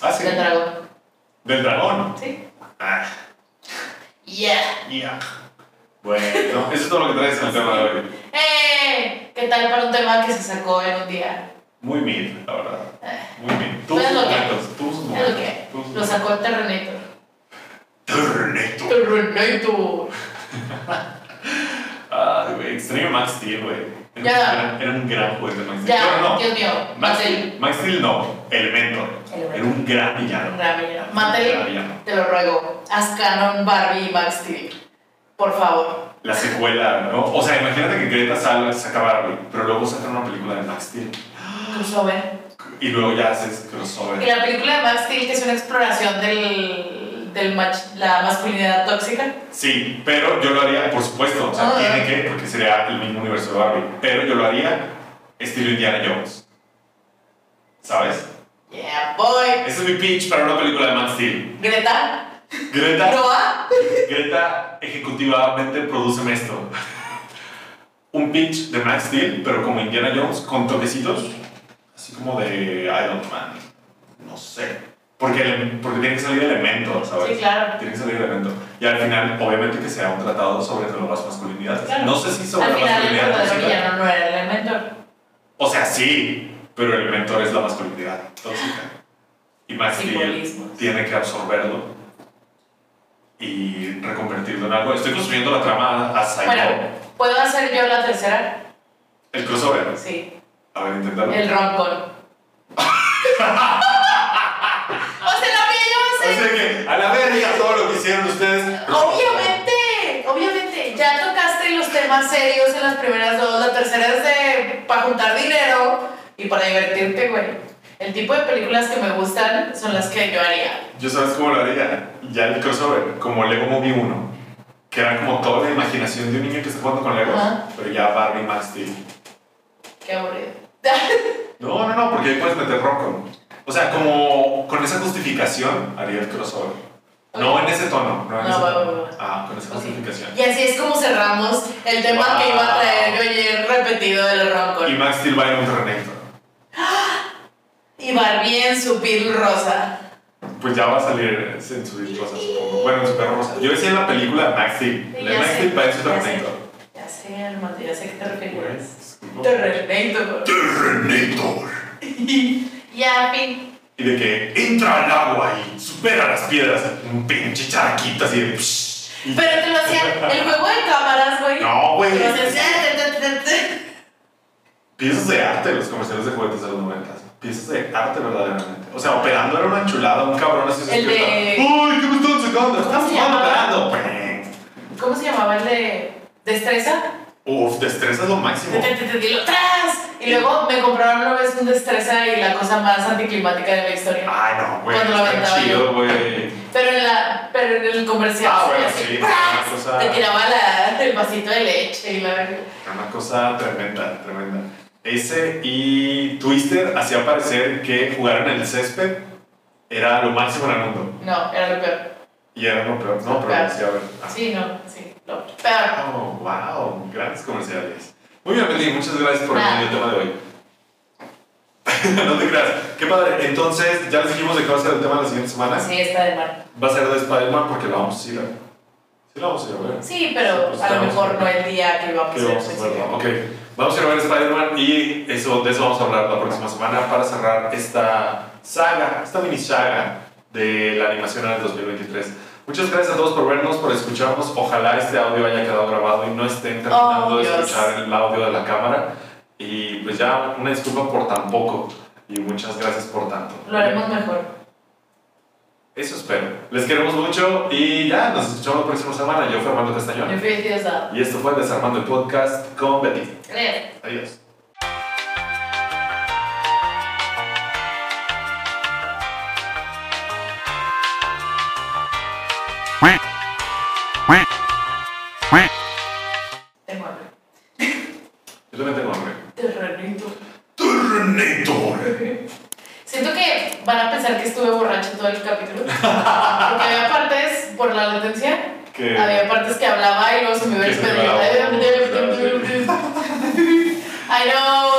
Speaker 6: Ah, sí.
Speaker 2: del dragón,
Speaker 6: Del dragón.
Speaker 2: ¿sí?
Speaker 6: Ah.
Speaker 2: ¡Yeah!
Speaker 6: Ya. Bueno, eso es todo lo que traes en el tema de hoy.
Speaker 2: ¡Eh! ¿Qué tal para un tema que se sacó en un día?
Speaker 6: Muy mid, la verdad. Muy mid. Tuvo
Speaker 2: Pues
Speaker 6: sus
Speaker 2: lo que-
Speaker 6: momentos, tuvo sus
Speaker 2: Es lo
Speaker 6: momentos.
Speaker 2: que
Speaker 6: tuvo sus
Speaker 2: lo sacó el terrenito.
Speaker 6: momentos. Terrenator.
Speaker 2: ¡Terrenito!
Speaker 6: Ay, güey, extraño Max Steel, güey. Era,
Speaker 2: Ya.
Speaker 6: un gran- era un gran juego de Max Steel.
Speaker 2: Ya,
Speaker 6: Pero no,
Speaker 2: Dios mío,
Speaker 6: Max
Speaker 2: Mattel.
Speaker 6: Steel, Max Steel no, Elementor.
Speaker 2: Elementor.
Speaker 6: Era un gran villano.
Speaker 2: Un gran villano.
Speaker 6: Un gran
Speaker 2: Mattel,
Speaker 6: villano.
Speaker 2: te lo ruego, haz canon Barbie y Max Steel, por favor.
Speaker 6: La secuela, ¿no? O sea, imagínate que Greta Sal saca Barbie, pero luego sacan una película de Max Steel.
Speaker 2: Crossover.
Speaker 6: Y luego ya haces
Speaker 2: Y
Speaker 6: crossover.
Speaker 2: la película de Max Steel, que es una exploración del, del mach- la masculinidad tóxica.
Speaker 6: Sí, pero yo lo haría, por supuesto, o sea,
Speaker 2: Ah.
Speaker 6: tiene que, porque sería el mismo universo de Barbie, pero yo lo haría estilo Indiana Jones. ¿Sabes?
Speaker 2: Yeah, boy.
Speaker 6: Ese es mi pitch para una película de Max Steel.
Speaker 2: Greta,
Speaker 6: Greta,
Speaker 2: Noah.
Speaker 6: Greta ejecutivamente produceme esto. Un pitch de Max Steel, pero como Indiana Jones, con toquecitos, así como de Iron Man. No sé. Porque, ele- porque tiene que salir elemento, ¿sabes?
Speaker 2: Sí, claro.
Speaker 6: Tiene que salir elemento. Y al final, obviamente, que sea un tratado sobre las masculinidades.
Speaker 2: Claro.
Speaker 6: No sé si sobre
Speaker 2: Al
Speaker 6: la
Speaker 2: final el
Speaker 6: masculinidad.
Speaker 2: verdadero
Speaker 6: tóxica.
Speaker 2: villano no era el mentor.
Speaker 6: O sea, sí, pero el mentor es la masculinidad tóxica. Y Max Steel
Speaker 2: Simbolismos.
Speaker 6: tiene que absorberlo y reconvertirlo en algo. Estoy construyendo la trama a Psycho.
Speaker 2: Bueno, ¿puedo hacer yo la tercera?
Speaker 6: El crossover.
Speaker 2: Sí.
Speaker 6: A ver, inténtalo.
Speaker 2: El roncon. o sea, la mía
Speaker 6: O
Speaker 2: yo me sé.
Speaker 6: sea que, a la verga todo lo que hicieron ustedes.
Speaker 2: Obviamente, obviamente. Ya tocaste los temas serios en las primeras dos. La tercera es de para juntar dinero y para divertirte, güey. El tipo de películas que me gustan son las que yo haría.
Speaker 6: Yo sabes cómo lo haría. Ya el crossover, como Lego Movie 1. que era como toda la imaginación de un niño que está jugando con Legos,
Speaker 2: Ajá.
Speaker 6: pero ya Barbie Max Steel.
Speaker 2: Qué aburrido.
Speaker 6: No, no, no, porque ahí puedes meter Rocco. O sea, como con esa justificación haría el crossover. No en ese tono, no en
Speaker 2: No,
Speaker 6: ese
Speaker 2: va,
Speaker 6: tono.
Speaker 2: va, va.
Speaker 6: Ah, con esa
Speaker 2: Ok.
Speaker 6: justificación.
Speaker 2: Y así es como cerramos el tema que iba a traer yo ayer repetido del
Speaker 6: Y
Speaker 2: Roncon.
Speaker 6: Max Steel va en un Terrenator.
Speaker 2: Y Barbie en su piel rosa.
Speaker 6: Pues ya va a salir en su rosa, supongo. Bueno, en su perro rosa. Yo decía en la película de Max Steel.
Speaker 2: Sí,
Speaker 6: La
Speaker 2: ya
Speaker 6: de Max
Speaker 2: sé,
Speaker 6: Steel va en su
Speaker 2: ya sé.
Speaker 6: Terrenator.
Speaker 2: Ya sé, hermano, ya sé que te referías.
Speaker 6: Güey,
Speaker 2: Terrenator.
Speaker 6: Terrenator.
Speaker 2: Ya, fin.
Speaker 6: Y de que entra al agua y supera las piedras. Un pinche charquito así de. psh. Y-
Speaker 2: Pero te lo hacían el juego de cámaras, güey.
Speaker 6: No, güey.
Speaker 2: Te lo hacían, ta, ta, ta, ta, ta.
Speaker 6: Piezas de arte, los comerciales de juguetes de los 90. Piezas de arte verdaderamente. O sea, operando era una chulada, un cabrón así se
Speaker 2: El de-
Speaker 6: despierta. ¡Uy, qué me están sacando! ¡Están
Speaker 2: se
Speaker 6: jugando
Speaker 2: llamaba?
Speaker 6: operando! Peng.
Speaker 2: ¿Cómo se llamaba el de destreza?
Speaker 6: Uf, destreza es lo máximo.
Speaker 2: Te, te, te, te, te, lo- ¡Tras! Y luego me compraron una vez un destreza y la cosa más anticlimática de la historia.
Speaker 6: Ay, no, güey.
Speaker 2: Cuando lo
Speaker 6: Está
Speaker 2: aventaba
Speaker 6: chido,
Speaker 2: yo.
Speaker 6: güey.
Speaker 2: Pero en, la, pero en el comercial
Speaker 6: Ah, bueno,
Speaker 2: así,
Speaker 6: sí,
Speaker 2: ¡pras!
Speaker 6: una cosa-
Speaker 2: te tiraba la- el vasito de leche y la verga.
Speaker 6: Una cosa tremenda, tremenda. Ese y Twister hacía parecer que jugar en el césped era lo máximo en el mundo.
Speaker 2: No, era lo peor.
Speaker 6: Y era lo peor. No, pero
Speaker 2: Claro.
Speaker 6: sí, a ver. Ah.
Speaker 2: Sí, no, sí, lo peor.
Speaker 6: Oh, wow, grandes comerciales. Muy bien, Meli, muchas gracias por
Speaker 2: Nada.
Speaker 6: venir el tema de hoy. no te creas. Qué padre. Entonces, ya les dijimos de qué va a ser el tema la siguiente semana.
Speaker 2: Sí, está de mal.
Speaker 6: Va a ser de Spider-Man porque lo vamos a ir a ver. Sí, lo vamos a ir a ver.
Speaker 2: Sí, pero
Speaker 6: Pues
Speaker 2: a lo
Speaker 6: estamos-
Speaker 2: mejor no el día que íbamos a
Speaker 6: ¿Qué
Speaker 2: hacer.
Speaker 6: vamos a hacer? Ok, vamos a ir a ver Spider-Man y eso, de eso vamos a hablar la próxima semana para cerrar esta saga, esta mini saga de la animación en el 2023. Muchas gracias a todos por vernos, por escucharnos. Ojalá este audio haya quedado grabado y no estén terminando
Speaker 2: Oh,
Speaker 6: de
Speaker 2: Dios.
Speaker 6: escuchar el audio de la cámara. Y pues ya, una disculpa por tan poco y muchas gracias por tanto.
Speaker 2: Lo haremos mejor.
Speaker 6: Eso espero. Les queremos mucho y ya, nos escuchamos la próxima semana. Yo, Fernando
Speaker 2: Yo
Speaker 6: Castañón.
Speaker 2: fui dado.
Speaker 6: Y esto fue Desarmando el Podcast con Betty.
Speaker 2: Creo.
Speaker 6: Adiós.
Speaker 2: Tengo hambre.
Speaker 6: Yo también tengo hambre.
Speaker 2: Terrenito.
Speaker 6: Terrenator.
Speaker 2: Siento que van a pensar que estuve borracho todo el capítulo. Porque había partes por la latencia.
Speaker 6: Que-
Speaker 2: Había partes que hablaba y luego se me iba
Speaker 6: Que se me iba la voz.
Speaker 2: el I know.